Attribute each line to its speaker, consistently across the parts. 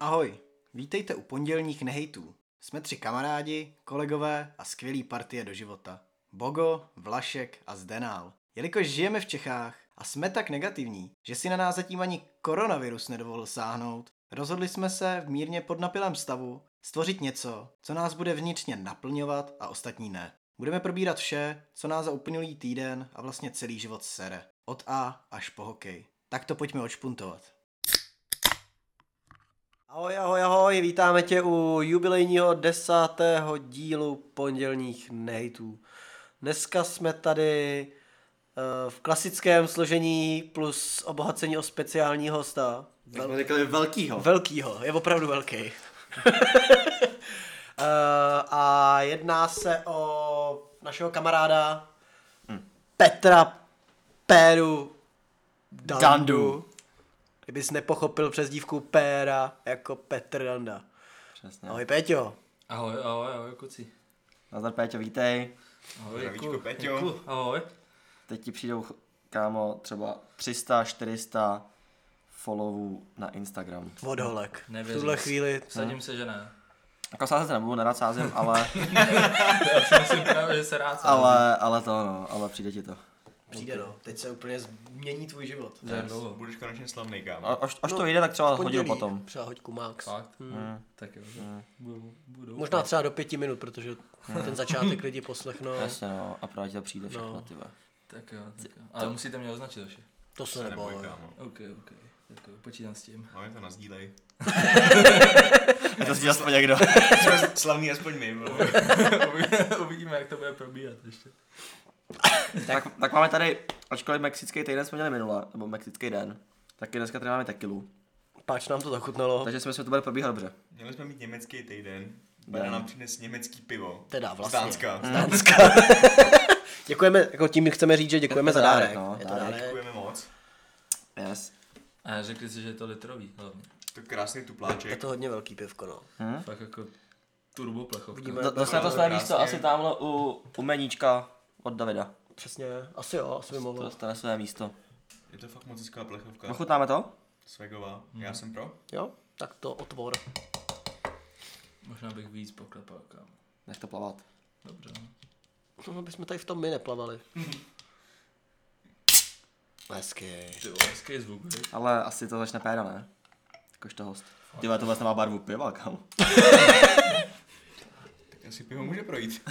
Speaker 1: Ahoj, vítejte u pondělních nehejtů. Jsme tři kamarádi, kolegové a skvělý partie do života. Bogo, Vlašek a Zdenál. Jelikož žijeme v Čechách a jsme tak negativní, že si na nás zatím ani koronavirus nedovolil sáhnout, rozhodli jsme se v mírně podnapilém stavu stvořit něco, co nás bude vnitřně naplňovat a ostatní ne. Budeme probírat vše, co nás za uplynulý týden a vlastně celý život sere. Od A až po hokej. Tak to pojďme odšpuntovat.
Speaker 2: Ahoj, ahoj, ahoj, vítáme tě u jubilejního desátého dílu pondělních nejtů. Dneska jsme tady eh, v klasickém složení plus obohacení o speciální hosta.
Speaker 3: Tak jsme říkali velkýho.
Speaker 2: Velkýho, je opravdu velký. Eh, a jedná se o našeho kamaráda
Speaker 3: Hm.
Speaker 2: Petra Péru Dandu.
Speaker 3: Dandu.
Speaker 2: Kdybys nepochopil přes dívku Péra jako Petr Danda.
Speaker 3: Přesně.
Speaker 2: Ahoj Péťo.
Speaker 4: Ahoj, ahoj, ahoj, kuci.
Speaker 3: Nazdar Péťo, vítej.
Speaker 4: Ahoj,
Speaker 1: Zdravíčko,
Speaker 4: děkuju,
Speaker 1: Peťo.
Speaker 4: děkuju, Ahoj.
Speaker 3: Teď ti přijdou, ch- kámo, třeba 300, 400 followů na Instagram.
Speaker 2: Vodholek. V
Speaker 4: Nevěřím.
Speaker 2: tuhle chvíli
Speaker 4: Sadím se, že ne.
Speaker 3: Jako sázet se nebudu, nerad sázím, ale,
Speaker 4: Já si myslím právě, že se rád sám.
Speaker 3: ale, ale to no, ale přijde ti to.
Speaker 2: přijde no. Teď se úplně změní tvůj život.
Speaker 4: To je dlouho.
Speaker 5: Budeš konečně slavný,
Speaker 3: A,
Speaker 5: kámo.
Speaker 3: až, až to vyjde, tak třeba hodinu potom.
Speaker 2: Třeba hoďku max.
Speaker 4: Fakt? Hmm. Tak jo, že budu, budu.
Speaker 2: Možná třeba do pěti minut, protože
Speaker 3: Hmm.
Speaker 2: ten začátek lidi poslechnou.
Speaker 3: Jasně no, a právě ti to přijde všechno, no. ty vole.
Speaker 4: Tak jo, tak jo. Ale musíte mě označit ještě.
Speaker 2: To se
Speaker 5: Neboj,
Speaker 2: neboj.
Speaker 5: kámo.
Speaker 4: OK, OK. Tak jo, počítám s tím.
Speaker 5: No, je to nazdílej.
Speaker 3: A to si aspoň někdo.
Speaker 5: Jsme slavný aspoň my, bro.
Speaker 4: Uvidíme, jak to bude probíhat ještě.
Speaker 3: tak, tak máme tady, ačkoliv mexický týden jsme měli minule, nebo mexický den, taky dneska tady máme tekilu.
Speaker 2: Páč nám to zachutnalo.
Speaker 3: Takže jsme se to bude probíhat dobře.
Speaker 5: Měli jsme mít německý týden. Bada
Speaker 3: Jo.
Speaker 5: nám přines německý pivo.
Speaker 2: Teda vlastně.
Speaker 5: Z Dánska.
Speaker 2: Dánska. děkujeme, jako tím chceme říct, že děkujeme za
Speaker 3: dárek,
Speaker 2: dárek.
Speaker 3: no,
Speaker 2: je to
Speaker 3: dárek.
Speaker 2: dárek.
Speaker 5: Děkujeme moc.
Speaker 3: Yes.
Speaker 4: A řekli si, že je to litrový hlavně.
Speaker 5: To krásný
Speaker 2: Je
Speaker 5: tupláček.
Speaker 2: to hodně velký pivko, no.
Speaker 3: Hmm.
Speaker 4: Fakt jako turbo plechovka.
Speaker 2: Vidíme.
Speaker 3: Do- Dostane to své místo asi tamhle u, u meníčka od Davida.
Speaker 2: Přesně, asi jo, asi by
Speaker 3: To
Speaker 2: mohlo.
Speaker 3: dostane své místo.
Speaker 5: Je to fakt moc hezká plechovka.
Speaker 3: Ochutnáme to?
Speaker 5: Svegová.
Speaker 2: Mhm.
Speaker 5: Já jsem pro.
Speaker 2: Jo, tak to otvor.
Speaker 4: Možná bych víc poklepal, kámo.
Speaker 3: Nech to plavat.
Speaker 4: Dobře. no.
Speaker 2: No, aby jsme tady v tom my neplavali. Hezky.
Speaker 4: Ty vole, hezký zvuk, viď?
Speaker 3: Ale asi to začne péra, ne? Jakož to host. Ty vole, to vlastně má barvu piva, kam?
Speaker 5: Tak asi pivo může projít.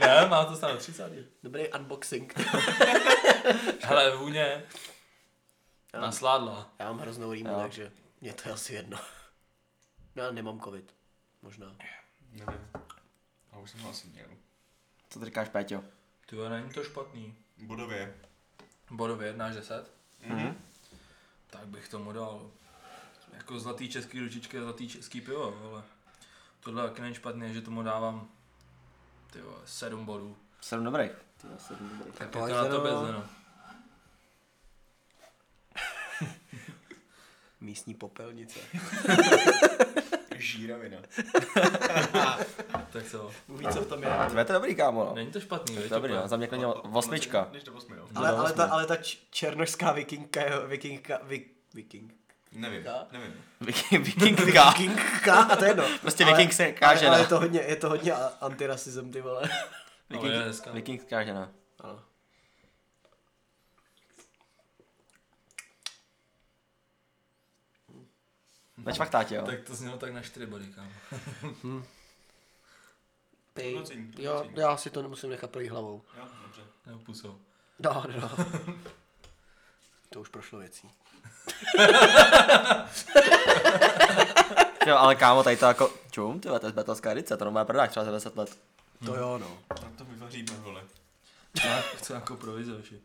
Speaker 4: Ne, má to stále 30.
Speaker 2: Dobrý unboxing.
Speaker 4: Hele, vůně. Nasládla.
Speaker 2: Já mám hroznou rýmu,
Speaker 3: Jo.
Speaker 2: takže mě to je asi jedno. No já nemám covid. Možná.
Speaker 5: Nevím. A už jsem ho asi měl.
Speaker 3: Co ty říkáš, Péťo?
Speaker 4: Ty vole, není to špatný.
Speaker 5: V budově.
Speaker 4: Bodově 1 až 10.
Speaker 5: Mhm.
Speaker 4: Tak bych tomu dal jako zlatý český ručičky a zlatý český pivo, ale tohle taky není špatné, že tomu dávám ty vole, 7 bodů.
Speaker 3: Jsem dobrý. Ty jo, sedm dobrý.
Speaker 4: Tak je to na to
Speaker 2: Pojď,
Speaker 4: bez,
Speaker 2: no.
Speaker 4: no.
Speaker 2: Místní popelnice.
Speaker 5: Žíravina.
Speaker 4: Tak co,
Speaker 2: Uví, co v tom je.
Speaker 3: Ty vole, to je dobrý, kámo, no.
Speaker 4: není to špatný, veď?
Speaker 3: Dobrý, no. Za mě klidně osmička.
Speaker 5: Než do osmi, no. jo.
Speaker 2: Ale,
Speaker 3: No,
Speaker 2: ale, ta, ale ta č- černošská vikinka, jo, vikingka, vik, viking.
Speaker 5: Nevím,
Speaker 2: Tak.
Speaker 5: nevím.
Speaker 3: Viking- Vikingská.
Speaker 2: Vikingka, a to je jedno.
Speaker 3: Prostě
Speaker 2: Ale-
Speaker 3: viking se káže,
Speaker 2: Ale, ale
Speaker 3: no.
Speaker 2: je to hodně, je to hodně a- antirasism, ty vole.
Speaker 4: Ale je hezká.
Speaker 3: Vikingská žena.
Speaker 2: Ano.
Speaker 3: Veď fakt tátě, jo.
Speaker 4: Tak to znělo tak na 4 body, kámo.
Speaker 2: Ty,
Speaker 5: Hodnocení,
Speaker 2: jo,
Speaker 5: hodnocení.
Speaker 2: já si to nemusím nechat projít hlavou.
Speaker 5: Jo, dobře.
Speaker 4: Nebo pusou.
Speaker 2: No, no. To už prošlo věcí.
Speaker 3: Ty Jo, ale kámo, tady to jako... Čum, ty vole, to je betelská edice, to normálně prodáš třeba za 10 let.
Speaker 2: To jo, no.
Speaker 5: Na to vyvaříme, vole.
Speaker 4: Co, co jako provizoři.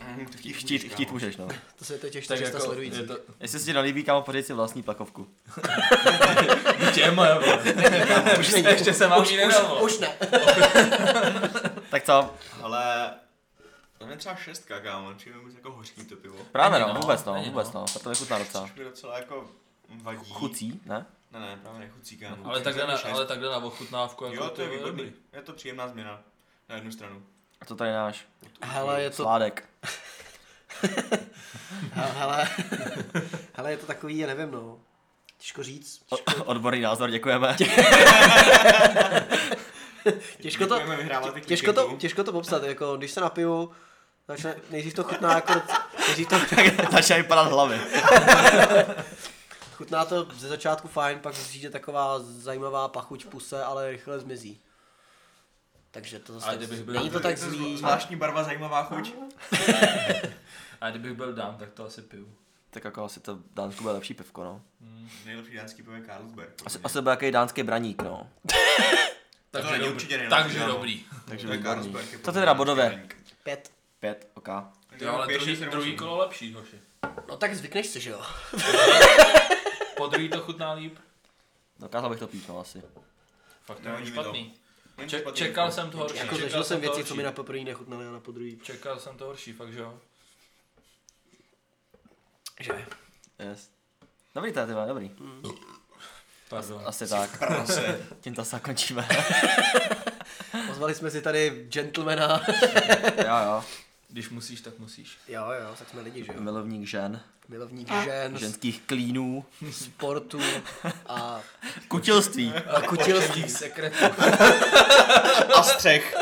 Speaker 2: Mhm,
Speaker 5: Mm, to chtít
Speaker 3: Chtít,
Speaker 5: můžeš,
Speaker 3: chtít
Speaker 5: kámo.
Speaker 3: můžeš, no.
Speaker 2: To se teď ještě
Speaker 4: Tak
Speaker 2: 300
Speaker 4: jako,
Speaker 2: jako, sledujících.
Speaker 4: je to
Speaker 3: Jestli si ti nelíbí, kámo, pořiď si vlastní plakovku.
Speaker 4: těma, jo. Už
Speaker 2: není.
Speaker 4: ještě se vám ji nedal,
Speaker 2: Už ne.
Speaker 3: Tak co?
Speaker 5: Ale to je třeba šestka, kámo, přijde mi moc jako hořký to pivo.
Speaker 3: Právě
Speaker 4: Není,
Speaker 3: no,
Speaker 4: no,
Speaker 3: vůbec no,
Speaker 4: není,
Speaker 3: vůbec
Speaker 4: no.
Speaker 3: no. Proto mi chutná docela.
Speaker 5: Což mi docela jako vadí.
Speaker 3: Chucí, ne?
Speaker 5: Ne, ne, právě nechucí, kámo.
Speaker 4: ale
Speaker 5: Už
Speaker 4: takhle,
Speaker 5: jsem
Speaker 4: na,
Speaker 5: šest.
Speaker 4: ale takhle na ochutnávku. jako
Speaker 5: Jo, to je
Speaker 4: bylo
Speaker 5: výborný. Je to příjemná změna. Na jednu stranu.
Speaker 3: A co tady náš?
Speaker 2: Hele, je to
Speaker 3: Sládek.
Speaker 2: Hele, hele, hele, je to takový, já nevím, no. Těžko říct.
Speaker 3: Odborný názor, děkujeme.
Speaker 2: Těžko to,
Speaker 5: Děkujeme, vyhráváte
Speaker 2: těžko to,
Speaker 5: kuchenku.
Speaker 2: těžko to popsat, jako když se napiju, začne, nejdřív to chutná jako, nejdřív to
Speaker 3: Začínají padat hlavy.
Speaker 2: chutná to ze začátku fajn, pak přijde taková zajímavá pachuť v puse, ale rychle zmizí. Takže to zase
Speaker 4: Ale
Speaker 2: tak-
Speaker 4: kdybych byl-
Speaker 2: není to tak
Speaker 5: Je to
Speaker 2: zlý.
Speaker 5: Zvláštní barva, zajímavá chuť.
Speaker 4: A kdybych byl dám, tak to asi piju.
Speaker 3: Tak jako asi to v Dánsku bude lepší pivko, no.
Speaker 5: Nejlepší dánský pivo je Carlsberg.
Speaker 3: Asi, asi byl jaký dánský braník, no.
Speaker 5: Takže není dobrý. určitě nejlepší, no.
Speaker 4: takže
Speaker 5: ano.
Speaker 4: dobrý.
Speaker 5: Takže to je Carlsberg. je
Speaker 3: To teda bodové.
Speaker 5: podle mě
Speaker 2: Pět.
Speaker 3: Pět, ok.
Speaker 5: Takže
Speaker 4: Jo, ale
Speaker 5: pět,
Speaker 4: druhý,
Speaker 5: šest, sedm,
Speaker 4: druhý
Speaker 5: osm.
Speaker 4: kolo lepší, hoši.
Speaker 2: No tak zvykneš si, že jo?
Speaker 4: Po druhý to chutná líp.
Speaker 3: Dokázal bych to pít, no asi.
Speaker 4: Fakt to
Speaker 5: No,
Speaker 4: není
Speaker 5: není mi to.
Speaker 4: špatný.
Speaker 5: Není
Speaker 4: Če-
Speaker 5: špatný
Speaker 4: čekal
Speaker 5: pivo.
Speaker 4: jsem to horší.
Speaker 2: Jako
Speaker 4: čekal
Speaker 2: zažil jsem
Speaker 4: to
Speaker 2: věci, co mi
Speaker 4: horší.
Speaker 2: na poprvé nechutnaly a na podruhý.
Speaker 4: Čekal jsem to horší, fakt že jo.
Speaker 2: Že?
Speaker 3: Yes. Dobrý tady, tyhle, dobrý.
Speaker 4: Pardon.
Speaker 3: Asi tak.
Speaker 5: Prase.
Speaker 3: Tím to zakončíme.
Speaker 2: Pozvali jsme si tady gentlemana.
Speaker 3: jo, jo.
Speaker 4: Když musíš, tak musíš.
Speaker 2: jo, jo, tak jsme lidi, že jo?
Speaker 3: Milovník žen.
Speaker 2: Milovník žen,
Speaker 3: Ženských klínů.
Speaker 2: sportu a,
Speaker 3: Kutilství.
Speaker 2: a kutilství.
Speaker 4: sekretů.
Speaker 5: A střech.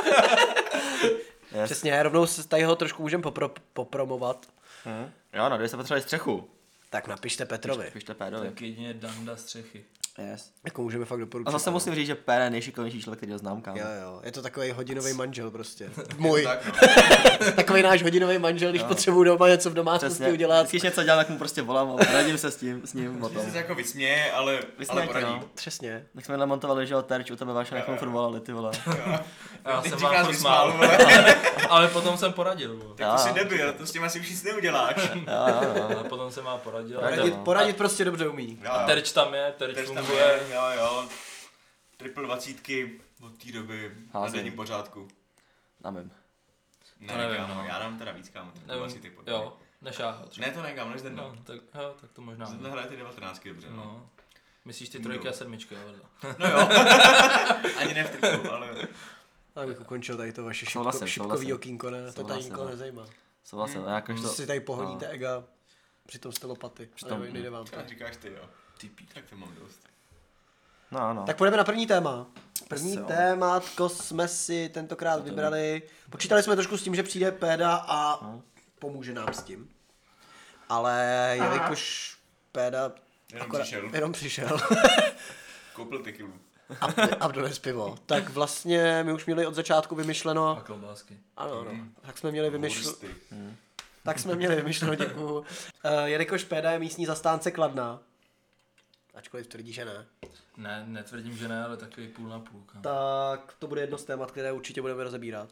Speaker 3: Yes.
Speaker 2: Přesně, rovnou se tady ho trošku můžeme popro- popromovat.
Speaker 3: Hm. Jo, no, kdyby se potřebovali střechu.
Speaker 2: Tak napište Petrovi.
Speaker 3: Pište Pédovi.
Speaker 4: Tak jedině Danda střechy.
Speaker 3: Yes.
Speaker 2: Jako můžeme fakt doporučit.
Speaker 3: A zase musím říct, že Péra je nejšikovnější člověk, který ho znám, kámo.
Speaker 2: Jo, jo, je to takový hodinový manžel prostě. Můj.
Speaker 5: Tak no.
Speaker 2: takový náš hodinový manžel, když potřebuju doma něco v
Speaker 3: No. Přesně.
Speaker 2: domácnosti udělat.
Speaker 3: Když něco dělám, tak mu prostě volám a radím se s tím, s ním o tom.
Speaker 5: Sice se jako vysměje, ale, ale
Speaker 3: Vysměje tě,
Speaker 5: poradí.
Speaker 3: no.
Speaker 2: Přesně.
Speaker 3: Tak jsme namontovali, že jo, terč u tebe váš, jak mu furt volali, ty vole.
Speaker 4: Já
Speaker 5: Teď
Speaker 4: jsem
Speaker 5: říkáš
Speaker 4: vám
Speaker 5: vysmál,
Speaker 4: posmál,
Speaker 5: vole.
Speaker 4: ale potom jsem poradil. vole.
Speaker 5: Tak to jsi debil, to s tím asi už nic neuděláš.
Speaker 3: Jo, jo, jo.
Speaker 4: Ale potom jsem má poradil.
Speaker 3: Poradil.
Speaker 2: Poradit, poradit prostě dobře umí.
Speaker 5: Jo, jo.
Speaker 4: Terč tam je, terč
Speaker 5: Teď tam
Speaker 4: funguje.
Speaker 5: je, jo, jo. Triple dvacítky od té doby na
Speaker 3: Házím.
Speaker 5: denním pořádku.
Speaker 3: Na mém.
Speaker 5: Ne,
Speaker 4: To nevím,
Speaker 5: kámo,
Speaker 4: no.
Speaker 5: já dám teda víc, kámo, triple dvacítky.
Speaker 4: Nevím, jo, nešáhal třeba.
Speaker 5: Ne, to ne, kámo, než den.
Speaker 4: No, tak, jo, tak to možná.
Speaker 5: Zde hraje ty devatenáctky, dobře. No.
Speaker 4: No. Myslíš ty trojky a sedmičky, jo, vedle.
Speaker 5: no jo, ani ne v triple, ale
Speaker 2: Tak bych ukončil tady to vaše šipko,
Speaker 3: Souhlasím,
Speaker 2: šipkový
Speaker 3: souhlasím.
Speaker 2: okýnko, ne? To tady
Speaker 3: Souhlasím,
Speaker 2: nikoho
Speaker 3: no.
Speaker 2: nezajímá.
Speaker 3: Souhlasím,
Speaker 5: Hmm.
Speaker 3: já jakož
Speaker 2: To
Speaker 3: to...
Speaker 2: si tady pohoníte ega, přitom jste lopaty.
Speaker 3: Přitom-
Speaker 2: Přitom, nejde vám to.
Speaker 5: tak říkáš ty, jo.
Speaker 4: Typí.
Speaker 5: Tak to mám dost.
Speaker 3: No, no.
Speaker 2: Tak půjdeme na první téma. První
Speaker 3: Jo.
Speaker 2: témátko jsme si tentokrát vybrali. Počítali jsme trošku s tím, že přijde Péda a
Speaker 3: No.
Speaker 2: pomůže nám s tím. Ale jelikož Péda
Speaker 5: Jenom přišel.
Speaker 2: jenom přišel
Speaker 5: Koupil ty kilů.
Speaker 2: a, a dones pivo, tak vlastně my už měli od začátku
Speaker 4: A
Speaker 2: vymyšleno,
Speaker 4: klobásky.
Speaker 2: ano, no, tak jsme měli vymyšleno,
Speaker 5: Hoursty.
Speaker 2: tak jsme měli vymyšleno, děkuju. Uh, jelikož Péda je místní zastánce Kladna, ačkoliv tvrdí, že ne,
Speaker 4: Ne, netvrdím, že ne, ale takový půl na půl. kámo.
Speaker 2: tak to bude jedno z témat, které určitě budeme rozebírat.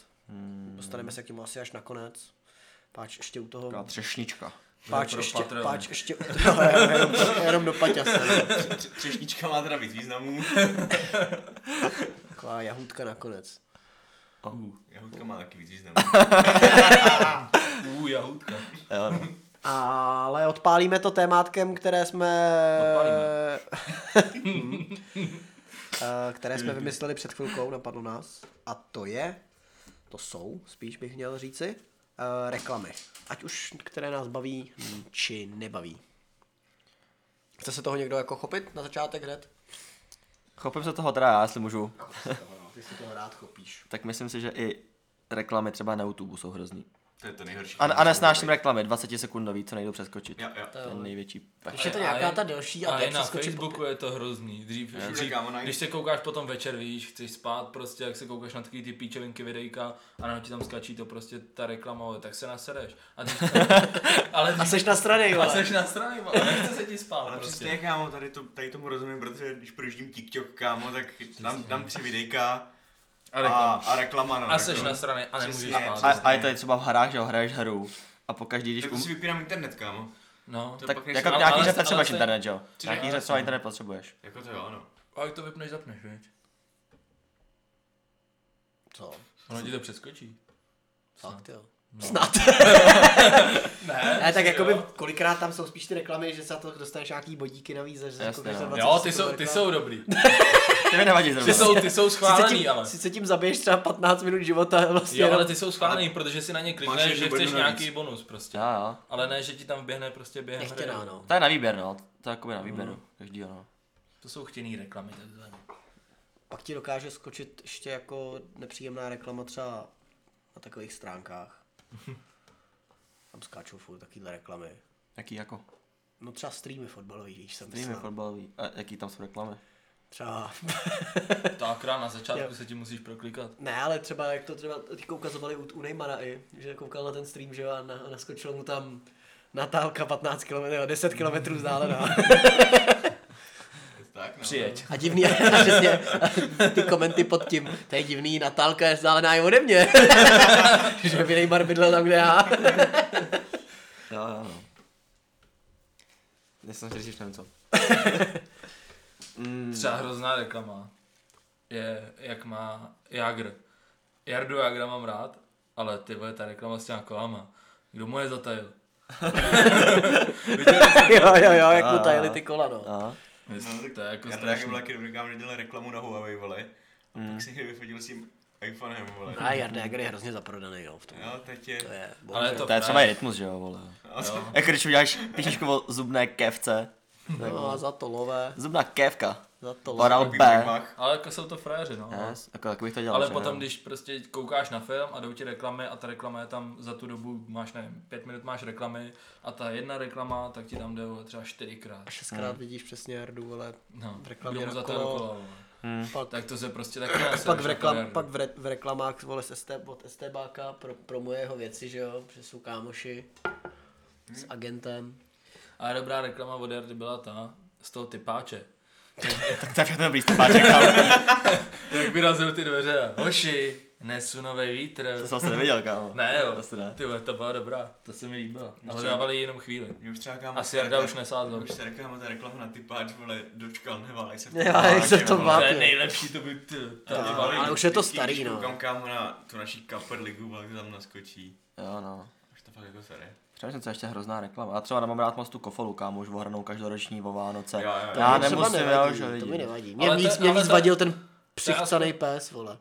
Speaker 2: Dostaneme se k němu asi až nakonec. Páč ještě u
Speaker 3: Taková
Speaker 2: toho...
Speaker 3: třešnička.
Speaker 2: Páč
Speaker 4: pro
Speaker 2: ještě,
Speaker 4: patrony.
Speaker 2: páč ještě u toho, jenom, do- jenom do paťase. no.
Speaker 5: Tře- tře- Třešnička má teda víc významů.
Speaker 2: Taková jahůdka nakonec.
Speaker 5: Jahodka má taky víc významů.
Speaker 4: Uuu, jahůdka.
Speaker 3: Jo, no.
Speaker 2: Ale odpálíme to témátkem, které jsme...
Speaker 4: Odpálíme.
Speaker 2: Eh, které jsme vymysleli před chvilkou, napadlo nás. A to je, to jsou, spíš bych měl říci, eh, reklamy. Ať už, které nás baví, či nebaví. Chce se toho někdo jako chopit na začátek hned?
Speaker 3: Chopím se toho teda já, jestli můžu.
Speaker 2: Ty si toho rád chopíš.
Speaker 3: Tak myslím si, že i reklamy třeba na YouTube jsou hrozný.
Speaker 5: To je to nejhorší.
Speaker 3: A, a nesnáším reklamy, 20 sekundový, co nejdu přeskočit.
Speaker 5: Jo, jo.
Speaker 3: To je největší pech.
Speaker 2: Když je to
Speaker 4: A
Speaker 2: nějaká
Speaker 4: je-
Speaker 2: ta delší a
Speaker 4: A
Speaker 2: to je
Speaker 4: i na
Speaker 2: přeskočit po...
Speaker 4: Facebooku je to hrozný. Dřív, dřív
Speaker 5: Kámo, na-
Speaker 4: když se koukáš potom večer, víš, chceš spát, prostě jak se koukáš na takový ty píčelinky videjka a na ti tam skačí to prostě ta reklama, vole, tak se nasedeš. A dřív, ale
Speaker 2: A
Speaker 4: dřív,
Speaker 2: seš na straně,
Speaker 4: a
Speaker 2: ale.
Speaker 4: seš na straně, vole, nechce se ti spát
Speaker 5: Ale
Speaker 4: prostě.
Speaker 5: přesně, kámo, tady, to, tady tomu rozumím, protože když projíždím TikTok, kámo, tak dám, dám tři videjka
Speaker 4: A,
Speaker 5: a,
Speaker 4: reklama.
Speaker 5: a reklama, no.
Speaker 4: a seš
Speaker 5: jako.
Speaker 4: na straně a nemůžeš
Speaker 5: Přesně.
Speaker 3: A,
Speaker 4: spát.
Speaker 3: a je to i třeba v hrách, že jo, hraješ hru a pokaždý, když
Speaker 5: Tak to si
Speaker 3: um...
Speaker 5: vypínám internet, kámo.
Speaker 4: No,
Speaker 5: To
Speaker 3: Tak
Speaker 5: pak než-
Speaker 3: jako
Speaker 5: ale-
Speaker 3: v nějaký
Speaker 5: ale-
Speaker 3: hře
Speaker 4: ale-
Speaker 3: potřebuješ
Speaker 4: ale-
Speaker 3: internet, že jo? V
Speaker 5: ale-
Speaker 3: nějaký hře třeba internet potřebuješ.
Speaker 5: Jako to jo, no.
Speaker 4: a jak to vypneš, zapneš, viď?
Speaker 2: Co?
Speaker 4: Ono ti to přeskočí.
Speaker 2: Fakt jo. Snad.
Speaker 4: No. Ne,
Speaker 2: Ne, tak
Speaker 4: jo.
Speaker 2: jakoby kolikrát tam jsou spíš ty reklamy, že se to dostaneš nějaký bodíky navíc, že
Speaker 3: Jasně,
Speaker 2: koukáš na
Speaker 3: no.
Speaker 2: 20
Speaker 4: Jo, ty
Speaker 2: sekund
Speaker 4: jsou, ty
Speaker 2: reklam.
Speaker 4: jsou dobrý.
Speaker 3: Ty mi nevadí zrovna.
Speaker 4: Ty jsou, ty jsou
Speaker 2: Sice
Speaker 4: schválený,
Speaker 2: tím,
Speaker 4: ale.
Speaker 2: sice tím zabiješ třeba 15 minut života vlastně.
Speaker 4: Jo, ale
Speaker 2: ty...
Speaker 4: ty jsou schválený, protože si na ně
Speaker 5: Máš
Speaker 4: klikneš, že
Speaker 5: jednu
Speaker 4: chceš
Speaker 5: bonus
Speaker 4: nějaký
Speaker 5: navíc.
Speaker 4: bonus prostě.
Speaker 3: Já, jo.
Speaker 4: Ale ne, že ti tam vběhne prostě během hry.
Speaker 2: Nechtěná, no.
Speaker 3: To je na výběr, no. To je jakoby
Speaker 5: Hmm.
Speaker 3: na výběr. Mm. Každý, no.
Speaker 4: To jsou chtěný reklamy takzvané.
Speaker 2: Pak ti dokáže skočit ještě jako nepříjemná reklama třeba na takových stránkách. Tam skáčou furt takovýhle reklamy.
Speaker 3: Jaký jako?
Speaker 2: No třeba streamy fotbalový, víš, jsem
Speaker 3: Streamy
Speaker 2: myslel.
Speaker 3: fotbalový. A jaký tam jsou reklamy?
Speaker 2: Třeba,
Speaker 4: Tak rád na začátku
Speaker 2: Jo.
Speaker 4: se ti musíš proklikat.
Speaker 5: No,
Speaker 2: ne, ale třeba jak to třeba teďka ukazovali u, u Neymara i, že koukal na ten stream, že jo, a na, naskočilo mu tam Natálka 15 km, nebo 10 km vzdálená.
Speaker 5: Tak, no.
Speaker 4: Přijeď.
Speaker 2: A divný, přesně, ty komenty pod tím, to je divný, Natálka je vzdálená i ode mě. že by Neymar bydlel tam, kde já.
Speaker 3: Jo, jo, no. Nejsem si říct, nevím co.
Speaker 4: Hmm. Třeba hrozná reklama je, jak má Jagr. Jardu Jagra mám rád, ale ty vole, ta reklama s těma kolama. Kdo mu je zatajil? Viděl jsi?
Speaker 2: jo, jo, jo, jak mu tajili ty kola, no.
Speaker 3: A,
Speaker 5: No, tak
Speaker 4: to je jako
Speaker 5: já právě
Speaker 4: strašný. Hmm.
Speaker 5: byl taky dobrý kámo, že dělal reklamu na Huawei, vole. A pak si vyfotil s tím iPhonem, vole.
Speaker 2: A Jarda Jager je hrozně zaprodaný, jo, v tom.
Speaker 5: Jo, teď je...
Speaker 2: To je, bohužel.
Speaker 4: Ale je to,
Speaker 3: to je třeba i
Speaker 4: frajer.
Speaker 3: rytmus, že jo, vole.
Speaker 5: A co?
Speaker 3: Jak když uděláš píšičku o zubné kevce.
Speaker 2: No a za to lové,
Speaker 3: Zubná kévka.
Speaker 2: za to lové.
Speaker 3: Oral
Speaker 5: Takový
Speaker 3: B.
Speaker 5: Mac.
Speaker 4: Ale jako jsou to frajeři, no.
Speaker 3: Yes, jako takových to dělal,
Speaker 4: Ale
Speaker 3: že
Speaker 4: potom,
Speaker 3: jo.
Speaker 4: když prostě koukáš na film a jdou ti reklamy a ta reklama je tam za tu dobu, máš nevím, pět minut máš reklamy a ta jedna reklama, tak ti tam jde vole, třeba čtyřikrát.
Speaker 2: A šestkrát vidíš přesně Jardu, ale
Speaker 4: No,
Speaker 2: v
Speaker 4: kdo
Speaker 2: reklamě
Speaker 4: mu
Speaker 2: na
Speaker 4: za to
Speaker 2: kolo.
Speaker 4: kolo. vole.
Speaker 3: Hmm.
Speaker 2: pak,
Speaker 4: Tak to se prostě taky nesereš,
Speaker 2: pak, v,
Speaker 4: jako
Speaker 2: reklam,
Speaker 4: Jardu.
Speaker 2: pak v, re, v reklamách vole z ST, od STBáka pro, promuje jeho věci, že jo, že jsou kámoši s agentem.
Speaker 4: A dobrá reklama od Jardy byla ta, z toho typáče.
Speaker 3: Tak to je všechno dobrý stopáček, kámo.
Speaker 2: Hmm.
Speaker 4: Jak vyrazil ty dveře a hoši, nesu nový vítr.
Speaker 3: To jsem se neviděl, kámo.
Speaker 4: Ne jo,
Speaker 3: To se ne.
Speaker 4: ty vole, to byla dobrá, to se mi líbilo. Ale dávali ji jenom chvíli.
Speaker 5: Mě už třeba kámo...
Speaker 4: Asi Jarda
Speaker 5: ta-
Speaker 4: už nesázel.
Speaker 5: Už se reklama, ta reklama na typáč, vole, dočkal, neválej se v tom
Speaker 2: Já, jak se
Speaker 5: páči,
Speaker 2: v tom
Speaker 5: vole.
Speaker 4: To je
Speaker 2: vápě.
Speaker 4: nejlepší, to by... ty- to
Speaker 5: Ty
Speaker 4: bylo-
Speaker 5: vole,
Speaker 2: ale už je to
Speaker 5: vždycky,
Speaker 2: starý,
Speaker 5: když
Speaker 2: no.
Speaker 5: Koukám kámo na tu naší Kaper ligu, vole, kdo tam naskočí.
Speaker 3: Jo, no.
Speaker 5: Už to fakt jako sere.
Speaker 3: Přemýšlím, co je ještě hrozná reklama. Já třeba nemám rád moc tu kofolu, kámo, už ohranou každoroční o Vánoce.
Speaker 5: Jo, jo, jo.
Speaker 3: Já
Speaker 2: To mi třeba
Speaker 3: nemusím, já
Speaker 2: nevadí,
Speaker 3: už ho
Speaker 2: To mi
Speaker 3: vidím.
Speaker 2: nevadí. Mě
Speaker 4: Ale
Speaker 2: víc,
Speaker 4: to-
Speaker 2: mě
Speaker 4: ale
Speaker 2: víc
Speaker 4: to-
Speaker 2: vadil ten přichcanej pes, vole.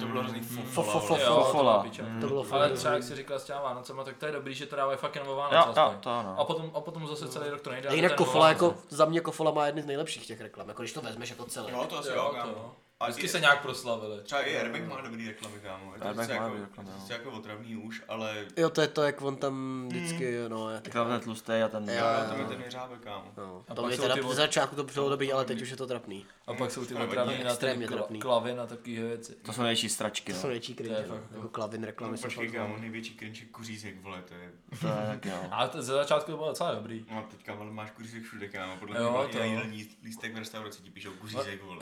Speaker 5: To bylo hrozný
Speaker 2: fo-
Speaker 5: fofola,
Speaker 2: fo-
Speaker 5: vole.
Speaker 4: Jo, to
Speaker 3: Fofola. Hmm.
Speaker 4: byla piča.
Speaker 2: To bylo
Speaker 4: Ale
Speaker 2: fakt.
Speaker 4: třeba, jak jsi říkal s těma Vánocema, tak to je dobrý, že to dávají fakt jenom o
Speaker 3: Jo,
Speaker 4: Vánoce.
Speaker 3: jo,
Speaker 4: aspoň.
Speaker 3: to ano.
Speaker 4: A potom, a potom zase celý rok to nejde.
Speaker 2: A
Speaker 4: ale
Speaker 2: jinak
Speaker 4: ten o
Speaker 2: Kofola,
Speaker 4: Vánoce.
Speaker 2: jako, za mě Kofola má jedny z nejlepších těch reklam, jako když to vezmeš jako celé.
Speaker 5: Jo, to asi
Speaker 4: Jo,
Speaker 5: jo,
Speaker 4: to
Speaker 5: kámo.
Speaker 4: jo.
Speaker 5: A
Speaker 4: Vždycky
Speaker 5: je-
Speaker 4: se nějak proslavili.
Speaker 5: Třeba i Airbag má dobrý reklamy, kámo. Je to
Speaker 3: Airbag má
Speaker 5: sice jako,
Speaker 3: dobrý
Speaker 5: je
Speaker 3: reklamy,
Speaker 5: to
Speaker 3: jo.
Speaker 5: sice jako otravný už, ale
Speaker 2: Jo, to je to, jak on tam vždycky,
Speaker 4: Hmm.
Speaker 2: no, je
Speaker 3: Tak tam ten tlustý a ten...
Speaker 2: Jo, jo.
Speaker 5: to mi ten jeřábek, kámo.
Speaker 2: No,
Speaker 4: A
Speaker 2: to
Speaker 4: pak
Speaker 2: mi
Speaker 4: jsou
Speaker 2: teda
Speaker 4: ty
Speaker 2: v
Speaker 4: od-
Speaker 2: začátku to bylo dobrý, ale teď už je to trapný.
Speaker 4: A pak jsou ty
Speaker 5: To je
Speaker 4: otravní na ty
Speaker 2: extrémně
Speaker 4: kla-
Speaker 2: trapný.
Speaker 4: klavin a takový věci.
Speaker 3: To jsou největší stračky,
Speaker 2: To
Speaker 3: no.
Speaker 2: jsou největší
Speaker 4: To
Speaker 2: cringe,
Speaker 4: je
Speaker 2: no.
Speaker 4: fakt,
Speaker 2: Jako klavin reklamy
Speaker 5: No,
Speaker 2: jsou
Speaker 5: počkej,
Speaker 2: fakt
Speaker 5: kámo, největší cringe je kuřízek, vole, to je...
Speaker 3: To je taky, no.
Speaker 4: A to ze začátku to bylo docela dobrý.
Speaker 5: No, teďka, vole, máš kuřízek všude, kámo. Podle
Speaker 4: Jo,
Speaker 5: mě vole,
Speaker 4: to
Speaker 5: i na
Speaker 4: jo.
Speaker 5: jídelní lístek v restauraci ti píšou kuřízek, vole.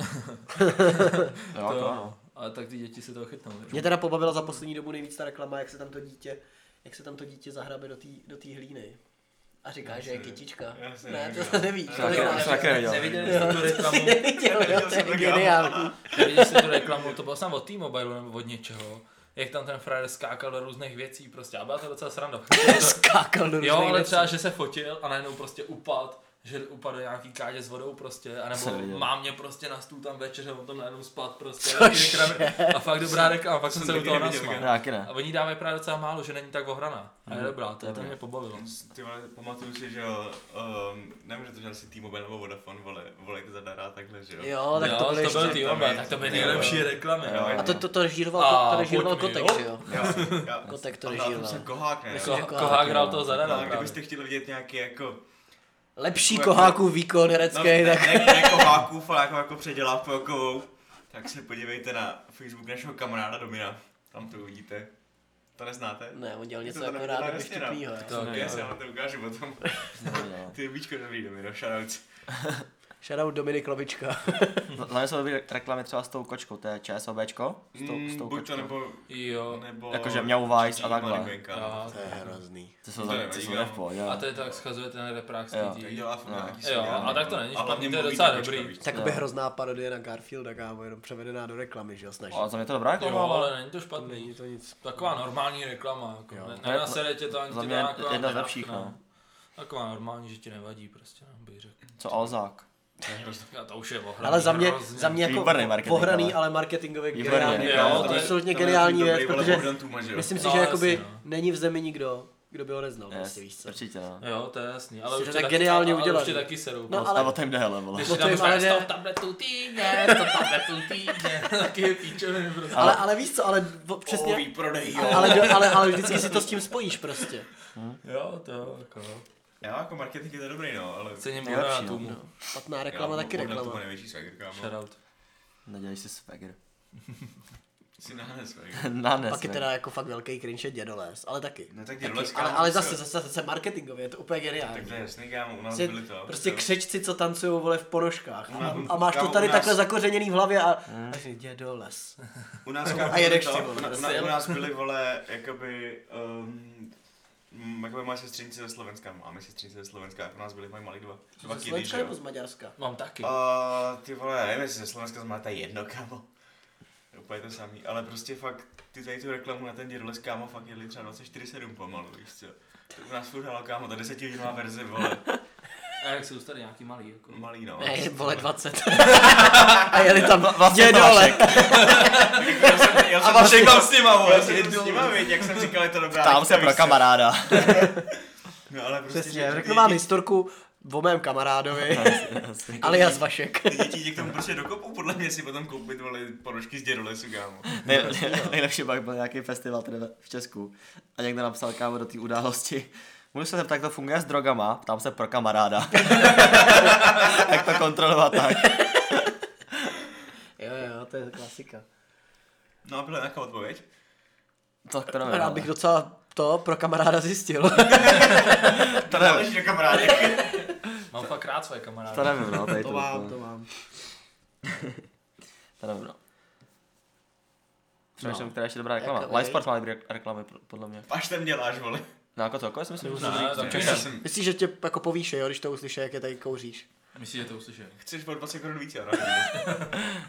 Speaker 3: Jo, to ano.
Speaker 4: Ale tak ty děti se toho chytnou.
Speaker 2: Mě teda pobavila za poslední dobu nejvíc ta reklama, jak se tam to dítě, jak se tam to dítě zahrabe do té do tý hlíny. A říká, že je kytička.
Speaker 5: Já se
Speaker 2: Ne,
Speaker 5: neviděl.
Speaker 2: to nevíš. To
Speaker 3: Já
Speaker 2: nevíš.
Speaker 3: taky- já jsem taky neviděl.
Speaker 4: Neviděli jste tu reklamu,
Speaker 2: Neviděl, jo, to
Speaker 5: jsem
Speaker 2: je
Speaker 5: to,
Speaker 2: geniální.
Speaker 4: neviděli jste tu reklamu, to bylo snad od T-Mobile nebo od něčeho. Jak tam ten frajer skákal do různých věcí prostě. A byla to docela sranda.
Speaker 2: Skákal do
Speaker 4: Jo,
Speaker 2: různých
Speaker 4: ale
Speaker 2: věcí.
Speaker 4: třeba, že se fotil a najednou prostě upad, že upadl do nějaký kádě s vodou prostě, anebo
Speaker 3: Jsem viděl.
Speaker 4: mám mě prostě na stůl tam večeře, on tam najednou spad prostě.
Speaker 2: Cože?
Speaker 4: Taky reklamy. A fakt dobrá reklama, fakt jsem se
Speaker 5: taky
Speaker 4: u toho
Speaker 5: neviděl,
Speaker 4: nasmál.
Speaker 5: kámo.
Speaker 3: Já taky
Speaker 4: A
Speaker 3: ne.
Speaker 4: oni dávají právě docela málo, že není tak ohraná. A je dobrá, to, to mě pobavilo.
Speaker 5: Ty vole, pamatuju si, že jo, um, nevím, že to měl si T-Mobile nebo Vodafone, vole, vole, to zadará takhle, že jo.
Speaker 2: Jo, tak
Speaker 4: jo,
Speaker 2: to byly
Speaker 4: to byl
Speaker 2: ještě.
Speaker 4: ty oba, tak to byly nejlepší reklamy. no.
Speaker 3: Jo,
Speaker 2: A
Speaker 3: jo.
Speaker 2: to, to, to
Speaker 4: A,
Speaker 2: režíroval, to režíroval
Speaker 4: pojď mi, jo.
Speaker 2: Kotek, že jo?
Speaker 5: Já, já,
Speaker 2: Kotek to
Speaker 5: a dál tam
Speaker 2: režíroval.
Speaker 5: jsem kohák, ne?
Speaker 2: Myslím,
Speaker 4: no. Ko,
Speaker 2: že Kohák-
Speaker 4: kohák hrál toho zadana
Speaker 5: No, a
Speaker 4: právě.
Speaker 5: kdybyste chtěli vidět nějaký jako...
Speaker 2: Lepší
Speaker 5: Jako-
Speaker 2: koháků výkon
Speaker 5: No,
Speaker 2: herecký,
Speaker 5: ne,
Speaker 2: tak
Speaker 5: ne, ne kohákův, ale jako, jako předělávku jakovou. Tak se podívejte na Facebook našeho kamaráda Domina. Tam to uvidíte. To neznáte?
Speaker 2: Ne, on dělal
Speaker 5: Je
Speaker 2: něco
Speaker 5: to tam-
Speaker 2: akorát
Speaker 5: to tam
Speaker 2: jako
Speaker 5: jasně, no.
Speaker 2: vtipnýho. jo.
Speaker 4: To-
Speaker 5: Já se vám to ukážu potom.
Speaker 3: No, jo.
Speaker 5: Ty je bíčko dobrý, Domino, shoutouts.
Speaker 2: Shoutout Dominik Lovička.
Speaker 3: Hlavně jsou dobrý reklamy třeba s tou kočkou, to je ČSOBčko. S tou, s tou
Speaker 5: Mm, buď to
Speaker 3: kočkou.
Speaker 5: nebo...
Speaker 4: Jo.
Speaker 5: nebo
Speaker 3: Jakože Mňau Weiss a
Speaker 5: Čína,
Speaker 3: takhle.
Speaker 5: Maribenka, no.
Speaker 4: A,
Speaker 2: To je hrozný.
Speaker 3: Ty jsou,
Speaker 5: To
Speaker 3: za-
Speaker 5: nevadí,
Speaker 3: ty jsou
Speaker 5: jo.
Speaker 3: ne v pohodě.
Speaker 4: a to je tak schazuje ten reprák z
Speaker 3: Jo.
Speaker 4: té
Speaker 5: Tak
Speaker 4: dí.
Speaker 5: dělá furt
Speaker 2: No.
Speaker 5: nějaký
Speaker 4: Jo,
Speaker 5: seriály,
Speaker 4: a tak to
Speaker 5: no.
Speaker 4: není
Speaker 5: A hlavně
Speaker 4: špatný, to je
Speaker 5: mluví
Speaker 4: docela
Speaker 5: ta kočka,
Speaker 4: dobrý.
Speaker 5: víš co?
Speaker 2: Takový hrozná parodie na Garfielda, kámo, jenom převedená do reklamy, že jo, snaží.
Speaker 3: A za mě to dobrá
Speaker 4: Jo,
Speaker 3: reklama, ale...
Speaker 4: ale není to špatný.
Speaker 2: Není to nic.
Speaker 4: Taková normální reklama, jako ne,
Speaker 3: Ale-
Speaker 4: nenasere tě to ani
Speaker 3: za
Speaker 4: tě
Speaker 3: mě
Speaker 4: dá jako
Speaker 3: jedna z lepších,
Speaker 4: nenachtne.
Speaker 3: no.
Speaker 4: Taková normální, že ti nevadí prostě, no, bych řekl.
Speaker 3: Co Alzák?
Speaker 4: A to už je ohraný
Speaker 2: Ale za mě,
Speaker 4: hrozně.
Speaker 2: za mě jako
Speaker 3: Výborný marketing,
Speaker 2: ohraný,
Speaker 3: ale.
Speaker 2: ale marketingově
Speaker 3: Výborný,
Speaker 2: geniální.
Speaker 3: jo,
Speaker 2: Jo,
Speaker 4: to
Speaker 2: to je
Speaker 4: je-
Speaker 2: absolutně
Speaker 5: to je
Speaker 2: geniální
Speaker 5: dobrý
Speaker 2: věc,
Speaker 5: vole,
Speaker 2: protože
Speaker 5: Bogdan Tuma, že jo?
Speaker 2: myslím si,
Speaker 4: No,
Speaker 2: že jakoby
Speaker 4: jasně, no.
Speaker 2: není v zemi nikdo, kdo by ho neznal,
Speaker 3: Yes,
Speaker 2: prostě víš co.
Speaker 3: Určitě, no.
Speaker 4: Jo, to je jasný, ale
Speaker 2: Jsi
Speaker 4: už tě
Speaker 2: to tak
Speaker 4: taky-
Speaker 2: geniálně
Speaker 4: ale
Speaker 2: udělaný.
Speaker 4: Už tě taky serou.
Speaker 2: No,
Speaker 4: No,
Speaker 2: ale-
Speaker 3: Ale... A o tom jde, hele, vole.
Speaker 4: Když
Speaker 2: No
Speaker 4: si
Speaker 2: to
Speaker 4: tam
Speaker 2: jim
Speaker 4: říkáš,
Speaker 2: ale jde-
Speaker 4: 100 tabletů týdně, 100 tabletů týdně, taky je píčoviny prostě.
Speaker 2: Ale, ale víš co, ale v- přesně,
Speaker 5: Olový prodej, jo.
Speaker 2: ale, ale, ale, ale vždycky si to s tím spojíš prostě.
Speaker 4: Jo, to jo, jako jo.
Speaker 5: Jo, jako marketing je to dobrý, no, ale...
Speaker 4: Cením
Speaker 3: Nejlepší,
Speaker 4: Bogdana
Speaker 3: no.
Speaker 4: Tumu.
Speaker 2: Špatná reklama, taky
Speaker 5: To
Speaker 2: reklama.
Speaker 5: největší swagger, kámo.
Speaker 4: Shoutout.
Speaker 3: Nedělej si swagger.
Speaker 5: Si naháne swagger.
Speaker 3: Na ne,
Speaker 2: Pak je teda jako fakt velký cringe je dědoles, ale taky.
Speaker 5: No tak dědolec,
Speaker 2: Ale, ale zase, zase, zase marketingově, je to úplně
Speaker 5: Tak
Speaker 2: geniální.
Speaker 5: to je jasný, kámo, u nás
Speaker 2: Prostě,
Speaker 5: byli to.
Speaker 2: prostě
Speaker 5: jo.
Speaker 2: křečci, co tancují vole v ponožkách. A,
Speaker 5: Kámo,
Speaker 2: a máš to
Speaker 5: kámo,
Speaker 2: tady
Speaker 5: u nás-
Speaker 2: takhle zakořeněný v hlavě a, a říkáš, dědoles.
Speaker 5: U nás, kámo,
Speaker 2: A jedeš
Speaker 5: byli
Speaker 2: ty,
Speaker 5: to,
Speaker 2: vole,
Speaker 5: u na-
Speaker 2: prostě,
Speaker 5: na-
Speaker 2: jo.
Speaker 5: U nás byli, vole, jakoby... um, mm, Jakoby moje sestřenice ze Slovenska, máme sestřenice ze Slovenska, u nás byli moji malí dva. Dva
Speaker 2: Ze
Speaker 5: kiddy,
Speaker 2: Slovenska
Speaker 5: že jo?
Speaker 2: nebo z Maďarska?
Speaker 4: Mám taky.
Speaker 5: A ty vole, já nevím, jestli ze Slovenska znamená ta jedno, kámo. Úplně to samý, ale prostě fakt ty tady tu reklamu na ten Dirles, kámo, fakt jeli třeba 24-7 pomalu, víš co. To u nás furt halo, kámo, ta desetihodinová verze, vole,
Speaker 4: A jak jsou tady nějaký malý, jako.
Speaker 5: malý, no.
Speaker 2: Ne, vole 20. a jeli tam vlastně dole.
Speaker 3: Dědole!
Speaker 5: Já jsem, já jsem,
Speaker 3: Vašek tam s
Speaker 5: nima,
Speaker 3: vole,
Speaker 5: Já jsem
Speaker 3: jednou.
Speaker 5: s nima, věď, jak jsem říkal, je to dobrá.
Speaker 3: Ptám se
Speaker 5: lekce,
Speaker 3: pro
Speaker 5: víš co.
Speaker 3: kamaráda.
Speaker 5: No ale prostě,
Speaker 2: Přesně,
Speaker 5: že
Speaker 2: řeknu
Speaker 5: ty
Speaker 2: vám
Speaker 5: děti-
Speaker 2: historku o mém kamarádovi, alias Vašek.
Speaker 5: Ty děti tě k tomu prostě dokopou, podle mě si potom koupit, vole, ponožky z Dirlesu, kámo.
Speaker 3: Nej, nejlepší pak byl nějaký festival tady ve- v Česku a někdo napsal kámo do té události. Můžu se zeptat, jak to funguje s drogama? Ptám se pro kamaráda. jak to kontrolovat tak?
Speaker 2: Jo, jo, to je klasika.
Speaker 5: No a byla nějaká odpověď?
Speaker 3: Tak to nevím.
Speaker 2: Rád
Speaker 3: ale-
Speaker 2: bych docela to pro kamaráda zjistil.
Speaker 5: To nevím. do kamarádek.
Speaker 4: Mám fakt rád své kamarády.
Speaker 3: To nevím, no, tady to,
Speaker 2: to
Speaker 3: to,
Speaker 2: mám,
Speaker 3: to,
Speaker 2: to mám.
Speaker 3: nevím, no. Přemýšlím,
Speaker 2: No.
Speaker 3: která je ještě dobrá reklama.
Speaker 2: Jakoby-
Speaker 3: Livesport má dobré reklamy, pod- podle mě.
Speaker 5: Až tam děláš, vole.
Speaker 3: No jako celkově si myslím, že
Speaker 4: Ne,
Speaker 3: dobrý.
Speaker 4: tak
Speaker 5: Já jsem,
Speaker 2: Myslíš, že tě jako povýše, jo, když to uslyší, jak je tady kouříš.
Speaker 4: Myslíš, že to uslyšel?
Speaker 5: chceš o 20 korun víc, jo, no?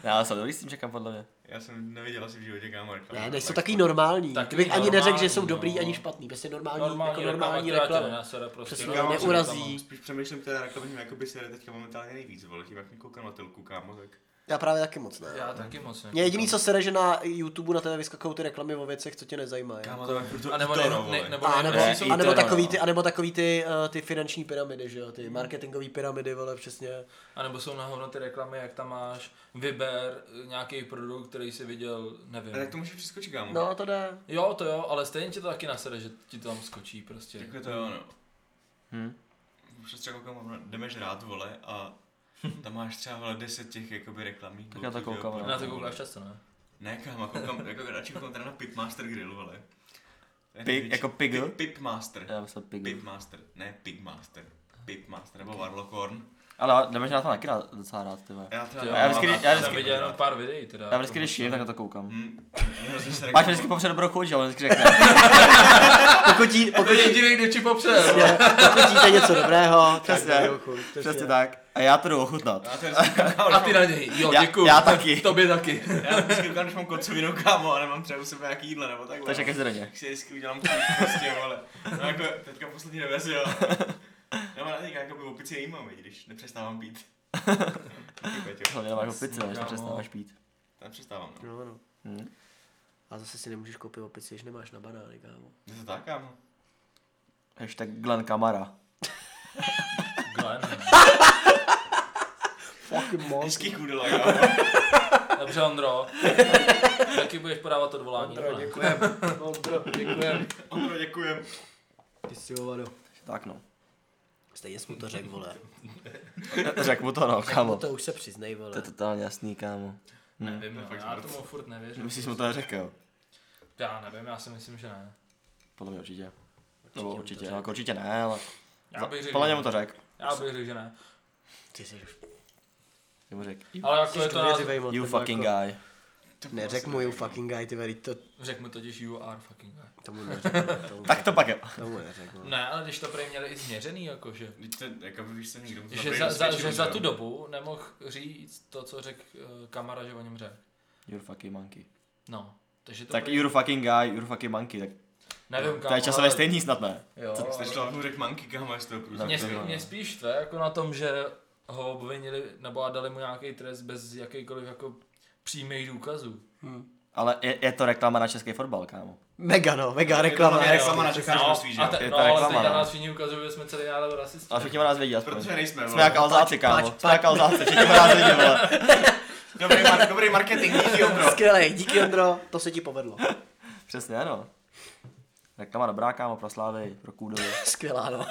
Speaker 3: Ne, ale jsou dobrý s tím čekám, podle mě.
Speaker 5: Já jsem neviděl asi v životě kámo reklamu.
Speaker 2: Ne, než jsou takový
Speaker 3: no-
Speaker 2: normální.
Speaker 4: Taky
Speaker 2: Tak bych ani
Speaker 4: normální,
Speaker 2: neřekl, že jsou dobrý
Speaker 4: no.
Speaker 2: ani špatný. Prostě normální,
Speaker 4: Normální,
Speaker 2: jako normální reklama.
Speaker 4: Nenasere, prostě.
Speaker 2: Přesně,
Speaker 4: No,
Speaker 2: neurazí.
Speaker 5: Spíš přemýšlím teda reklamu, tím jakoby jako se teďka momentálně nejvíc, vole, tím jak mi koukám na telku, kámo, tak...
Speaker 2: Já právě taky moc ne.
Speaker 4: Já taky moc ne.
Speaker 2: Mě jediný, co sere, že na YouTube na tebe vyskakují ty reklamy o věcech, co tě nezajímají.
Speaker 5: Kámo, to je furt to
Speaker 4: A nebo ne,
Speaker 5: Doro, vole.
Speaker 4: ne, nebo
Speaker 2: A
Speaker 4: ne,
Speaker 2: nebo,
Speaker 4: ne,
Speaker 3: jsou-
Speaker 2: a nebo
Speaker 3: to je
Speaker 2: takový
Speaker 3: ono.
Speaker 2: ty, a nebo takový ty, uh, ty finanční pyramidy, že jo, ty marketingové pyramidy, vole, přesně.
Speaker 4: A nebo jsou na hovno ty reklamy, jak tam máš, vyber eh, nějaký produkt, který jsi viděl, nevím.
Speaker 5: A tak to můžeš přeskočit, kámo.
Speaker 2: No, to jde.
Speaker 4: Jo, to jo, ale stejně ti to taky nasede, že ti to tam skočí prostě.
Speaker 5: Jako to jo, no.
Speaker 3: Hm.
Speaker 5: Prostě třeba koukám, vole, jdeme žrát, vole, a tam máš třeba, vole, 10 těch, jakoby, reklamních.
Speaker 3: Tak já to
Speaker 5: bloků,
Speaker 3: koukám,
Speaker 5: jo,
Speaker 3: no.
Speaker 4: Na to koukáš často, ne?
Speaker 5: Ne, kámo, koukám, jako radši koukám teda na Pitmaster Grill, vole. To je
Speaker 3: Pig,
Speaker 5: největší-
Speaker 3: jako pigl?
Speaker 5: Pip- Pipmaster.
Speaker 3: Já myslím Pig.
Speaker 5: Pipmaster, ne Pigmaster. Pipmaster, nebo Warlockhorn.
Speaker 3: Ale jdeme, že na to taky rád- docela rád, ty vole.
Speaker 5: Já třeba...
Speaker 4: Ty jo,
Speaker 3: já vždycky-
Speaker 4: mám-
Speaker 3: já
Speaker 4: jsem
Speaker 3: vždycky-
Speaker 4: viděl jenom pár videí teda.
Speaker 3: Já vždycky, když jim, tak na to
Speaker 2: Mm.
Speaker 3: koukám.
Speaker 5: Hm, hrozně se
Speaker 3: Máš
Speaker 5: reklamu-
Speaker 3: vždycky popřed dobrou chuť, že jo, on vždycky řekne.
Speaker 2: Pokud jí,
Speaker 4: To
Speaker 2: pokud,
Speaker 4: je jediný, kdo ti popřel.
Speaker 2: je, pokud jíte něco dobrého,
Speaker 3: Přesně.
Speaker 2: tak dobrou chuť, přesně.
Speaker 3: Přesně tak. A já to jdu ochutnat.
Speaker 5: Já to vždycky koukám,
Speaker 4: A ty na něj, jo,
Speaker 3: Já-
Speaker 4: děkuju.
Speaker 3: já taky.
Speaker 4: Tobě taky.
Speaker 5: Já vždycky koukám, když mám kocovinu, kámo, a nemám třeba u sebe nějaký jídlo nebo takhle.
Speaker 3: Takže každodenně.
Speaker 5: Tak si vždycky udělám chuť, prostě, vole. No jako, teďka poslední nevez, jo. Nebo na teďka jakoby opici nejímám, vidíš, když nepřestávám pít. Taky, Peťo,
Speaker 3: Hlavně nemáš opici, no, že to
Speaker 4: Kámo.
Speaker 3: přestáváš pít.
Speaker 5: Tam přestávám, no.
Speaker 2: No, no.
Speaker 3: Hm.
Speaker 2: A zase si nemůžeš koupit opici, když nemáš na banány, kámo.
Speaker 5: Je to tak, kámo.
Speaker 3: Hashtag Glenn Kamara.
Speaker 4: Glenn.
Speaker 2: Fucking monster.
Speaker 5: Hezký kudela, kámo.
Speaker 4: Dobře, Ondro. Taky budeš podávat odvolání.
Speaker 2: Ondro,
Speaker 4: ne?
Speaker 2: děkujem. Ondro, děkujem.
Speaker 5: Ondro, děkujem.
Speaker 2: Ty si hovado.
Speaker 3: Tak no.
Speaker 2: Stejně jsi mu to řekl, vole.
Speaker 3: Řek mu to no,
Speaker 2: No
Speaker 3: kámo.
Speaker 2: to už se přiznej,
Speaker 3: To je
Speaker 2: vole.
Speaker 3: totálně jasný, kámo.
Speaker 4: Nevím, no,
Speaker 5: fakt
Speaker 4: já
Speaker 5: smrt.
Speaker 4: tomu furt nevěřím.
Speaker 3: Myslíš, že mu to neřekl?
Speaker 4: Já nevím, já si myslím, že ne.
Speaker 3: Podle mě určitě. Nebo určitě, jako určitě ne, ale
Speaker 4: Já bych řekl,
Speaker 3: podle
Speaker 4: že
Speaker 3: mě mu to
Speaker 4: ne.
Speaker 3: řekl.
Speaker 4: Já bych řekl, že ne.
Speaker 2: Ty jsi
Speaker 3: Ty mu řek,
Speaker 4: Ale jako je to jako- název-
Speaker 3: you fucking
Speaker 2: guy.
Speaker 3: guy.
Speaker 2: Neřek mu you fucking guy, ty veri, to
Speaker 4: Řekl mu totiž you are fucking guy.
Speaker 2: tomu neřeknu. Tomu,
Speaker 3: Tak to pak je.
Speaker 2: tomu
Speaker 3: No.
Speaker 2: neřeknu.
Speaker 4: Ne, ale když to prý měli i změřený, jakože.
Speaker 5: Vždyť to, jako by víš, se nikdo mu to
Speaker 4: Že
Speaker 5: dobrý
Speaker 4: za, za,
Speaker 5: nesvědčil,
Speaker 4: že za
Speaker 5: jo?
Speaker 4: tu dobu nemohl říct to, co řekl eh, kamera, že o něm řekl.
Speaker 3: You're fucking monkey.
Speaker 4: No, takže to
Speaker 3: Tak
Speaker 4: prý-
Speaker 3: you're fucking guy, you're fucking monkey, tak
Speaker 4: nevím,
Speaker 3: to
Speaker 4: kámo,
Speaker 3: je časové
Speaker 4: ale-
Speaker 3: stejný snad ne.
Speaker 4: Jo,
Speaker 3: Co-
Speaker 4: ale-
Speaker 5: Jste šla mu řek manky, kámo, jestli to průzum.
Speaker 4: Mě,
Speaker 3: to
Speaker 4: spí,
Speaker 3: jo, no.
Speaker 4: mě spíš tve jako na tom, že ho obvinili nebo a dali mu nějaký trest bez jakýkoliv jako přímých důkazů.
Speaker 3: Ale je, je to reklama na český fotbal, kámo.
Speaker 2: Mega no, mega reklama.
Speaker 5: Je to reklama na
Speaker 2: hezky.
Speaker 5: Čecháře
Speaker 4: no,
Speaker 5: mrtví, že
Speaker 4: a
Speaker 5: jo?
Speaker 4: te,
Speaker 3: Je
Speaker 4: no,
Speaker 3: ta
Speaker 4: ale
Speaker 3: reklama,
Speaker 4: teď na
Speaker 3: no.
Speaker 4: nás všichni ukazují, že jsme celý nálem rasisti.
Speaker 3: Ale všichni o nás vědí aspoň.
Speaker 5: Protože nejsme,
Speaker 3: Jsme jak
Speaker 5: vole.
Speaker 3: Alzáci, kámo.
Speaker 2: páč,
Speaker 3: Jsme jak Alzáci, všichni o nás vědí, vole.
Speaker 5: Dobrý, mar- dobrý marketing, díky, jo, bro.
Speaker 2: Skvělej, díky Ondro, to se ti povedlo.
Speaker 3: Přesně, ano. Reklama dobrá, kámo, pro Slávy, pro Kůdovi.
Speaker 2: Skvělá no.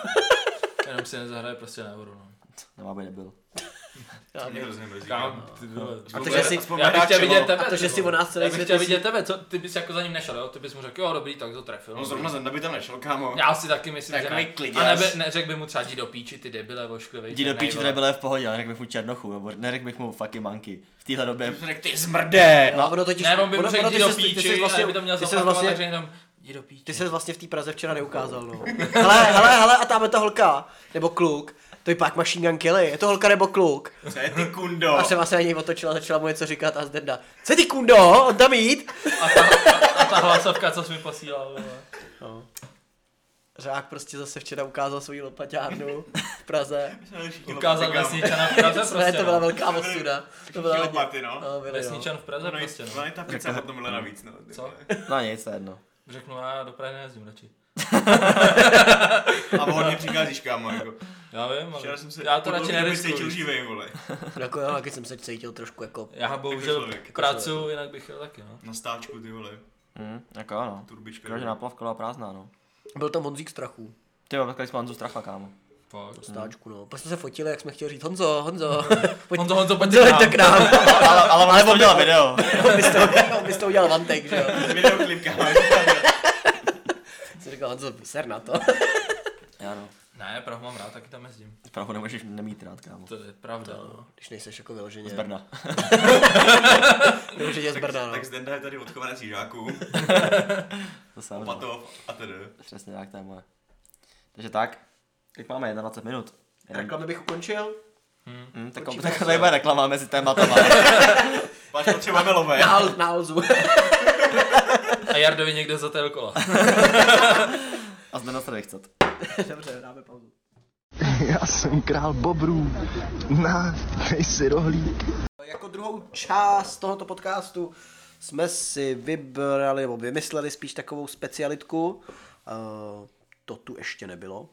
Speaker 4: Jenom si nezahraje prostě na euro. No.
Speaker 3: Nemá by nebyl.
Speaker 5: To mě hrozně mrzí.
Speaker 4: Kam, ty vole.
Speaker 5: A
Speaker 2: takže si-
Speaker 4: Já bych chtěl vidět
Speaker 2: A
Speaker 4: tebe.
Speaker 2: to, že
Speaker 4: ty
Speaker 2: si o
Speaker 4: vole.
Speaker 2: nás celý
Speaker 4: Já bych
Speaker 2: svět
Speaker 4: chtěl
Speaker 2: myslí-
Speaker 4: vidět tebe, co, ty bys jako za ním nešel, jo? Ty bys mu řekl, jo, dobrý, tak to trefil.
Speaker 5: No zrovna Zenda by tam nešel, kámo.
Speaker 4: Já si taky myslím, že
Speaker 5: Takový
Speaker 4: ne.
Speaker 5: kliděz.
Speaker 4: A nebe, neřekl by mu třeba jdi do píči, ty debile, ošklivej.
Speaker 3: Jdi do
Speaker 4: černej,
Speaker 3: píči,
Speaker 4: vole.
Speaker 3: tady byl v pohodě, ale řekl bych mu Černochu, nebo neřekl bych mu fucking monkey. V téhle době
Speaker 5: Jsem Řekl, ty zmrde.
Speaker 2: No, ono totiž,
Speaker 4: Ne, on by mu
Speaker 2: ono-
Speaker 4: řekl
Speaker 2: ono
Speaker 4: jdi
Speaker 2: ty
Speaker 4: do
Speaker 2: ses- ty ses
Speaker 4: píči,
Speaker 2: vlastně-
Speaker 4: a by to měl
Speaker 2: ty ses
Speaker 4: zapakovat,
Speaker 2: vlastně-
Speaker 4: takže jenom jdi do píči.
Speaker 2: Ty se vlastně v té Praze včera neukázal, no. Hele, hele, hele, a tam je ta holka, nebo kluk, to je pak Machine Gun Kelly, je to holka nebo kluk.
Speaker 4: No.
Speaker 5: Co je ty kundo?
Speaker 2: A třeba se vlastně na něj otočila, začala mu něco říkat a Zdenda, co ty kundo, on tam jít?
Speaker 4: A ta, a, a ta hlasovka, co jsi mi posílal, vole.
Speaker 2: No. Řák prostě zase včera ukázal svoji lopaťárnu v Praze.
Speaker 4: Ukázal vlastně vesničana v Praze
Speaker 2: ne,
Speaker 4: prostě,
Speaker 2: to
Speaker 4: no.
Speaker 2: byla velká ostuda. To byla hodně.
Speaker 5: Lopaty, no.
Speaker 2: No, byly, no.
Speaker 4: Vesničan v Praze
Speaker 5: No i-
Speaker 4: prostě, no.
Speaker 5: No i ta pizza potom byla navíc, no. ty
Speaker 4: Co?
Speaker 5: vole.
Speaker 3: No nic, to je jedno.
Speaker 4: Řeknu, já do Prahy nejezdím radši.
Speaker 5: A hodně přicházíš, kámo, jako.
Speaker 4: Já vím, ale
Speaker 5: Včera jsem se
Speaker 4: já to
Speaker 5: po
Speaker 4: radši
Speaker 5: dlouhé době cítil
Speaker 4: neriskuju.
Speaker 5: živej, vole.
Speaker 2: Jako jo, taky jsem se cítil trošku jako...
Speaker 4: Já bohužel
Speaker 5: člověk.
Speaker 4: pracuju, jinak bych jel taky, no.
Speaker 5: Na stáčku, ty vole.
Speaker 3: Hm, jako ano.
Speaker 5: Turbička.
Speaker 3: Protože na plavkola prázdná, no.
Speaker 2: Byl tam Honzík strachů.
Speaker 3: Ty mám takový spanzu stracha, kámo.
Speaker 4: Fakt.
Speaker 2: Stáčku, no. Pak jsme se fotili, jak jsme chtěli říct Honzo, Honzo. Pojď,
Speaker 4: Honzo, Honzo, pojď
Speaker 2: Honzo,
Speaker 4: k
Speaker 2: to k nám.
Speaker 3: Ale, ale mám to dělal video.
Speaker 2: on, by z toho, on by z toho udělal vantek, že jo.
Speaker 5: Videoklip, kámo.
Speaker 2: Jsem říkal, Honzo, ser na to.
Speaker 3: Já no.
Speaker 4: Ne, Prahu mám rád, taky tam jezdím.
Speaker 3: Prahu nemůžeš nemít rád, kámo.
Speaker 4: To je pravda, no.
Speaker 2: No, když nejseš jako vyloženě.
Speaker 3: Z Brna.
Speaker 2: Vyloženě z Brna, no.
Speaker 5: Tak Zdenda je tady odchované žáků.
Speaker 3: To se
Speaker 5: no. Patov a tedy.
Speaker 3: Přesně tak, to je moje. Takže tak, teď máme 21 minut. Jeden-
Speaker 2: Reklamy bych ukončil.
Speaker 3: Hm, tak
Speaker 2: určitě
Speaker 3: tak
Speaker 2: se.
Speaker 3: tady bude reklama mezi tématama.
Speaker 5: Páč potřebujeme lové.
Speaker 2: Na, Al- na Alzu.
Speaker 4: A Jardovi někde za té kola.
Speaker 3: A zde se nechcet.
Speaker 2: Dobře, dáme pauzu.
Speaker 6: Já jsem král bobrů. Na, nejsi rohlík.
Speaker 2: Jako druhou část tohoto podcastu jsme si vybrali, nebo vymysleli spíš takovou specialitku. Eh, to tu ještě nebylo.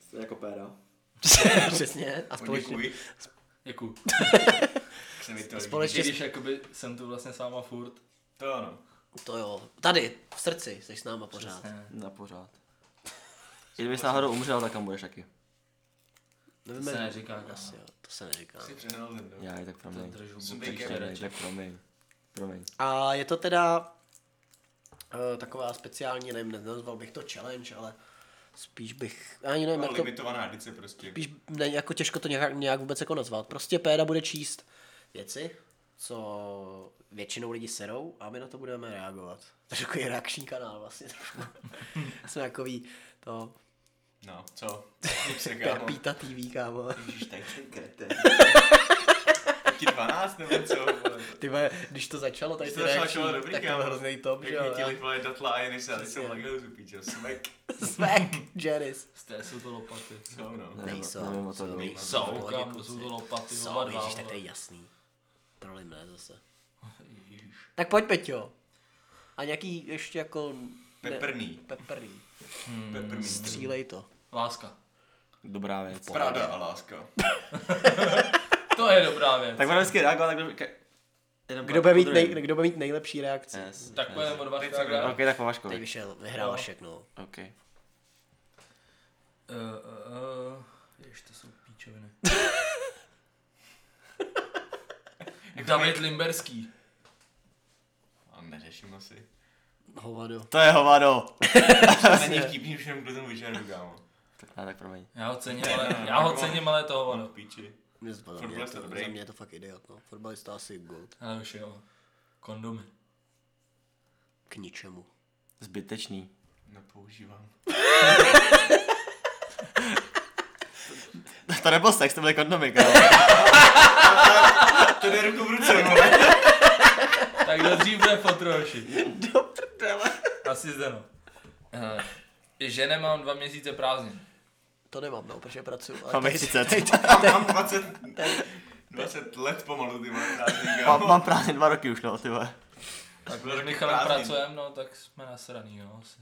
Speaker 3: Jste jako péra.
Speaker 2: Přesně. A společně,
Speaker 5: Děkuji.
Speaker 4: Děkuju.
Speaker 5: Jak se mi to líbí.
Speaker 2: společně
Speaker 4: Když jakoby jsem tu vlastně s váma furt.
Speaker 5: To ano.
Speaker 2: To jo. Tady, v srdci, jsi s náma pořád.
Speaker 3: Na pořád. I kdybys náhodou umřel, tak tam budeš taky.
Speaker 2: Nevíme,
Speaker 4: To se neříká, kámo.
Speaker 2: Asi, jo, to se neříká.
Speaker 5: Jsi přehnal Zendo.
Speaker 3: Já je tak promiň.
Speaker 4: Držu
Speaker 5: Jsem
Speaker 4: bubu,
Speaker 5: taky
Speaker 3: Promiň,
Speaker 4: radši.
Speaker 3: tak promiň. Promiň.
Speaker 2: A je to teda eh, taková speciální, nevím, nenazval bych to challenge, ale spíš bych, ani nevím, jak
Speaker 5: Ale
Speaker 2: to,
Speaker 5: limitovaná edice prostě.
Speaker 2: spíš ne, jako těžko to nějak, nějak vůbec jako nazvat. Prostě Péda bude číst věci, co většinou lidi serou a my na to budeme reagovat. Takže takový reakční kanál vlastně trošku. Jsme takový to
Speaker 5: No, co? Nic se, kámo.
Speaker 2: Píta TV, kámo.
Speaker 5: Ježíš, tak jsem kreten. Ti 12 nebo co? vole?
Speaker 2: Ty vole, když to začalo, tady
Speaker 5: Když to
Speaker 2: ty
Speaker 5: začalo,
Speaker 2: reakční,
Speaker 5: to bylo dobrý,
Speaker 2: tak to
Speaker 5: kámo.
Speaker 2: byl hrozný top, že
Speaker 5: Jak
Speaker 2: jo.
Speaker 5: chytili vole datla a jeny se, a ty jsou legil zupíče. Smek.
Speaker 2: Smack, Janice.
Speaker 4: Z té jsou to lopaty.
Speaker 5: Co no?
Speaker 2: Nejsou.
Speaker 3: Nevím, o co bylo.
Speaker 4: Jsou, kámo, to jsou to lopaty, oba
Speaker 2: Jsou,
Speaker 4: dva.
Speaker 2: vidíš, tak to
Speaker 4: vole.
Speaker 2: je jasný. Trolim ne zase. Tak pojď, Peťo. A nějaký ještě jako... ne-
Speaker 5: Peprný.
Speaker 2: Peprný.
Speaker 5: Peprný.
Speaker 2: Střílej to.
Speaker 4: Láska.
Speaker 3: Dobrá věc.
Speaker 5: Pravda a láska.
Speaker 4: To je dobrá věc.
Speaker 3: Tak budeme vždycky reagovat, tak ke- jeden
Speaker 2: Kdo bude mít, nej, kdo bude mít nejlepší reakci?
Speaker 3: Yes.
Speaker 4: Tak pojedeme o dva
Speaker 5: Teď
Speaker 4: štága.
Speaker 5: co kdo?
Speaker 3: Ok, tak po
Speaker 2: Teď
Speaker 3: Vaškovi.
Speaker 2: vyšel,
Speaker 4: No.
Speaker 2: vyhrál no. všechno.
Speaker 3: Ok.
Speaker 4: Eh, eh, eh, Jež, to jsou píčoviny. David Limberský.
Speaker 5: A neřeším asi.
Speaker 2: Hovado.
Speaker 3: To je hovado.
Speaker 5: To není vtipný všem, kdo tomu vyžeru, kámo.
Speaker 3: Tak ne, tak promiň.
Speaker 4: Já ho cením, ale, já ho cením, ale toho
Speaker 5: On
Speaker 4: ono.
Speaker 5: v píči.
Speaker 2: Mě zpadá,
Speaker 5: Fotbalista
Speaker 2: mě to-
Speaker 5: dobrý.
Speaker 2: Za mě je to fakt idiot, no. Fotbalista asi gold.
Speaker 4: Ale už jo. Kondomy.
Speaker 2: K ničemu.
Speaker 3: Zbytečný.
Speaker 5: Nepoužívám.
Speaker 3: To nebyl sex, to byl jako- kondomy, kámo.
Speaker 5: To jde ruku v ruce, vole.
Speaker 4: Tak kdo dřív bude fotroši? Do prdele. Asi zde no. Eh, Že nemám dva měsíce prázdnin.
Speaker 2: To nemám, no, protože pracuju. ale
Speaker 3: Máme
Speaker 2: tady-
Speaker 3: 30.
Speaker 5: Mám 20, 20 let pomalu, ty vole, prázdný,
Speaker 3: Mám,
Speaker 5: kámo.
Speaker 3: mám právě dva roky už, no, ty vole.
Speaker 4: Tak
Speaker 5: Dva
Speaker 4: když
Speaker 5: roky
Speaker 4: Michalem
Speaker 5: prázdnin.
Speaker 4: pracujeme, no, tak jsme nasraný, no, asi.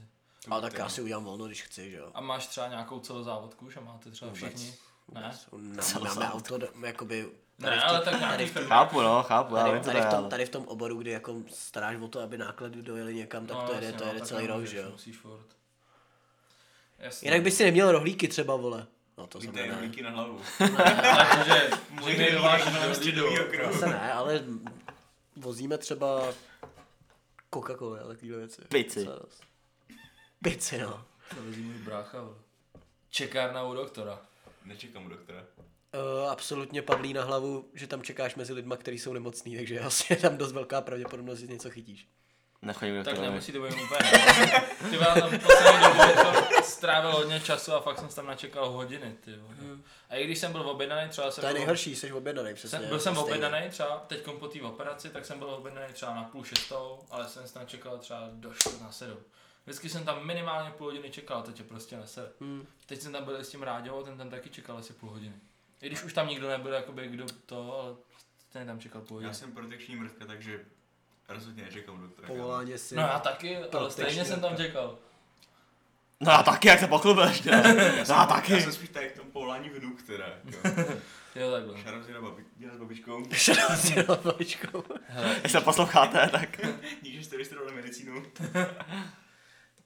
Speaker 2: Ale tak já si udělám volno, když chci, že jo.
Speaker 4: A máš třeba nějakou celozávodku, že máte třeba všichni? Ne?
Speaker 2: Na,
Speaker 3: Co
Speaker 2: máme
Speaker 3: za
Speaker 2: auto, jakoby... tady
Speaker 4: Ne,
Speaker 2: v tom-
Speaker 4: ale tak nějaký firmy.
Speaker 3: Chápu, no, chápu, já
Speaker 2: Tady,
Speaker 3: vím, co to
Speaker 2: tady,
Speaker 3: je,
Speaker 2: v tom,
Speaker 3: ale-
Speaker 2: tady v tom oboru, kdy jako staráš o to, aby náklady dojeli někam, tak
Speaker 4: No,
Speaker 2: to jede,
Speaker 4: jasně,
Speaker 2: to
Speaker 4: no,
Speaker 2: jede
Speaker 4: tak
Speaker 2: celý rok,
Speaker 4: nemůžeš,
Speaker 2: že jo.
Speaker 4: Musíš furt. Jasně.
Speaker 2: Jinak by si neměl rohlíky třeba, vole. No to jsem
Speaker 5: Dej
Speaker 2: ne.
Speaker 5: ruky na hlavu.
Speaker 4: Takže, že
Speaker 5: Můj
Speaker 4: mi
Speaker 5: nejváš
Speaker 4: váží
Speaker 5: na
Speaker 4: do
Speaker 5: středový okruh.
Speaker 2: Zase ne, ale vozíme třeba coca colu a takovýhle věci.
Speaker 3: Pici.
Speaker 2: Co je dost. Pici, no.
Speaker 4: To vezí můj brácha, vole. Čekárna u doktora.
Speaker 5: Nečekám u doktora.
Speaker 2: Uh, absolutně padlý na hlavu, že tam čekáš mezi lidma, kteří jsou nemocní, takže asi je tam dost velká pravděpodobnost, že něco chytíš.
Speaker 3: Nechodím do
Speaker 4: Tak
Speaker 3: toho.
Speaker 4: nemusí to být úplně. ne. Ty vole, tam poslední dobu je to strávil hodně času a fakt jsem se tam načekal hodiny, ty vole. A i když jsem byl objednaný, třeba jsem
Speaker 2: Hmm. To je
Speaker 4: byl-
Speaker 2: nejhorší, jsi objednaný přesně.
Speaker 4: No. Jsem, byl jsem
Speaker 2: Prostě Stejně.
Speaker 4: objednaný třeba, teď po té operaci, tak jsem byl objednaný třeba na půl šestou, ale jsem snad čekal třeba do šest na sedm. Vždycky jsem tam minimálně půl hodiny čekal, teď je prostě nese. Hmm. Teď jsem tam byl i s tím Ráďou, ten tam taky čekal asi půl hodiny. I když už tam nikdo nebyl, jakoby kdo to, ale ten tam čekal půl
Speaker 5: Já
Speaker 4: hodiny.
Speaker 5: jsem protekční mrtka, takže rozhodně nečekám u doktora. kámo.
Speaker 2: Povolání si.
Speaker 4: No já taky, ale
Speaker 2: Protekční
Speaker 4: stejně jsem tam čekal.
Speaker 3: No a taky, jak se pochlubil ještě.
Speaker 5: Já
Speaker 3: No
Speaker 5: jsem,
Speaker 3: a
Speaker 5: já
Speaker 3: taky.
Speaker 5: jsem spíš tady k tomu povolání vnuk teda. jako.
Speaker 4: Jo takhle.
Speaker 5: Šarov si na babi, dělá s babičkou,
Speaker 2: Šel si na babičku.
Speaker 3: Když se posloucháte, tak
Speaker 5: níže jste vystudovali medicínu.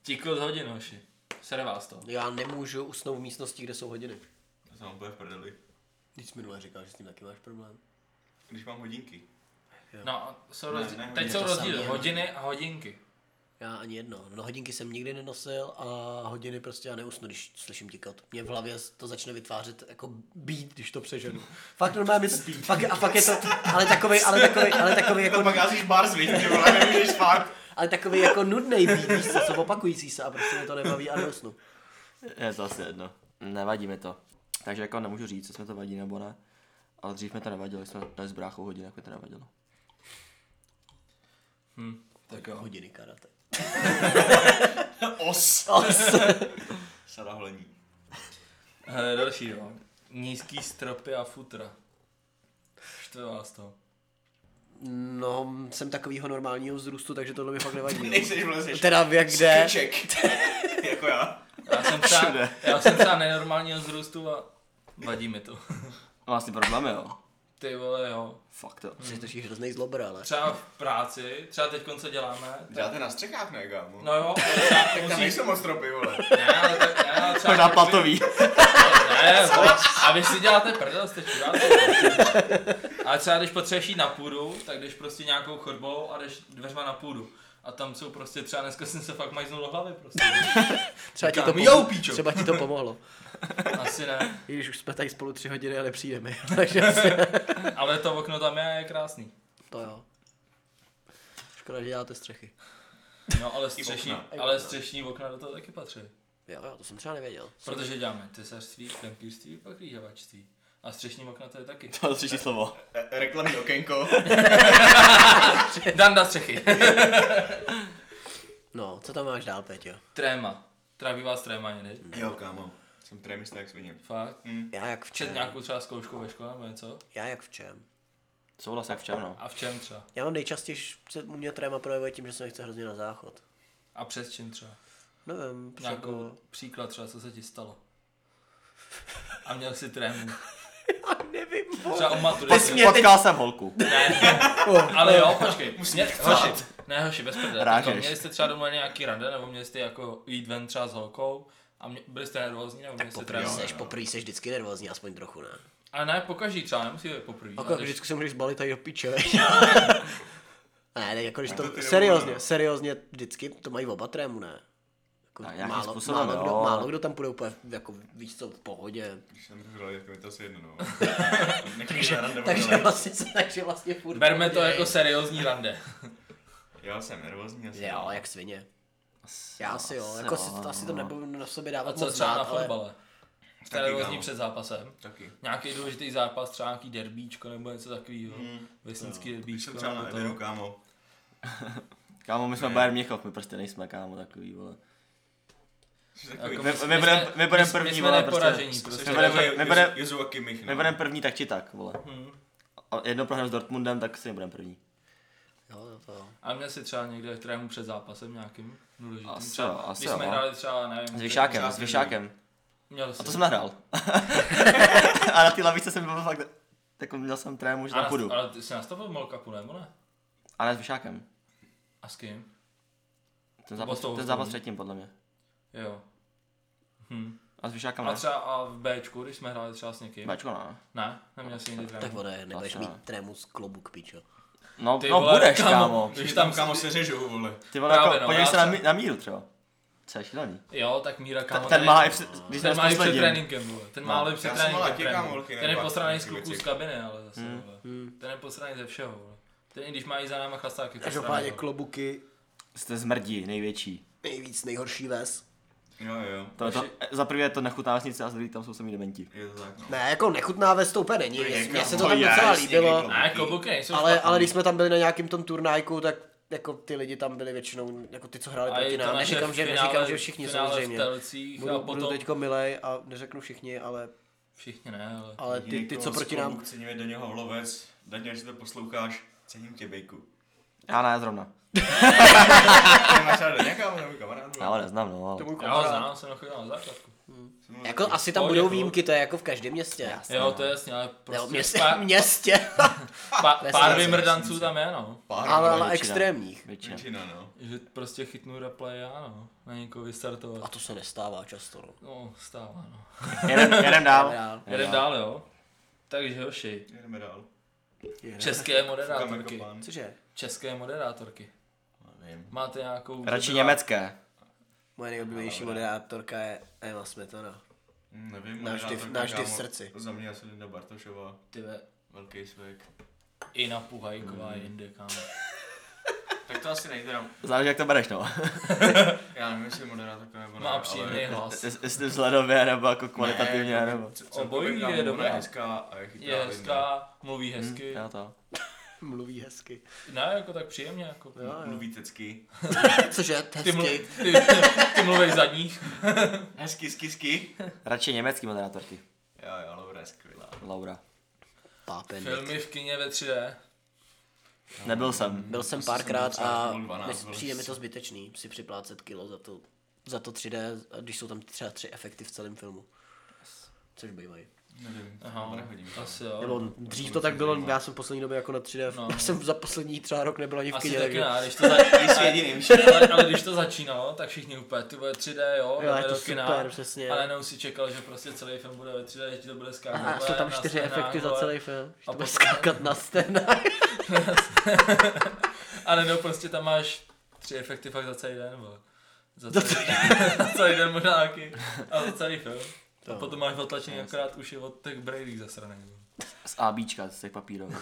Speaker 4: Tikl z hodin, hoši. Sere vás to.
Speaker 2: Já nemůžu usnout v místnosti, kde jsou hodiny.
Speaker 5: To jsem úplně v prdeli,
Speaker 2: Když jsi minule říkal, že s tím taky máš problém.
Speaker 5: když mám hodinky.
Speaker 4: No, a jsou
Speaker 5: Ne,
Speaker 4: rozdíl,
Speaker 5: ne,
Speaker 4: teď
Speaker 5: je
Speaker 4: jsou
Speaker 2: to
Speaker 4: rozdíly,
Speaker 2: samý,
Speaker 4: hodiny a hodinky.
Speaker 2: Já ani jedno. No hodinky jsem nikdy nenosil a hodiny prostě já neusnu, když slyším tikat. Mě v hlavě to začne vytvářet jako být, když to přeženu. Fakt normálně, fakt, a fakt je to, ale takový, ale takový, ale takový jako,
Speaker 5: Pak já jsi Mars, víš, ty vole, nemůžeš spát.
Speaker 2: ale takový jako nudnej být, víš co, co opakující se a prostě mě to nebaví a neusnu.
Speaker 3: je to asi jedno. Nevadí mi to. Takže jako nemůžu říct, jestli mi to vadí nebo ne. Ale dřív mi to nevadilo, když jsme dali s bráchou hodinu, tak mi to nevadilo.
Speaker 2: No,
Speaker 4: Tak jo.
Speaker 2: Hodiny karate.
Speaker 5: Os. Sada holení.
Speaker 4: Hele, další jo. Nízký stropy a futra. Štve vás to.
Speaker 2: No, jsem takovýho normálního vzrůstu, takže tohle mi fakt nevadí. no.
Speaker 5: Nejseš vole, jsi
Speaker 2: Teda jak kde,
Speaker 5: Ček. jako já.
Speaker 4: Já jsem třeba, já jsem třeba nenormálního vzrůstu a vadí mi to.
Speaker 3: Mám asi
Speaker 2: vlastně
Speaker 3: problémy, jo.
Speaker 4: Ty vole, jo.
Speaker 3: Fakt jo.
Speaker 2: jsi totiž hrozný zlobr, ale.
Speaker 4: Třeba v práci, třeba teď co děláme. Tak,
Speaker 5: Děláte na střechách, ne, kámo?
Speaker 4: no jo, ale třeba
Speaker 5: tak tam
Speaker 4: musíš...
Speaker 5: nejsou moc stropy, vole.
Speaker 4: Ne, ale tak, ne, ale třeba...
Speaker 3: Až na platový.
Speaker 4: Ne, vole, a vy si děláte prdel, jste čuráci. vole. Ale třeba když potřebuješ jít na půdu, tak jdeš prostě nějakou chodbou a jdeš dveřma na půdu. A tam jsou prostě třeba dneska jsem se fakt majznul do hlavy prostě.
Speaker 2: Třeba ti to,
Speaker 4: Říkám, jo,
Speaker 2: pomo-
Speaker 4: píčo.
Speaker 2: třeba ti to pomohlo.
Speaker 4: Asi ne.
Speaker 2: I když už jsme tady spolu tři hodiny a nepřijdeme, takže
Speaker 4: Ale to okno tam je a je krásný.
Speaker 2: to jo. Škoda, že děláte střechy.
Speaker 4: No ale
Speaker 5: I
Speaker 4: střešní,
Speaker 5: okna.
Speaker 4: ale střešní okna do toho taky patří.
Speaker 2: Jo, jo, to jsem třeba nevěděl.
Speaker 4: Protože děláme tesařství, krempířství, pak rýžovačství. A střešní okna to je taky.
Speaker 3: To je třetí slovo.
Speaker 5: E, Reklamní okénko.
Speaker 4: Danda střechy.
Speaker 2: No, co tam máš dál, Peťo?
Speaker 4: Tréma. Tráví vás tréma někdy?
Speaker 5: jo, kámo. Jsem trémista, jak svině.
Speaker 4: Fakt?
Speaker 5: Hmm.
Speaker 2: Já jak v
Speaker 4: Čet
Speaker 2: čem?
Speaker 4: nějakou třeba zkoušku ve škole nebo něco?
Speaker 2: Já jak v čem?
Speaker 3: Souhlas jak v čem, no.
Speaker 4: A v čem třeba?
Speaker 2: Já mám nejčastěji, se u mě tréma projevuje tím, že se nechce hrozně na záchod.
Speaker 4: A přes čím třeba?
Speaker 2: Nevím, prostě
Speaker 4: Nějakou
Speaker 2: jako-
Speaker 4: příklad třeba, co se ti stalo? A měl jsi trému.
Speaker 2: jako- Já nevím, vole.
Speaker 4: Třeba o
Speaker 2: Pes
Speaker 4: maturitě.
Speaker 2: mě teď-
Speaker 3: Potkal jsem holku.
Speaker 4: Ale jo, počkej. Mě, hoši, ne, hoši, bez prdele.
Speaker 3: Rážeš.
Speaker 4: Rážeš. Měli jste třeba doma nějaký rande, nebo měli jste jako jít ven třeba s holkou a mě, byli jste nervózní, nebo měli jste
Speaker 2: Poprý
Speaker 4: trému?
Speaker 2: seš, poprý seš vždycky nervózní, aspoň trochu, ne?
Speaker 4: A ne, pokaždý třeba, nemusí být poprvé.
Speaker 2: Jako,
Speaker 4: ale když-
Speaker 2: vždycky se můžeš balit tady do piče, veď. Ne, tak jako když
Speaker 5: to
Speaker 2: to,
Speaker 5: ty
Speaker 2: seriózně,
Speaker 5: nebudu,
Speaker 2: seriózně, vždycky to mají oba trému, ne? Jako
Speaker 3: Tak nějakým
Speaker 2: málo,
Speaker 3: způsobem,
Speaker 2: málo,
Speaker 3: jo.
Speaker 2: kdo, málo kdo tam půjde úplně, jako víš co, v pohodě.
Speaker 5: Když jsem to hrál, jako mi to asi jedno, no.
Speaker 2: takže,
Speaker 5: rande
Speaker 2: takže
Speaker 5: odjeli.
Speaker 2: vlastně, se- takže vlastně furt.
Speaker 4: Berme to jako seriózní rande.
Speaker 5: Já jsem nervózní. asi.
Speaker 2: Jo, jak svině. Já si jo,
Speaker 3: asi
Speaker 2: jako
Speaker 3: jo,
Speaker 2: si to asi to nebudu na
Speaker 4: A
Speaker 2: sobě dávat
Speaker 4: co
Speaker 2: moc
Speaker 4: třeba
Speaker 2: znát,
Speaker 4: na
Speaker 2: ale
Speaker 4: fotbale?
Speaker 5: Taky,
Speaker 4: Seriózní
Speaker 5: kámo.
Speaker 4: před zápasem.
Speaker 5: Taky.
Speaker 4: Nějaký důležitý zápas, třeba nějaký derbíčko nebo něco takového. Vesnický
Speaker 5: Když jsem
Speaker 4: derbíčko.
Speaker 5: třeba na
Speaker 4: nebo
Speaker 5: Eberu,
Speaker 4: to.
Speaker 5: kámo.
Speaker 3: Kámo, my jsme Bayern Měchov, my prostě nejsme kámo takový, vole.
Speaker 5: Jsi takový-
Speaker 4: Jako
Speaker 3: My,
Speaker 4: my jsme-
Speaker 3: my, budeme- my budeme
Speaker 4: my- my
Speaker 3: první,
Speaker 4: jsme
Speaker 3: vole,
Speaker 4: neporažení,
Speaker 3: prostě.
Speaker 4: prostě.
Speaker 5: Jsi
Speaker 3: My budeme-
Speaker 5: takový
Speaker 3: my budeme-
Speaker 5: Jozu- Jozu a Kimmich, no.
Speaker 3: My budeme první tak či tak, vole.
Speaker 2: Mhm.
Speaker 4: Hm.
Speaker 3: A jedno prohrám s Dortmundem, tak si nebudeme první.
Speaker 2: Jo, jo, to jo.
Speaker 4: A měl si třeba někde trému před zápasem nějakým důležitým.
Speaker 3: Asi
Speaker 4: třeba,
Speaker 3: jo, asi
Speaker 4: když jsme
Speaker 3: jo.
Speaker 4: hráli třeba, nevím,
Speaker 3: S Vyšákem, s
Speaker 5: Vyšákem.
Speaker 3: Vyšákem.
Speaker 4: Měl
Speaker 3: A
Speaker 4: jsi.
Speaker 3: to jsem nahrál. a na té lavičce jsem byl fakt, jako měl jsem trému, že
Speaker 4: A
Speaker 3: tam
Speaker 4: na-
Speaker 3: půjdu.
Speaker 4: Ale ty jsi nastavil Molkapu, nebo ne?
Speaker 3: A ne s Vyšákem.
Speaker 4: A s kým?
Speaker 3: Ten
Speaker 4: Nebo s
Speaker 3: zápas,
Speaker 4: tou
Speaker 3: ten
Speaker 4: hospodou.
Speaker 3: zápas předtím, podle mě.
Speaker 4: Jo. Hm.
Speaker 3: A s Vyšákem
Speaker 4: A
Speaker 3: ne. no.
Speaker 4: třeba a v Bčku, když jsme hráli třeba s někým.
Speaker 3: Bčko, ne.
Speaker 4: Ne, neměl jsi nikdy
Speaker 2: Tak
Speaker 4: trému.
Speaker 2: vole, nebudeš
Speaker 3: Asi
Speaker 2: mít trému z klobuk, pičo.
Speaker 3: No, no budeš, kámo.
Speaker 4: Když
Speaker 5: Tam,
Speaker 4: tam
Speaker 5: kámo,
Speaker 4: kámo
Speaker 5: se řežou, vole.
Speaker 3: Ty vole,
Speaker 4: Právě,
Speaker 3: jako,
Speaker 4: no,
Speaker 3: podívej
Speaker 4: já
Speaker 3: se na,
Speaker 4: jsem-
Speaker 3: mí- na míru třeba. Co je šílený.
Speaker 4: Jo, tak Míra kámo.
Speaker 3: Ten
Speaker 4: tady-
Speaker 3: má i při- když No. jsme
Speaker 4: ten má i před
Speaker 3: poslední.
Speaker 4: tréninkem, vole. Ten má ale i před
Speaker 5: Já jsem
Speaker 4: tréninkem.
Speaker 5: ale těkám,
Speaker 4: trénink.
Speaker 5: holky,
Speaker 4: Ten je
Speaker 5: nebyla
Speaker 4: posraný z
Speaker 5: takový
Speaker 4: kluků z
Speaker 5: věci. Hmm.
Speaker 4: kabiny, ale zase,
Speaker 3: Hmm.
Speaker 4: vole. Ten je posraný ze všeho, vole. Ten i když má i za náma chlastáky.
Speaker 2: Každopádně
Speaker 4: vole.
Speaker 2: klobuky,
Speaker 3: Jste zmrdí, největší.
Speaker 2: nejvíc nejhorší ves.
Speaker 5: Jo, jo.
Speaker 3: To, to, za prvé to nechutná vesnice a za druhé tam jsou samý dementi.
Speaker 5: Je to tak, no.
Speaker 2: Ne, jako nechutná ves to úplně není, mně se to
Speaker 5: kámo,
Speaker 2: tam
Speaker 5: já
Speaker 2: docela
Speaker 5: jsem
Speaker 2: líbilo.
Speaker 5: někdy
Speaker 4: Ne, klobuky nejsou
Speaker 2: Ale,
Speaker 4: špatný.
Speaker 2: ale když jsme tam byli na nějakým tom turnajku, tak jako ty lidi tam byli většinou, jako ty, co hráli
Speaker 4: A je
Speaker 2: proti
Speaker 4: to
Speaker 2: nám.
Speaker 4: naše
Speaker 2: Neříkám, že,
Speaker 4: finále-
Speaker 2: neříkám, že všichni
Speaker 4: finále v
Speaker 2: samozřejmě.
Speaker 4: Telcích a
Speaker 2: Budu, budu
Speaker 4: potom-
Speaker 2: teďko milej a neřeknu všichni, ale,
Speaker 4: Všichni ne, ale...
Speaker 2: ale ty, ty, co
Speaker 5: Někoho jako z
Speaker 2: proti
Speaker 5: klubů
Speaker 2: nám...
Speaker 5: Ceníme Daně Havlovec. Daně, až to posloucháš, cením tě, Bejku.
Speaker 3: Já ne, zrovna.
Speaker 5: Ty Máš rád Daně, kámo, nebo kamarádu?
Speaker 3: Já ho neznám, no. Ale...
Speaker 2: To můj
Speaker 4: Já ho
Speaker 2: kamarád.
Speaker 4: znám, jsem ho chodil na základku.
Speaker 5: Jsem mu
Speaker 2: Jako
Speaker 5: taky-
Speaker 2: asi tam
Speaker 4: Pohodě,
Speaker 2: budou
Speaker 4: klub.
Speaker 2: výjimky, to je jako v každém městě.
Speaker 4: Jo, to je jasně, ale
Speaker 2: Jo,
Speaker 4: prostě
Speaker 2: městě,
Speaker 4: pár,
Speaker 2: městě.
Speaker 4: pá,
Speaker 2: je
Speaker 4: pár
Speaker 2: jasný,
Speaker 4: vymrdanců tam je, no.
Speaker 5: Pár,
Speaker 2: ale,
Speaker 5: vole,
Speaker 2: ale extrémních.
Speaker 3: Většina.
Speaker 5: Většina, no.
Speaker 4: Že prostě chytnu replay já, no. Na někoho
Speaker 2: A
Speaker 4: vystartovat.
Speaker 2: to se nestává často. No.
Speaker 4: No, stává, no.
Speaker 3: Jeden, jeden dál.
Speaker 2: Dál.
Speaker 4: Jedem dál, jo. Takže hoši,
Speaker 5: Jdeme dál.
Speaker 4: české
Speaker 5: Fukáme
Speaker 4: moderátorky.
Speaker 5: kopán.
Speaker 2: Cože?
Speaker 4: České moderátorky.
Speaker 5: Nevím.
Speaker 4: Máte nějakou...
Speaker 3: Radši
Speaker 4: dobrá-
Speaker 3: německé.
Speaker 2: Moje nejoblíbenější moderátorka je Emma Smetana.
Speaker 5: Mm, Nevím,
Speaker 2: Náš
Speaker 5: moderátor,
Speaker 2: div- náš
Speaker 5: kámo.
Speaker 2: div v srdci.
Speaker 5: Za mě asi Linda Bartošová.
Speaker 4: Ty ve-
Speaker 5: Velký svek.
Speaker 4: Ina Puhajková
Speaker 2: Hmm.
Speaker 4: je jinde, kámo.
Speaker 5: Tak to asi nejde. no.
Speaker 3: Záleží, jak to bereš, no.
Speaker 5: Já nevím, jestli moderátorka nebo ne.
Speaker 4: Má
Speaker 5: ale-
Speaker 4: příjemný hlas.
Speaker 3: Jest- Jestli vzhledově, nebo jako kvalitativně,
Speaker 5: Ne,
Speaker 3: nebo...
Speaker 5: co- co-
Speaker 4: Obojí
Speaker 5: kolik nám
Speaker 4: je
Speaker 5: bylo,
Speaker 4: dobrá.
Speaker 5: je hezká a je chytrá
Speaker 4: Je
Speaker 5: a lidná.
Speaker 2: no.
Speaker 4: hezká, mluví hezky.
Speaker 2: Hmm,
Speaker 3: Já to.
Speaker 2: Mluví hezky.
Speaker 4: Ne, jako tak příjemně, jako.
Speaker 5: Mluví tecky.
Speaker 2: Cože?
Speaker 4: Ty, mluv,
Speaker 2: Hezky.
Speaker 4: ty, ty mluvíš zadních.
Speaker 5: Hezky, sky, sky.
Speaker 3: Radši německý moderátorky.
Speaker 5: Jo, jo, Laura je skvělá.
Speaker 3: Laura.
Speaker 2: Pápen.
Speaker 4: Filmy v kině ve 3D.
Speaker 2: No,
Speaker 3: Nebyl jsem.
Speaker 2: Byl jsem párkrát a
Speaker 5: byl 12,
Speaker 2: nes-
Speaker 5: byl
Speaker 2: přijde mi to zbytečný si připlácet kilo za to, za to 3D, a když jsou tam třeba tři efekty v celém filmu. Což bývají.
Speaker 5: Nevím,
Speaker 4: Aha,
Speaker 5: tam nechodím.
Speaker 4: asi jo.
Speaker 2: Bylo, dřív to tak bylo, já jsem v poslední době jako na 3D,
Speaker 4: No.
Speaker 2: já jsem za poslední třeba rok nebyl ani v
Speaker 4: Asi
Speaker 2: kyně,
Speaker 4: taky
Speaker 2: takže...
Speaker 4: ne, když to, za,
Speaker 5: Ty jsi jediný.
Speaker 4: ale, ale když to začínalo, tak všichni úplně, ty bude 3D, jo,
Speaker 2: Jo, je
Speaker 4: jdeme
Speaker 2: to
Speaker 4: do kina,
Speaker 2: super, přesně.
Speaker 4: ale jenom si čekal, že prostě celý film bude ve 3D, že ti to bude skákat.
Speaker 2: A jsou
Speaker 4: vole,
Speaker 2: tam
Speaker 4: na
Speaker 2: čtyři
Speaker 4: scénách,
Speaker 2: efekty za
Speaker 4: vole.
Speaker 2: celý film. Že
Speaker 4: A
Speaker 2: to bude
Speaker 4: potom-
Speaker 2: skákat na scénách.
Speaker 4: Ale no, prostě tam máš tři efekty fakt za celý den, bo. Za celý, za celý den možná taky. A za celý film. A potom máš otlačený akorát už je od těch Brady zasraný. vole.
Speaker 3: Z ABčka, z těch papírových.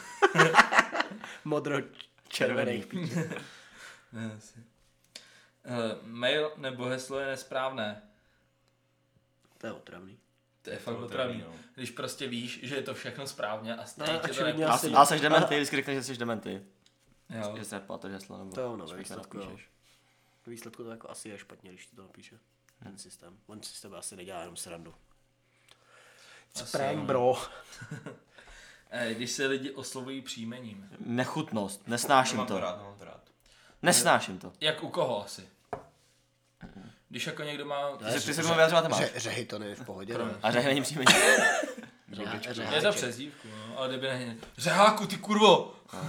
Speaker 2: Modro červený.
Speaker 4: Ne, asi. Hele, mail nebo heslo je nesprávné.
Speaker 2: To je otravný.
Speaker 4: To je fakt
Speaker 5: To je
Speaker 4: otravný.
Speaker 5: otravný, no.
Speaker 4: Když prostě víš, že je to všechno správně a stejně
Speaker 2: No,
Speaker 4: tě to
Speaker 2: očividně
Speaker 4: ne...
Speaker 3: A,
Speaker 2: Asi-
Speaker 3: a seš dementy, vždycky řekneš, že jsi dementy.
Speaker 4: Jo.
Speaker 3: Že se nepala to žeslo, nebo...
Speaker 2: To je ono, ve
Speaker 3: že jsi
Speaker 2: výsledku, jo.
Speaker 3: napíšeš.
Speaker 2: Ve výsledku to jako asi je špatně, když ti to napíše. Ten systém. On si s tebe asi nedělá jenom srandu.
Speaker 4: Asi
Speaker 2: Prank
Speaker 4: jo. no.
Speaker 2: bro.
Speaker 4: Eh, Když se lidi oslovují příjmením.
Speaker 3: Nechutnost, nesnáším
Speaker 5: Mám to
Speaker 3: to.
Speaker 5: rád, mám to rád.
Speaker 3: Nesnáším to.
Speaker 4: Jak u koho asi? Když jako někdo má...
Speaker 3: Ty se- Ty se k tomu vyjadřovat máš.
Speaker 2: řehy to je v pohodě, ne?
Speaker 3: A řech není příjmení.
Speaker 4: Je to přezdívku, no, ale kdyby ne... Řeháku, ty kurvo!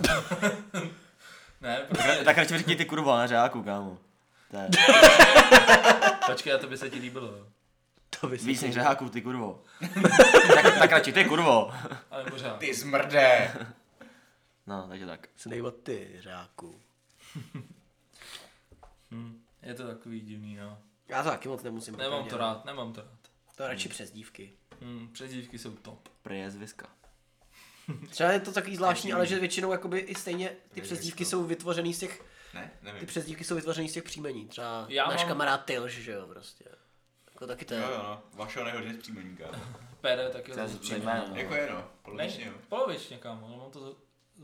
Speaker 4: ne, prostě...
Speaker 3: Tak radši řekni ty kurva, na řáku, kámo. To je
Speaker 4: Počkej, a to by se ti líbilo, jo.
Speaker 2: To by si...
Speaker 3: víc než řáku, ty kurvo. tak, tak radši ty kurvo.
Speaker 4: Ale pořád.
Speaker 5: Ty zmrde.
Speaker 3: No, takže tak.
Speaker 2: Snej od ty, řáku.
Speaker 4: Hm, je to takový divný, no.
Speaker 2: Já to taky moc nemusím.
Speaker 4: Nemám to
Speaker 2: popravdě.
Speaker 4: rád, nemám to rád.
Speaker 2: To radši přezdívky.
Speaker 4: Hm, přezdívky jsou top.
Speaker 3: Prejezviska.
Speaker 2: Třeba je to takový zvláštní, ale že většinou jakoby i stejně ty přezdívky jsou vytvořený z těch,
Speaker 5: Ne,
Speaker 2: ty
Speaker 5: nevím.
Speaker 2: přezdívky jsou vytvořený z těch příjmení. Třeba
Speaker 4: Já
Speaker 2: náš
Speaker 4: mám-
Speaker 2: kamarád Tylš, že jo, prostě. Jako taky to je.
Speaker 5: Jo, jo, no. Vašeho nehodně z příjmeníka.
Speaker 4: Pere taky
Speaker 3: To je
Speaker 4: hodně
Speaker 3: z příjmení, no.
Speaker 5: Jako je, no. Polovičně,
Speaker 4: Není,
Speaker 5: jo.
Speaker 4: polovičně, kámo, ale mám no, to z,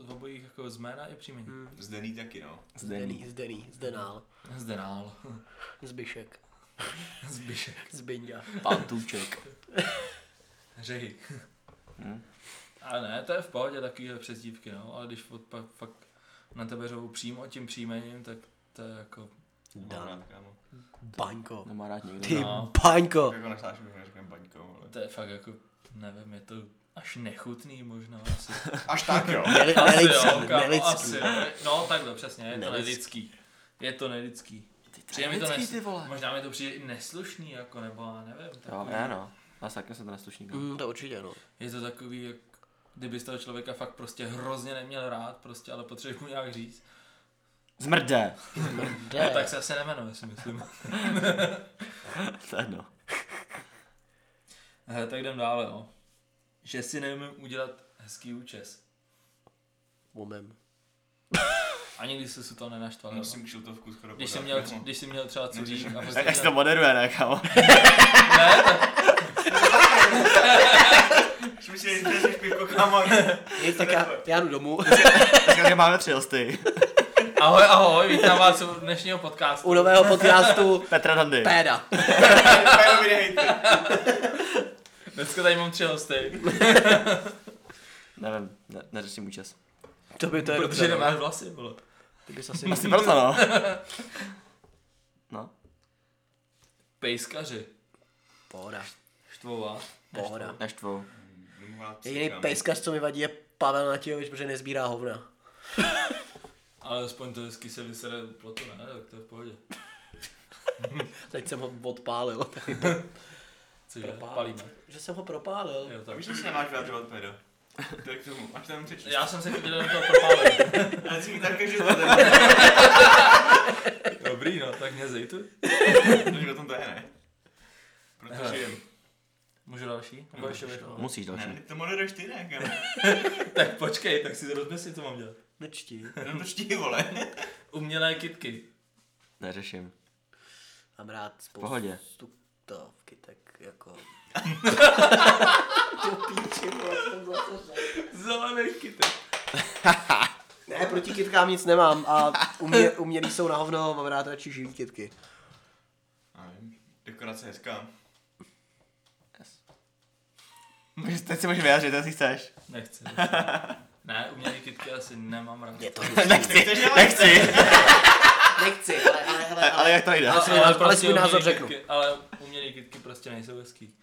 Speaker 4: z obojích jako z jména i příjmení. Hmm.
Speaker 5: Zdený taky, no.
Speaker 3: Zdený.
Speaker 2: Zdený, Zdený, Zdenál,
Speaker 4: Zdenál.
Speaker 2: Zbyšek,
Speaker 4: Zbyšek.
Speaker 2: Zbinda.
Speaker 3: Pantůček.
Speaker 4: Řehy. Ale ne, to je v pohodě takovýhle přezdívky, no, ale když od- pak fakt na tebe řovou přímo tím příjmením, tak to je jako,
Speaker 2: Dan,
Speaker 5: Rád, kámo.
Speaker 2: Baňko.
Speaker 3: Nemá rád někdo.
Speaker 2: Ty
Speaker 4: No.
Speaker 2: Baňko.
Speaker 5: Jako nesnáším, že neříkám baňkou, ale...
Speaker 4: to je fakt jako, nevím, je to až nechutný možná asi.
Speaker 5: Až tak, jo.
Speaker 2: Neli-
Speaker 4: Asi
Speaker 2: Nelidský,
Speaker 4: jo, kámo,
Speaker 2: nelidský.
Speaker 4: asi, jo. No takhle, přesně, je to
Speaker 2: Nelidský.
Speaker 4: nelidský. Je to nelidský.
Speaker 3: Ty
Speaker 4: Přijde mi to
Speaker 3: lidský,
Speaker 4: nes...
Speaker 3: ty vole.
Speaker 4: Možná mi to přijde i neslušný, jako, nebo já nevím.
Speaker 3: Jo,
Speaker 4: Takový,
Speaker 3: ne no. Já taky jsem to neslušný. kámo.
Speaker 2: Mm, to určitě, no.
Speaker 4: Je to takový, jak kdyby toho člověka fakt prostě hrozně neměl rád, prostě, ale potřebuje mu nějak říct.
Speaker 3: Zmrde.
Speaker 4: Ne. Tak se asi nemenuje, si myslím.
Speaker 3: To je no.
Speaker 4: He, tak jdem dále, jo. Že si neumím udělat hezký účes.
Speaker 2: Umem.
Speaker 4: Ani když se to nenaštval. jo.
Speaker 5: Musím jako- kšiltovku skoro
Speaker 4: Když
Speaker 5: podat,
Speaker 4: jsem měl,
Speaker 5: kámo.
Speaker 4: když jsem měl třeba co říct a prostě- pak
Speaker 3: Tak jak
Speaker 4: jsem
Speaker 3: se to moderuje, ne, kámo?
Speaker 5: Už mi si nejdeš pivko, kámo.
Speaker 2: Je, tak já, já jdu domů.
Speaker 3: Dneska, že máme tři hosty.
Speaker 4: dělal, Ahoj, ahoj, vítám vás u dnešního podcastu.
Speaker 2: U nového podcastu
Speaker 3: Petra Dandy.
Speaker 2: Péda.
Speaker 5: Fajnový nehejty.
Speaker 4: Dneska tady mám tři hosty,
Speaker 3: Nevím, ne, neřeším účes.
Speaker 2: To by to je
Speaker 4: protože
Speaker 2: dobře. no.
Speaker 4: nemáš vlasy, bylo.
Speaker 2: Ty bys asi...
Speaker 3: Asi proto, no. No.
Speaker 4: Pejskaři.
Speaker 2: Pohoda,
Speaker 4: Štvová.
Speaker 2: pohoda.
Speaker 3: Naštvou.
Speaker 2: Jediný pejskař, co mi vadí, je Pavel Natějovič, protože nezbírá hovna.
Speaker 4: Ale aspoň to hezky se vysere u plotu, ne? Tak to je v pohodě.
Speaker 2: Teď jsem ho odpálil.
Speaker 4: Cože? Palíme.
Speaker 2: Že jsem ho propálil.
Speaker 4: Jo, tak.
Speaker 5: Víš, že se nemáš vyjadřovat, pedo. To je k tomu, až tam přečíst.
Speaker 4: Já jsem se chtěl do toho propálit.
Speaker 5: Ale jsi mi tak každý
Speaker 4: Dobrý, no, tak mě zejtuj.
Speaker 5: Víš, o tom to je, ne? Protože jim.
Speaker 4: Můžu další? Nebo ještě vyšlo?
Speaker 3: Musíš
Speaker 5: Ne,
Speaker 3: další.
Speaker 5: ne, to moderuješ ty, ne, kámo.
Speaker 4: Tak počkej, tak si rozmysli, co mám dělat.
Speaker 2: Nečti.
Speaker 5: Jenom to ští, vole.
Speaker 4: Umělé kitky.
Speaker 3: Neřeším.
Speaker 2: Mám rád spoustu
Speaker 3: pohodě.
Speaker 2: stovky, tak jako... Do píči, vole, jsem zase řekl.
Speaker 4: Zelené kytek.
Speaker 2: Ne, proti kytkám nic nemám a umě, umělý jsou na hovno, mám rád radši živý kytky.
Speaker 5: Já nevím, Dekorace hezká.
Speaker 3: Můžeš, teď si můžeš vyjádřit, jestli chceš.
Speaker 4: Nechci. Ne, umělé kytky asi nemám rád.
Speaker 2: Je to
Speaker 3: Nechci, nechci.
Speaker 2: Nechci, ale, ale, ale, ale.
Speaker 3: Ale jak to nejde?
Speaker 2: svůj názor- ale svůj
Speaker 4: umělý
Speaker 2: názor
Speaker 4: prostě kytky-
Speaker 2: řeknu.
Speaker 4: Ale umělé kytky prostě nejsou hezký.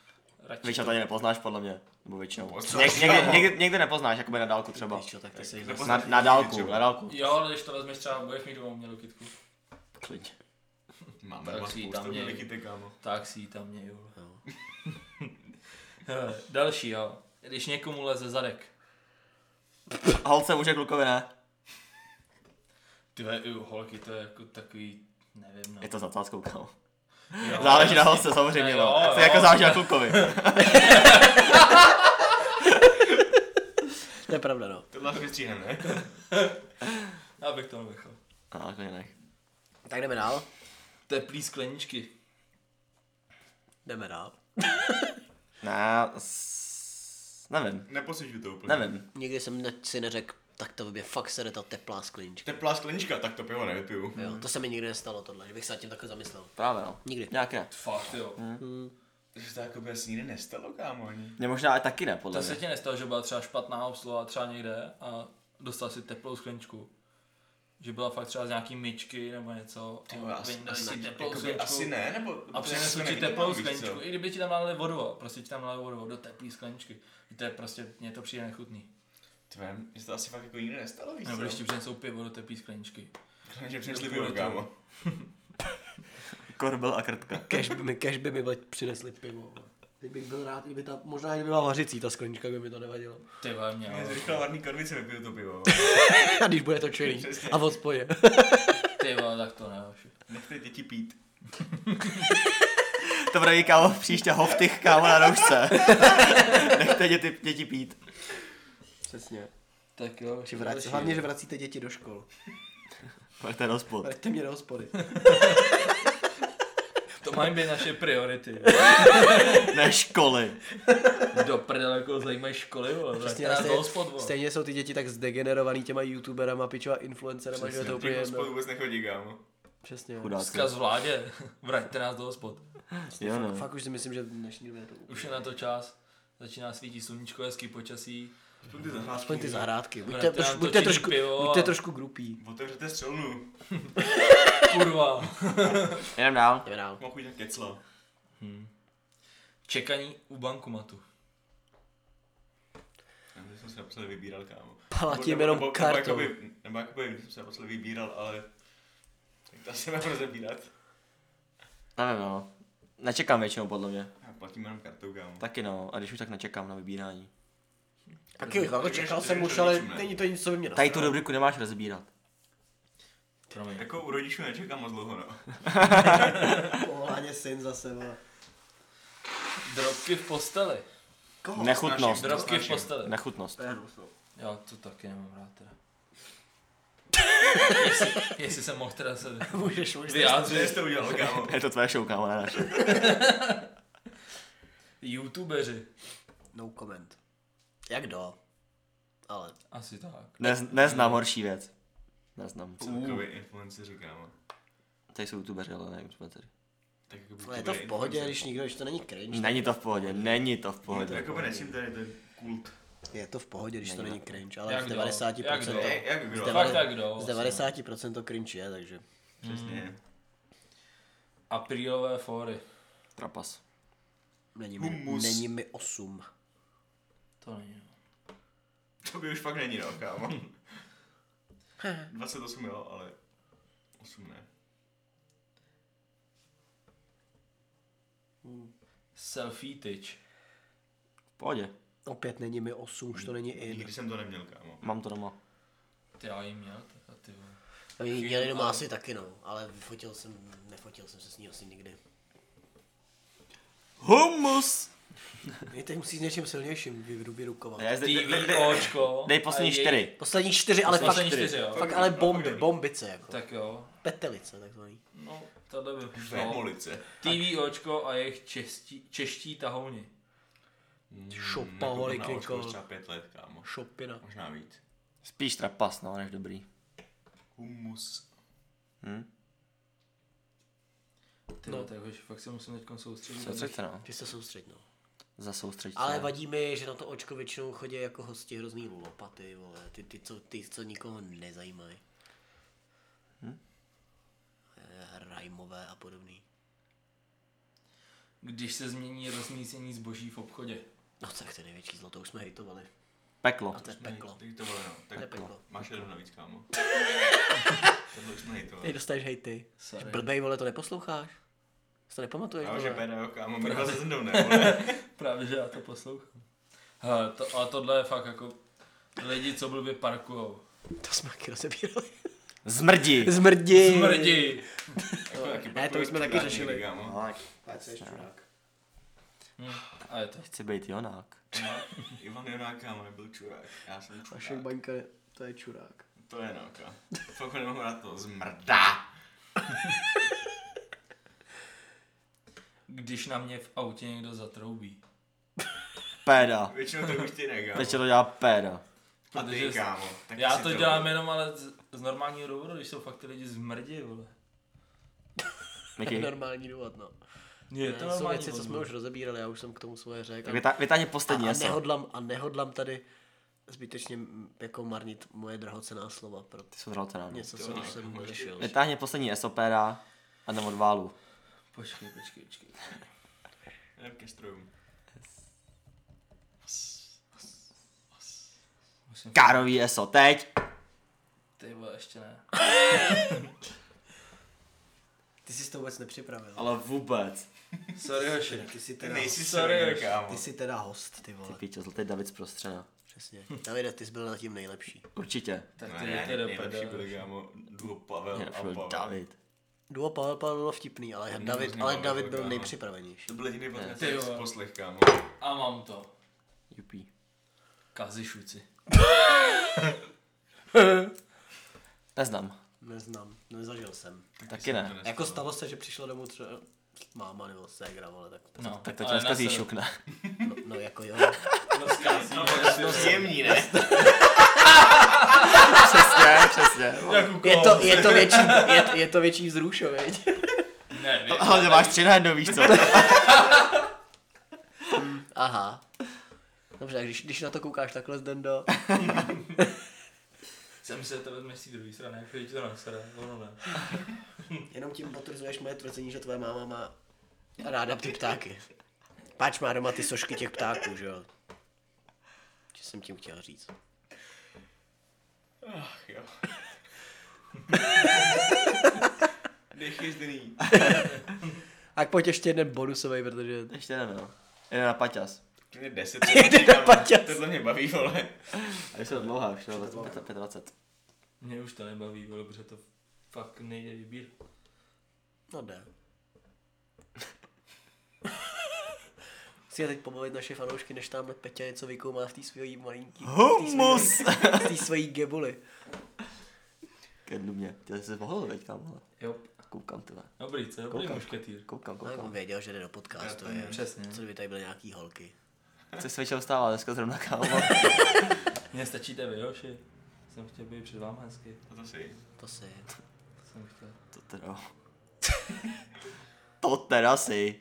Speaker 4: Radši.
Speaker 3: Většinou to ani nepoznáš, podle mě. Nebo většinou.
Speaker 5: Co?
Speaker 3: Něk, někdy, někdy, někdy nepoznáš, jakoby na dálku třeba.
Speaker 2: Píčo, tak to si
Speaker 3: Na, na dálku, na dálku.
Speaker 4: Jo, ale když to vezmeš třeba, budeš mít doma umělou kytku.
Speaker 3: Klidně.
Speaker 5: Máme
Speaker 4: Tak
Speaker 5: doma
Speaker 4: si ji
Speaker 5: spoustu
Speaker 4: tam měj.
Speaker 5: veliky, ty, kámo.
Speaker 4: Tak si ji tam měj, jo. Hele, Další, jo. Když někomu leze zadek.
Speaker 3: Holce, muže, klukovi ne.
Speaker 4: Ty ve- u holky to je jako takový, nevím, no.
Speaker 3: Je to za cáskou, kámo.
Speaker 4: Jo,
Speaker 3: Záleží na
Speaker 4: jasně.
Speaker 3: holce, samozřejmě,
Speaker 4: Jo,
Speaker 3: no.
Speaker 4: jo.
Speaker 3: To je jako záleží na klukovi.
Speaker 2: To je pravda, no.
Speaker 5: Tohle asi vystříhneme, ne?
Speaker 4: Já bych to nechal.
Speaker 3: A No, klidně nech.
Speaker 2: Tak jdeme dál.
Speaker 4: Teplý skleničky.
Speaker 2: Jdeme dál.
Speaker 3: Ne, s... nevím,
Speaker 5: Neposužuju to úplně.
Speaker 3: nevím.
Speaker 2: Nikdy jsem ne, si neřekl, tak to mě fakt se ta teplá sklenička.
Speaker 5: Teplá sklenička, tak to pivo nevypiju.
Speaker 2: Jo, to se mi nikdy nestalo tohle, že bych se nad tím takhle zamyslel.
Speaker 3: Právě no.
Speaker 2: Nikdy.
Speaker 3: Nějak ne.
Speaker 4: Fakt jo.
Speaker 5: Hmm. Takže to jako by asi nikdy nestalo, kámo, ani.
Speaker 3: Mě možná i taky ne, podle
Speaker 4: To se
Speaker 3: mě.
Speaker 4: ti nestalo, že byla třeba špatná obsluha třeba někde a dostal si teplou skleničku. Že byla fakt třeba z nějaký myčky nebo něco.
Speaker 5: Ty
Speaker 4: a
Speaker 5: vole, asi,
Speaker 4: vyndali
Speaker 5: asi,
Speaker 4: si
Speaker 5: jakoby, asi ne, nebo...
Speaker 4: A přinesl ti teplou skleničku, i kdyby ti tam dali vodu, a prostě ti tam dali vodu do teplé skleničky. Že To je prostě, mně to přijde nechutný.
Speaker 5: Tvé, mě se to asi fakt jako nikdy nestalo, víš
Speaker 4: Nebo když ti
Speaker 5: co?
Speaker 4: přinesou pivo do teplé skleničky.
Speaker 5: Že přinesli
Speaker 4: Kvůli
Speaker 5: pivo,
Speaker 4: tomu.
Speaker 5: kámo.
Speaker 3: Korbel a krtka.
Speaker 2: Kež by mi, kež by mi vole, přinesli pivo. Teď bych byl rád, kdyby ta, možná i kdyby byla hořicí ta sklenička, by mi to nevadilo.
Speaker 4: Ty vole, mě,
Speaker 5: Já
Speaker 4: ale-
Speaker 5: jsem říkal varný konvice, vypiju to pivo.
Speaker 2: A když bude to čilý a v hospodě.
Speaker 4: ty vole, tak to ne. už.
Speaker 5: Nechte děti pít.
Speaker 3: To bude kámo příště hoftych kámo na roušce. Nechte děti, děti pít.
Speaker 2: Přesně.
Speaker 4: Tak jo.
Speaker 2: Že vrací, hlavně, že vracíte děti do škol.
Speaker 3: Pojďte do spod.
Speaker 2: Vraťte mě do hospody.
Speaker 4: To mají být naše priority.
Speaker 3: Ne školy.
Speaker 4: Do prdele, koho zajímají školy, vole. Přesně, vlastně
Speaker 2: Přesně,
Speaker 4: já
Speaker 2: a
Speaker 4: do
Speaker 2: stejně,
Speaker 4: hospod, vole.
Speaker 2: stejně jsou ty děti tak zdegenerovaný těma youtuberama, pičova influencerama, že je to úplně
Speaker 5: Těch hospod
Speaker 2: jedno.
Speaker 5: jako vůbec nechodí, kámo.
Speaker 2: Přesně.
Speaker 3: Chudáci.
Speaker 4: Vzkaz vládě, vraťte nás do hospod.
Speaker 3: Jo, no.
Speaker 2: Fakt už si myslím, že v dnešní době je to úplně.
Speaker 4: Už je na to čas. Začíná svítit sluníčko, hezký počasí.
Speaker 5: Aspoň ty zahrávky.
Speaker 2: Aspoň ty zahrádky. Buďte,
Speaker 4: Vraťte
Speaker 2: troš,
Speaker 4: nám
Speaker 2: buďte,
Speaker 4: točit
Speaker 2: trošku,
Speaker 4: pivo a-
Speaker 2: buďte trošku grupí.
Speaker 5: Otevřete střelnu.
Speaker 4: Kurva.
Speaker 3: Jdem dál.
Speaker 2: Jdeme dál.
Speaker 5: Mám chuť na kecla.
Speaker 4: Čekaní u bankomatu.
Speaker 5: Já myslím, že jsem se naposledy vybíral, kámo.
Speaker 2: Platím
Speaker 5: Nebo-
Speaker 2: jenom
Speaker 5: nebo-
Speaker 2: kartou.
Speaker 5: Nebo jakoby, nebo jakoby jsem se naposledy vybíral, ale... Tak to asi nebudu zabírat.
Speaker 3: Nevím, no. Nečekám většinou, podle mě.
Speaker 5: Já platím jenom kartou, kámo.
Speaker 3: Taky no, a když už tak nečekám na vybírání.
Speaker 2: Taky, jako čekal jsem už, ale není to nic, co by mě
Speaker 3: Tady
Speaker 2: nastavilo.
Speaker 3: tu rubriku nemáš rozbírat.
Speaker 4: Promiň.
Speaker 5: Jako u rodičů nečekám moc dlouho, no.
Speaker 2: Pohláně syn zase, vole.
Speaker 4: Drobky v posteli.
Speaker 2: Koho?
Speaker 3: Nechutnost.
Speaker 5: Snažím,
Speaker 4: Drobky v
Speaker 5: snažím.
Speaker 4: posteli.
Speaker 3: Nechutnost.
Speaker 4: Já to taky nemám rád teda. jestli, jestli jsem mohl teda se
Speaker 2: Můžeš, můžeš.
Speaker 5: Co
Speaker 4: vyjádřit.
Speaker 5: jsi to udělal, kámo?
Speaker 3: Je to tvoje show, kámo, ne naše.
Speaker 4: Youtubeři.
Speaker 2: No comment. Jak do? Ale.
Speaker 4: Asi tak.
Speaker 3: Nez, neznám horší věc. Neznám.
Speaker 5: Celkově influenceři, kámo.
Speaker 3: Tady jsou youtubeři, ale ne influencery.
Speaker 5: Tak jakoby
Speaker 2: Ale no, je to
Speaker 5: bude
Speaker 2: v pohodě,
Speaker 5: influencer.
Speaker 2: když nikdo, když to není cringe.
Speaker 3: Není to v pohodě, není to v
Speaker 5: Je to
Speaker 2: jako-
Speaker 3: pohodě.
Speaker 5: jakoby Jako nečím tady ten kult.
Speaker 2: Je to v pohodě, když to není cringe, ale
Speaker 4: Jak
Speaker 2: v
Speaker 4: kdo?
Speaker 2: 90%
Speaker 4: Jak kdo?
Speaker 5: Jak- Jak kdo?
Speaker 2: Zde-
Speaker 4: Fakt tak kdo.
Speaker 2: z 90% to cringe je, takže.
Speaker 5: Přesně.
Speaker 4: Aprílové fóry.
Speaker 3: Trapas.
Speaker 2: Není mi,
Speaker 5: Humus.
Speaker 2: není mi 8.
Speaker 4: To není. no.
Speaker 5: To by už fakt není, no, kámo. 28 jo, ale 8 ne.
Speaker 4: Selfie tyč.
Speaker 3: V pohodě.
Speaker 2: Opět není mi 8, už to není in.
Speaker 5: Nikdy jsem to neměl, kámo.
Speaker 3: Mám to doma.
Speaker 4: Ty já jim měl teda, ty vole.
Speaker 2: Oni měli doma asi taky no, ale vyfotil jsem, nefotil jsem se s ní asi nikdy.
Speaker 3: Humus!
Speaker 2: Je teď musíš s něčím silnějším vy- vyrukovat.
Speaker 3: Já zde,
Speaker 4: TV, Očko.
Speaker 3: dej poslední
Speaker 4: a jej-
Speaker 3: čtyři.
Speaker 2: Poslední Eh, čtyři, ale fakt,
Speaker 4: Poslední čtyři, jo.
Speaker 2: fakt ale bomby, bombice jako.
Speaker 4: Tak jo.
Speaker 2: Petelice takzvaný.
Speaker 4: No, tohle by
Speaker 2: No.
Speaker 4: šlo.
Speaker 5: Fémolice.
Speaker 4: TV očko a jejich čeští, čeští tahouni.
Speaker 2: Šopaholik,
Speaker 5: Jako
Speaker 2: jako.
Speaker 5: třeba 5 let, kámo.
Speaker 2: Šopina.
Speaker 5: Možná víc.
Speaker 3: Spíš trapas, no, než dobrý.
Speaker 5: Humus.
Speaker 4: Ty no. tak už fakt se musím teď soustředit.
Speaker 3: Soustřed se, no.
Speaker 2: Ty se soustřed, no.
Speaker 3: Zasoustřed se.
Speaker 2: Ale vadí mi, že na to očko většinou chodí jako hosti hrozný lopaty, vole. Ty, ty, co, ty, co nikoho nezajímají. Hm? Rajmové a podobný.
Speaker 4: Když se změní rozmístění zboží v obchodě.
Speaker 2: No tak to je největší zlo, to už jsme hejtovali.
Speaker 3: Peklo.
Speaker 2: A to je peklo.
Speaker 5: Tak to bylo, no.
Speaker 2: To je
Speaker 5: Tak
Speaker 2: peklo.
Speaker 5: máš jeden navíc, kámo. Tohle už jsme hejtovali.
Speaker 2: Teď dostaneš hejty.
Speaker 4: Sorry.
Speaker 2: Blbej, vole, to neposloucháš? Jsi to nepamatuješ,
Speaker 5: Já že
Speaker 2: vole?
Speaker 5: peda, jo, kámo. My dva se zndou, ne, vole.
Speaker 4: Právě, že já to poslouchám. Hele, to, ale tohle je fakt jako lidi, co blbě parkujou.
Speaker 2: To jsme taky rozebírali.
Speaker 3: Zmrdí.
Speaker 2: Zmrdi.
Speaker 4: Smrdi!
Speaker 5: Jako taky
Speaker 2: Ne, to už jsme taky
Speaker 5: čurák
Speaker 2: řešili.
Speaker 5: někdy, Kámo.
Speaker 4: Hm, a je to.
Speaker 3: Chci být jonák.
Speaker 5: Ivan Jonák, kámo, nebyl čurák. Já jsem čurák.
Speaker 2: Vašek Baňka, to je čurák.
Speaker 5: To je no, kámo. Fakt ho nemohu rád to zmrdá.
Speaker 4: Když na mě v autě někdo zatroubí.
Speaker 3: Péda.
Speaker 5: Většinou to už ty ne, kámo.
Speaker 3: Teď to dělá péda.
Speaker 5: A ty,
Speaker 4: Protože-
Speaker 5: kámo. taky
Speaker 4: Já
Speaker 5: si
Speaker 4: to dělám jenom ale z, z normálního důvodu, když jsou fakt ty lidi zmrdí, vole.
Speaker 3: Miky.
Speaker 2: Normální důvod, no.
Speaker 4: Je
Speaker 2: To jsou věci, co jsme
Speaker 4: no.
Speaker 2: už rozebírali, já už jsem k tomu svoje řekl.
Speaker 3: Tak vytá- vytáhni
Speaker 2: A,
Speaker 3: poslední
Speaker 2: a,
Speaker 3: eso.
Speaker 2: nehodlám, a nehodlám tady zbytečně m, jako marnit moje drahocená slova,
Speaker 3: Ty
Speaker 2: protože
Speaker 3: jsou drahocená. no.
Speaker 2: něco jsem už jsem řešil.
Speaker 3: Vytáhni poslední eso péda a jdem od válu.
Speaker 4: Počkej, počkej, počkej.
Speaker 5: Jdem ke strojům.
Speaker 4: Musím...
Speaker 3: Kárový eso, teď!
Speaker 4: Ty vole, ještě ne.
Speaker 2: Ty jsi to vůbec nepřipravil.
Speaker 3: Ale vůbec.
Speaker 4: Sorry, hoši.
Speaker 2: Ty jsi
Speaker 5: Ty
Speaker 2: teda,
Speaker 5: nejsi
Speaker 4: Sorry,
Speaker 5: sorry,
Speaker 4: už.
Speaker 5: kámo.
Speaker 2: ty jsi teda host, ty
Speaker 3: Ty
Speaker 2: vole.
Speaker 3: píčo, zlatý David z prostřena.
Speaker 2: Přesně. Davide, ty jsi byl zatím nejlepší.
Speaker 3: Určitě.
Speaker 4: Tak
Speaker 5: No,
Speaker 4: ty
Speaker 5: ne,
Speaker 4: jděte do
Speaker 5: nejlepší byli,
Speaker 4: prdele.
Speaker 5: kámo, duo Pavel a
Speaker 3: Já byl
Speaker 5: Pavel.
Speaker 3: David.
Speaker 2: Duo Pavel Pavel bylo vtipný, ale David,
Speaker 5: hrozně
Speaker 2: ale
Speaker 5: bavilo,
Speaker 2: David byl
Speaker 5: kámo.
Speaker 2: nejpřipravenější.
Speaker 5: To byl jediný podcast,
Speaker 4: Ty
Speaker 5: jak
Speaker 4: vole.
Speaker 5: poslech, kámo.
Speaker 4: A mám to.
Speaker 3: Jupí.
Speaker 4: Kazišuci.
Speaker 3: Neznám.
Speaker 2: Neznám, nezažil jsem.
Speaker 3: Taky ne.
Speaker 2: Jako stalo se, že přišla domů třeba máma nebo ségra, vole, tak
Speaker 4: No,
Speaker 3: Tak to
Speaker 4: ale
Speaker 3: tě dneska
Speaker 4: na seru.
Speaker 3: zíšukne.
Speaker 2: no, no jako jo.
Speaker 5: No, to je zjemní, ne?
Speaker 3: přesně, přesně.
Speaker 2: Je to, je to větší, je, je to větší vzrušo, veď?
Speaker 4: Ne, ne,
Speaker 3: Ale že máš tři na jedno, víš co?
Speaker 2: Aha. Dobře, tak když, když na to koukáš takhle z Dendo,
Speaker 4: jsem se to vezme z té druhé strany, jak ti to nasere, ono ne.
Speaker 2: jenom tím potvrzuješ moje tvrzení, že tvoje máma má ráda ty ptáky. Páč má doma ty sošky těch ptáků, že jo? Co jsem tím chtěl říct?
Speaker 5: Ach jo. Nechyzdený.
Speaker 2: Tak pojď ještě jeden bonusový, protože...
Speaker 3: Ještě jeden, jo. Jde na paťas.
Speaker 5: To je
Speaker 2: Jde na paťas.
Speaker 5: 10. Tohle mě baví, vole.
Speaker 3: A když se dlouhá, už jo, 25.
Speaker 4: Mě už to nebaví, vole, protože to fakt nejde vybírat.
Speaker 2: No jde. Musíme teď pobavit naše fanoušky, než tamhle Peťa něco vykoumá v té svojí malinký...
Speaker 3: Humus!
Speaker 2: V té svojí gebuli.
Speaker 3: Kednu mě. Ty jsi mohl teď kam, hele.
Speaker 4: Jo,
Speaker 3: Koukám, ty vole.
Speaker 4: dobrý, co? Dobrý
Speaker 3: Koukám.
Speaker 4: mušketýr.
Speaker 3: Koukám,
Speaker 2: No, jako
Speaker 3: koukám.
Speaker 2: věděl, že jde do podcastu, je.
Speaker 4: Přesně.
Speaker 2: Co kdyby tady byly nějaký holky?
Speaker 3: Co se večer stává dneska zrovna, kámo?
Speaker 4: Mně stačíte vy, Joši. Jsem chtěl být před váma hezky.
Speaker 5: A to si.
Speaker 2: To si...
Speaker 4: To jsem chtěl.
Speaker 3: To teda. To teda si.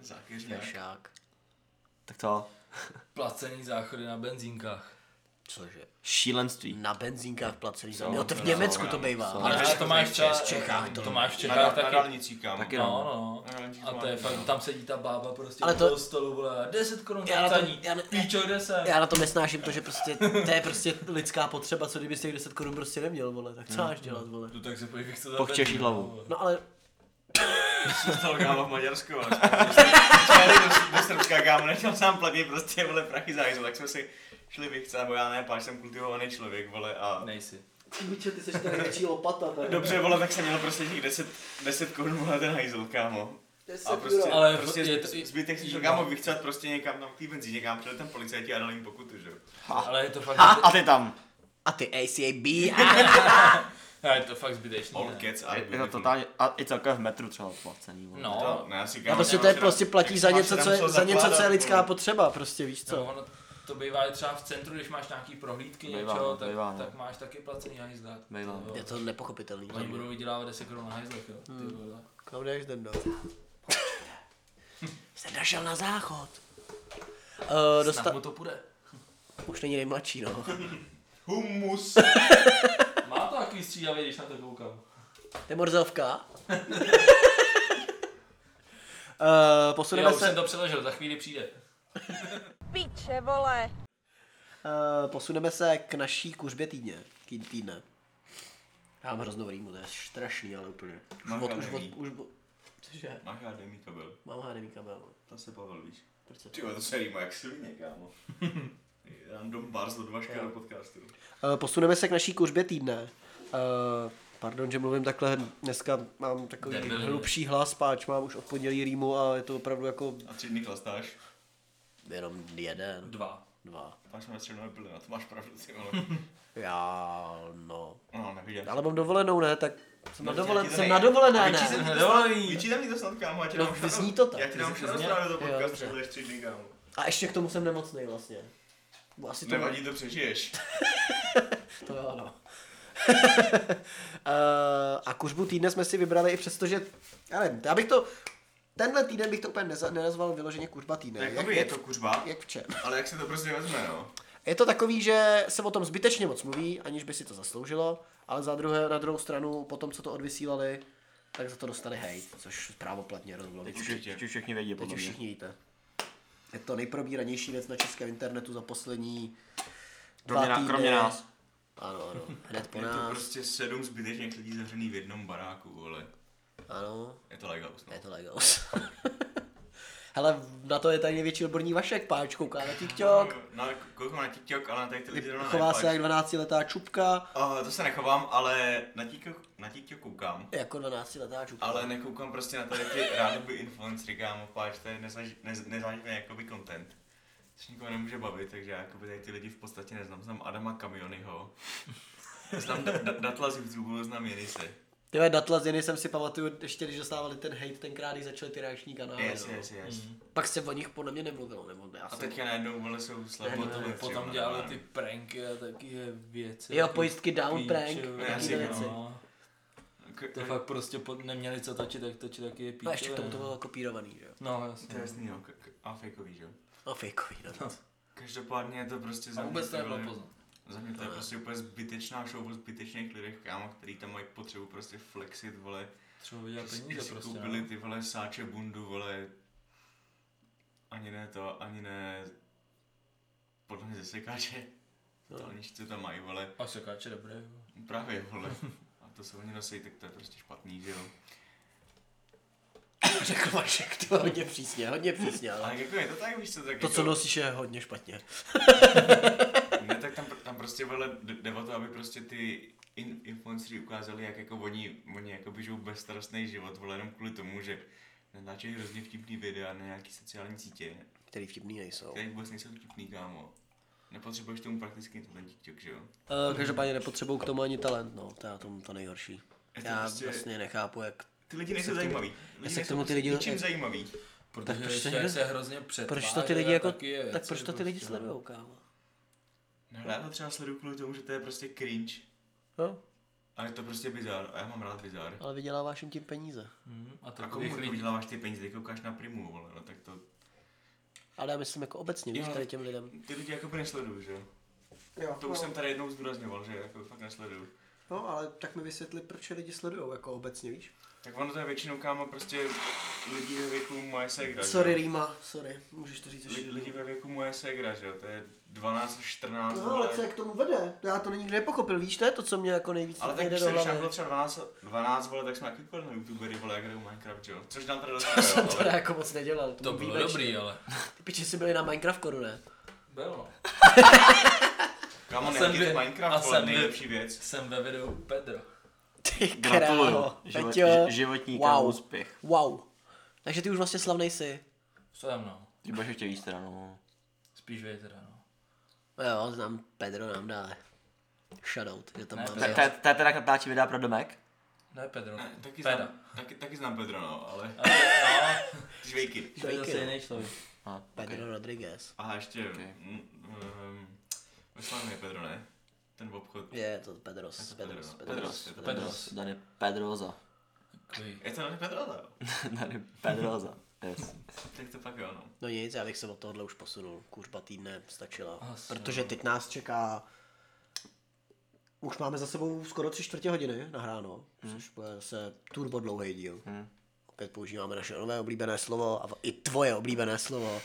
Speaker 5: Zákeřňák.
Speaker 2: Pešák.
Speaker 3: Tak to.
Speaker 4: Placený záchody na benzínkách.
Speaker 2: Cože?
Speaker 3: Šílenství.
Speaker 2: Na benzínkách placený
Speaker 4: No,
Speaker 2: za Jo, to v Německu to bývá.
Speaker 3: jsou.
Speaker 2: Ale
Speaker 4: Ale to máš třeba,
Speaker 2: v Čechách
Speaker 4: to,
Speaker 2: to-
Speaker 4: máš v
Speaker 5: Na, na,
Speaker 4: Čechách
Speaker 5: na
Speaker 4: taky.
Speaker 5: dálnici, kámo.
Speaker 3: Taky
Speaker 4: No,
Speaker 3: no.
Speaker 4: no, no.
Speaker 5: Na
Speaker 4: A to je fakt, tam sedí ta bába prostě
Speaker 2: Ale
Speaker 4: u
Speaker 2: to-
Speaker 4: toho stolu, vole, 10 korun
Speaker 2: Já na
Speaker 4: na
Speaker 2: to-
Speaker 4: ptaní,
Speaker 2: já ne-
Speaker 4: píčo, kde jsem?
Speaker 2: já na tom nesnáším to, že prostě to je prostě lidská potřeba, co kdyby si těch 10 korun prostě neměl, vole,
Speaker 4: Hmm.
Speaker 2: tak co máš dělat, vole?
Speaker 4: Tu No tak se pojď, jak se to
Speaker 3: Pochtěš
Speaker 4: zaplatí,
Speaker 3: hlavu.
Speaker 4: vole.
Speaker 2: No ale
Speaker 5: Dostal kámo v Maďarsku, ale jsme do, do Srbska kámo, nechtěl sám platit prostě vole prachy za jízdu, tak jsme si šli vychce, nebo já ne, páč jsem kultivovaný člověk, vole, a...
Speaker 4: Nejsi.
Speaker 2: Míče, ty seš ta největší lopata, tak
Speaker 5: Dobře, vole, tak jsem měl prostě těch 10, 10 korun, vole, ten hajzl, kámo. A prostě,
Speaker 4: euro. Ale
Speaker 5: prostě
Speaker 4: je to-
Speaker 5: z- zbytek si šel
Speaker 4: je-
Speaker 5: kámo vychcát prostě někam tam k té benzíně, kámo, přijeli tam policajti a dali jim pokutu, že jo.
Speaker 4: Ale je to fakt,
Speaker 3: Ha, a ty tam.
Speaker 2: A ty ACAB, a...
Speaker 4: ale je to fakt zbytečný.
Speaker 5: All
Speaker 4: ne?
Speaker 5: cats are
Speaker 3: Je to
Speaker 5: beautiful.
Speaker 3: totálně, a i celkově v metru třeba placený. vole.
Speaker 4: No,
Speaker 5: Ne, já si,
Speaker 2: A
Speaker 5: kámo,
Speaker 2: prostě
Speaker 5: kámo,
Speaker 2: to je
Speaker 5: že
Speaker 2: prostě
Speaker 5: tam-
Speaker 2: platí
Speaker 5: jak
Speaker 2: za
Speaker 5: máš
Speaker 2: něco,
Speaker 5: tam
Speaker 2: co je,
Speaker 5: musel
Speaker 2: za něco, co je
Speaker 5: zakládat,
Speaker 2: lidská
Speaker 5: vole.
Speaker 2: potřeba, prostě víš
Speaker 4: No,
Speaker 2: co.
Speaker 4: ono to bývá i třeba v centru, když máš nějaký prohlídky,
Speaker 3: Bývá,
Speaker 4: něčeho,
Speaker 3: no,
Speaker 4: tak,
Speaker 3: bývá, no.
Speaker 4: tak máš taky placený hajzlát.
Speaker 3: Bývá.
Speaker 4: Ty vole.
Speaker 2: Je to Hmm. nepochopitelný.
Speaker 4: Oni budou vydělávat 10 korun na hajzlech, jo. Ty vole.
Speaker 2: Kam jdeš ten do? Jsem našel na záchod. Uh,
Speaker 4: Snad
Speaker 2: dosta...
Speaker 4: mu to půjde.
Speaker 2: Už není nejmladší, no.
Speaker 5: Humus.
Speaker 4: Má to takový střídavý, když na to koukám.
Speaker 2: To je morzovka. uh,
Speaker 4: Já
Speaker 2: posuneme
Speaker 4: už jsem
Speaker 2: se,
Speaker 4: to přeložil, za chvíli přijde.
Speaker 7: Piče, vole.
Speaker 2: uh, posuneme se k naší kuřbě týdně. Ký- týdne. Já mám hroznou rýmu, to je strašný, ale úplně. Už
Speaker 5: Mám
Speaker 2: od, už od,
Speaker 5: hrozný.
Speaker 2: už od, Cože?
Speaker 5: Máš já demi to byl.
Speaker 2: Mám HDMI kabel.
Speaker 5: To se Pavel, víš.
Speaker 2: Proč se
Speaker 5: Ty vole, to se rýma jak svině, kámo. Random bars od Vaška do podcastu.
Speaker 2: Eh, Posuneme se k naší kuřbě týdne. Eh, Pardon, že mluvím takhle, dneska mám takový
Speaker 4: Debil.
Speaker 2: hlubší hlas, páč mám už od pondělí rýmu a je to opravdu jako...
Speaker 5: A tři dny chlastáš.
Speaker 2: Jenom jeden,
Speaker 4: Dva.
Speaker 2: dva.
Speaker 5: Máš na střednové pilina, no, to máš pravdu, ty vole.
Speaker 2: Já, no.
Speaker 5: No, neviděl.
Speaker 2: Ale mám dovolenou, ne, tak jsem na, dovolen,
Speaker 5: ti to
Speaker 2: jsem
Speaker 5: nej-
Speaker 2: na dovolené,
Speaker 5: Vyčítám ti
Speaker 2: ne.
Speaker 5: to snad-
Speaker 4: Dovolený.
Speaker 5: Vyčítám ti to snad, kámo, já ti
Speaker 2: No,
Speaker 5: dám šarost-
Speaker 2: zní to tak.
Speaker 5: Já ti dám šarost
Speaker 2: Zní-
Speaker 5: právě do
Speaker 2: jo, dobře.
Speaker 5: podcastu, tohle je tři dny, kámo.
Speaker 2: A ještě k tomu jsem nemocný vlastně. Asi to
Speaker 5: Nevadí, to přežiješ.
Speaker 2: To jo, ano. Eh, a kuřbu týdne jsme si vybrali i přesto, že... Já nevím, já bych to... Tenhle týden bych to úplně neza, nenazval vyloženě kuřba týdne.
Speaker 5: Jakoby je to kuřba,
Speaker 2: Jak v čem?
Speaker 5: ale jak se to prostě vezme, no.
Speaker 2: Je to takový, že se o tom zbytečně moc mluví, aniž by si to zasloužilo, ale za druhé, na druhou stranu, po tom, co to odvysílali, tak za to dostali hejt, což právoplatně rozhodlo.
Speaker 5: Teď
Speaker 2: Teď
Speaker 5: už-
Speaker 3: Teď už všichni vědí,
Speaker 2: už
Speaker 3: podle mě.
Speaker 2: všichni víte. Je to nejprobíranější věc na českém internetu za poslední dva
Speaker 3: Kromě, ná,
Speaker 2: týdny.
Speaker 3: kromě nás.
Speaker 2: Ano, ano, hned po
Speaker 5: Je to
Speaker 2: nás.
Speaker 5: prostě sedm zbytečných lidí zavřený v jednom baráku, vole.
Speaker 2: Ano,
Speaker 5: Je to legaus, no.
Speaker 2: je to Legos. Hele, na to je tady největší odborní Vašek, páč, kouká na TikTok,
Speaker 5: No, koukám na TikTok, ale na tady ty lidi zrovna
Speaker 2: chová
Speaker 5: nepáč.
Speaker 2: se jak 12-letá čupka,
Speaker 5: A to se nechovám, ale na TikTok, na TikTok koukám.
Speaker 2: jako 12-letá čupka.
Speaker 5: Ale nekoukám prostě na tady ty rádoby influencery, kámo, páč, to je nezaž, nez, nezaživný jakoby content. což nikoho nemůže bavit, takže já jakoby tady ty lidi v podstatě neznám. Znám Adama Kamionyho, znám D- D- Datla Zivzubulu, znám Jenise.
Speaker 2: Tyhle Datla z Jiny jsem si pamatuju, ještě když dostávali ten hate, tenkrát, když začaly ty reakční kanály.
Speaker 5: Yes,
Speaker 2: no.
Speaker 5: yes, yes.
Speaker 2: Pak se o nich podle mě nemluvilo, nebo ne,
Speaker 5: A
Speaker 2: asi.
Speaker 5: teďka najednou vole jsou slepé.
Speaker 4: Potom, potom dělali ty pranky a taky věci.
Speaker 2: Jo,
Speaker 4: taky
Speaker 2: pojistky down
Speaker 4: píče,
Speaker 2: prank,
Speaker 4: vole,
Speaker 5: taky
Speaker 4: no.
Speaker 5: věci.
Speaker 4: To fakt prostě pod, neměli co točit, tak točit taky je píče.
Speaker 2: No ještě k tomu to bylo kopírovaný, že jo.
Speaker 4: No,
Speaker 5: To je
Speaker 4: jasně.
Speaker 5: jasný, jo, k- k- a fejkový, že jo.
Speaker 2: No fejkový, no.
Speaker 5: Každopádně je to prostě
Speaker 4: A
Speaker 5: za mě
Speaker 4: vůbec to
Speaker 5: ty
Speaker 4: nebylo
Speaker 5: vole-
Speaker 4: poznat.
Speaker 5: Za mě to je prostě úplně zbytečná show o zbytečných lidech, kámo, který tam mají potřebu prostě flexit, vole.
Speaker 4: Třeba vydělat
Speaker 5: Že si-
Speaker 4: peníze
Speaker 5: si
Speaker 4: prostě.
Speaker 5: koupili
Speaker 4: no.
Speaker 5: ty vole sáče bundu, vole. Ani ne to, ani ne... Podle mě zesekáče.
Speaker 4: No.
Speaker 5: To oni co tam mají, vole.
Speaker 4: A sekáče dobré. jo.
Speaker 5: Právě, vole. A to se oni nosí, tak to je prostě špatný, že jo.
Speaker 2: Řekl Vašek, to hodně přísně, hodně přísně,
Speaker 5: Ale
Speaker 2: ale
Speaker 5: jako je to tak, víš co, tak
Speaker 2: to,
Speaker 5: jako-
Speaker 2: co nosíš, je hodně špatně.
Speaker 5: Ne, tak tam, tam prostě vole, jde jde o to, aby prostě ty in, influenceri ukázali, jak jako oni, oni jakoby žijou bezstarostný život, vole, jenom kvůli tomu, že natáčejí hrozně vtipný videa na nějaký sociální sítě,
Speaker 2: Který vtipný nejsou.
Speaker 5: které vůbec nejsou vtipný, kámo. Nepotřebuješ tomu prakticky ten TikTok, že jo?
Speaker 2: Uh, každopádně nepotřebuju k tomu ani talent, no, to je na tom to nejhorší.
Speaker 5: Je to
Speaker 2: Já
Speaker 5: prostě-
Speaker 2: vlastně nechápu, jak...
Speaker 5: Ty lidi nejsou zajímaví.
Speaker 2: Já se
Speaker 5: Lidi
Speaker 2: k
Speaker 5: nejsou
Speaker 2: tomu ty
Speaker 5: prostě
Speaker 2: lidi-
Speaker 5: ničím zajímavý.
Speaker 4: Protože
Speaker 2: proč
Speaker 4: ještě
Speaker 2: to prostě někdo-
Speaker 4: jak se hrozně přetváří.
Speaker 2: Proč to ty lidi jako... Tak proč to ty
Speaker 4: prostě-
Speaker 5: prostě,
Speaker 2: lidi sledují, kámo?
Speaker 5: No, já to třeba sleduju kvůli tomu, že to je prostě cringe.
Speaker 2: No,
Speaker 5: A je to prostě bizar. A já mám rád bizar.
Speaker 2: ale vyděláváš jim tím peníze.
Speaker 4: A
Speaker 5: A
Speaker 2: Jako
Speaker 4: takových
Speaker 5: komu jako
Speaker 4: lidí.
Speaker 5: vyděláváš ty peníze, ty koukáš na primu, vole, no tak to...
Speaker 2: Ale já myslím jako obecně, víš,
Speaker 5: Jo.
Speaker 2: tady těm lidem.
Speaker 5: Ty lidi jako nesleduju, že jo? To už jsem tady jednou zdůrazňoval, že jako fakt nesleduju.
Speaker 2: No, ale tak mi vysvětli, proč je lidi sledují jako obecně, víš?
Speaker 5: Tak ono to je většinou kámo prostě lidí ve věku moje segra. že jo?
Speaker 2: Sorry, Rýma, sorry, můžeš to říct
Speaker 5: Li-
Speaker 2: ještě.
Speaker 5: lidi ve věku moje segra, že jo? To je 12 až 14.
Speaker 2: No, ale co je k tomu vede? Já to nikdy nepochopil, víš, to je to, co mě jako nejvíc
Speaker 5: ale tak
Speaker 2: jde
Speaker 5: když
Speaker 2: do
Speaker 5: se když nám
Speaker 2: hlavy.
Speaker 5: bylo třeba 12, 12 vole, tak jsme jakýkoliv na youtubery, vole, jak hrajou Minecraft, že jo? Což nám tady
Speaker 2: To jsem
Speaker 5: dostalo,
Speaker 2: to
Speaker 5: ale...
Speaker 2: jako moc nedělal.
Speaker 4: To
Speaker 2: byl
Speaker 4: bylo
Speaker 2: výjimečný.
Speaker 4: dobrý, ale.
Speaker 2: Ty piči si byli na Minecraft koru, ne?
Speaker 4: Bylo.
Speaker 5: Kámo,
Speaker 4: A jsem
Speaker 5: nehodit
Speaker 4: byl- a
Speaker 5: Minecraft, vole,
Speaker 4: jsem byl-
Speaker 5: nejlepší věc.
Speaker 4: Jsem ve videu Pedro.
Speaker 2: Ty
Speaker 3: Gratuluju.
Speaker 2: králo,
Speaker 3: Živo-
Speaker 2: Peťo.
Speaker 3: ži- životní
Speaker 2: wow.
Speaker 3: wow. úspěch.
Speaker 2: Wow. Takže ty už vlastně slavnej jsi.
Speaker 4: Jsem no.
Speaker 3: Třeba že ještě víc teda, no.
Speaker 4: Spíš vy teda, no.
Speaker 2: No Jo, znám Pedro nám dá. Shoutout, že tam
Speaker 4: Ne,
Speaker 2: máme.
Speaker 4: Pedro.
Speaker 2: jeho-
Speaker 3: To je- to je teda jak natáčí videa pro domek?
Speaker 4: Ne Pedro,
Speaker 5: Ne, Taky
Speaker 4: Peda.
Speaker 5: znám, taky, taky znám Pedro, no, ale
Speaker 4: Ale, no,
Speaker 5: žvejky.
Speaker 4: to je
Speaker 2: Žvejky,
Speaker 4: zase
Speaker 2: no.
Speaker 4: jiný člověk.
Speaker 3: Aha,
Speaker 2: Pedro Rodriguez.
Speaker 5: Aha, ještě, um, ve Slavě je Pedro, ne? Ten obchod.
Speaker 2: Je to Pedros,
Speaker 5: Je to Pedro,
Speaker 2: Pedros,
Speaker 5: no.
Speaker 2: Pedros.
Speaker 5: Pedros, je to
Speaker 2: Pedros.
Speaker 3: Dany Pedroza.
Speaker 4: Takový.
Speaker 5: Je to na Pedro, jo?
Speaker 3: Dany Pedroza. Yes.
Speaker 5: Tak to pak jo, no.
Speaker 2: No nic, já bych se od tohohle už posunul. Kuřba týdne stačila.
Speaker 4: Asi,
Speaker 2: protože
Speaker 3: no.
Speaker 2: teď nás čeká... Už máme za sebou skoro tři čtvrtě hodiny nahráno,
Speaker 3: Hmm.
Speaker 2: což bude zase turbo dlouhý díl. Opět používáme naše nové oblíbené slovo a v- i tvoje oblíbené slovo.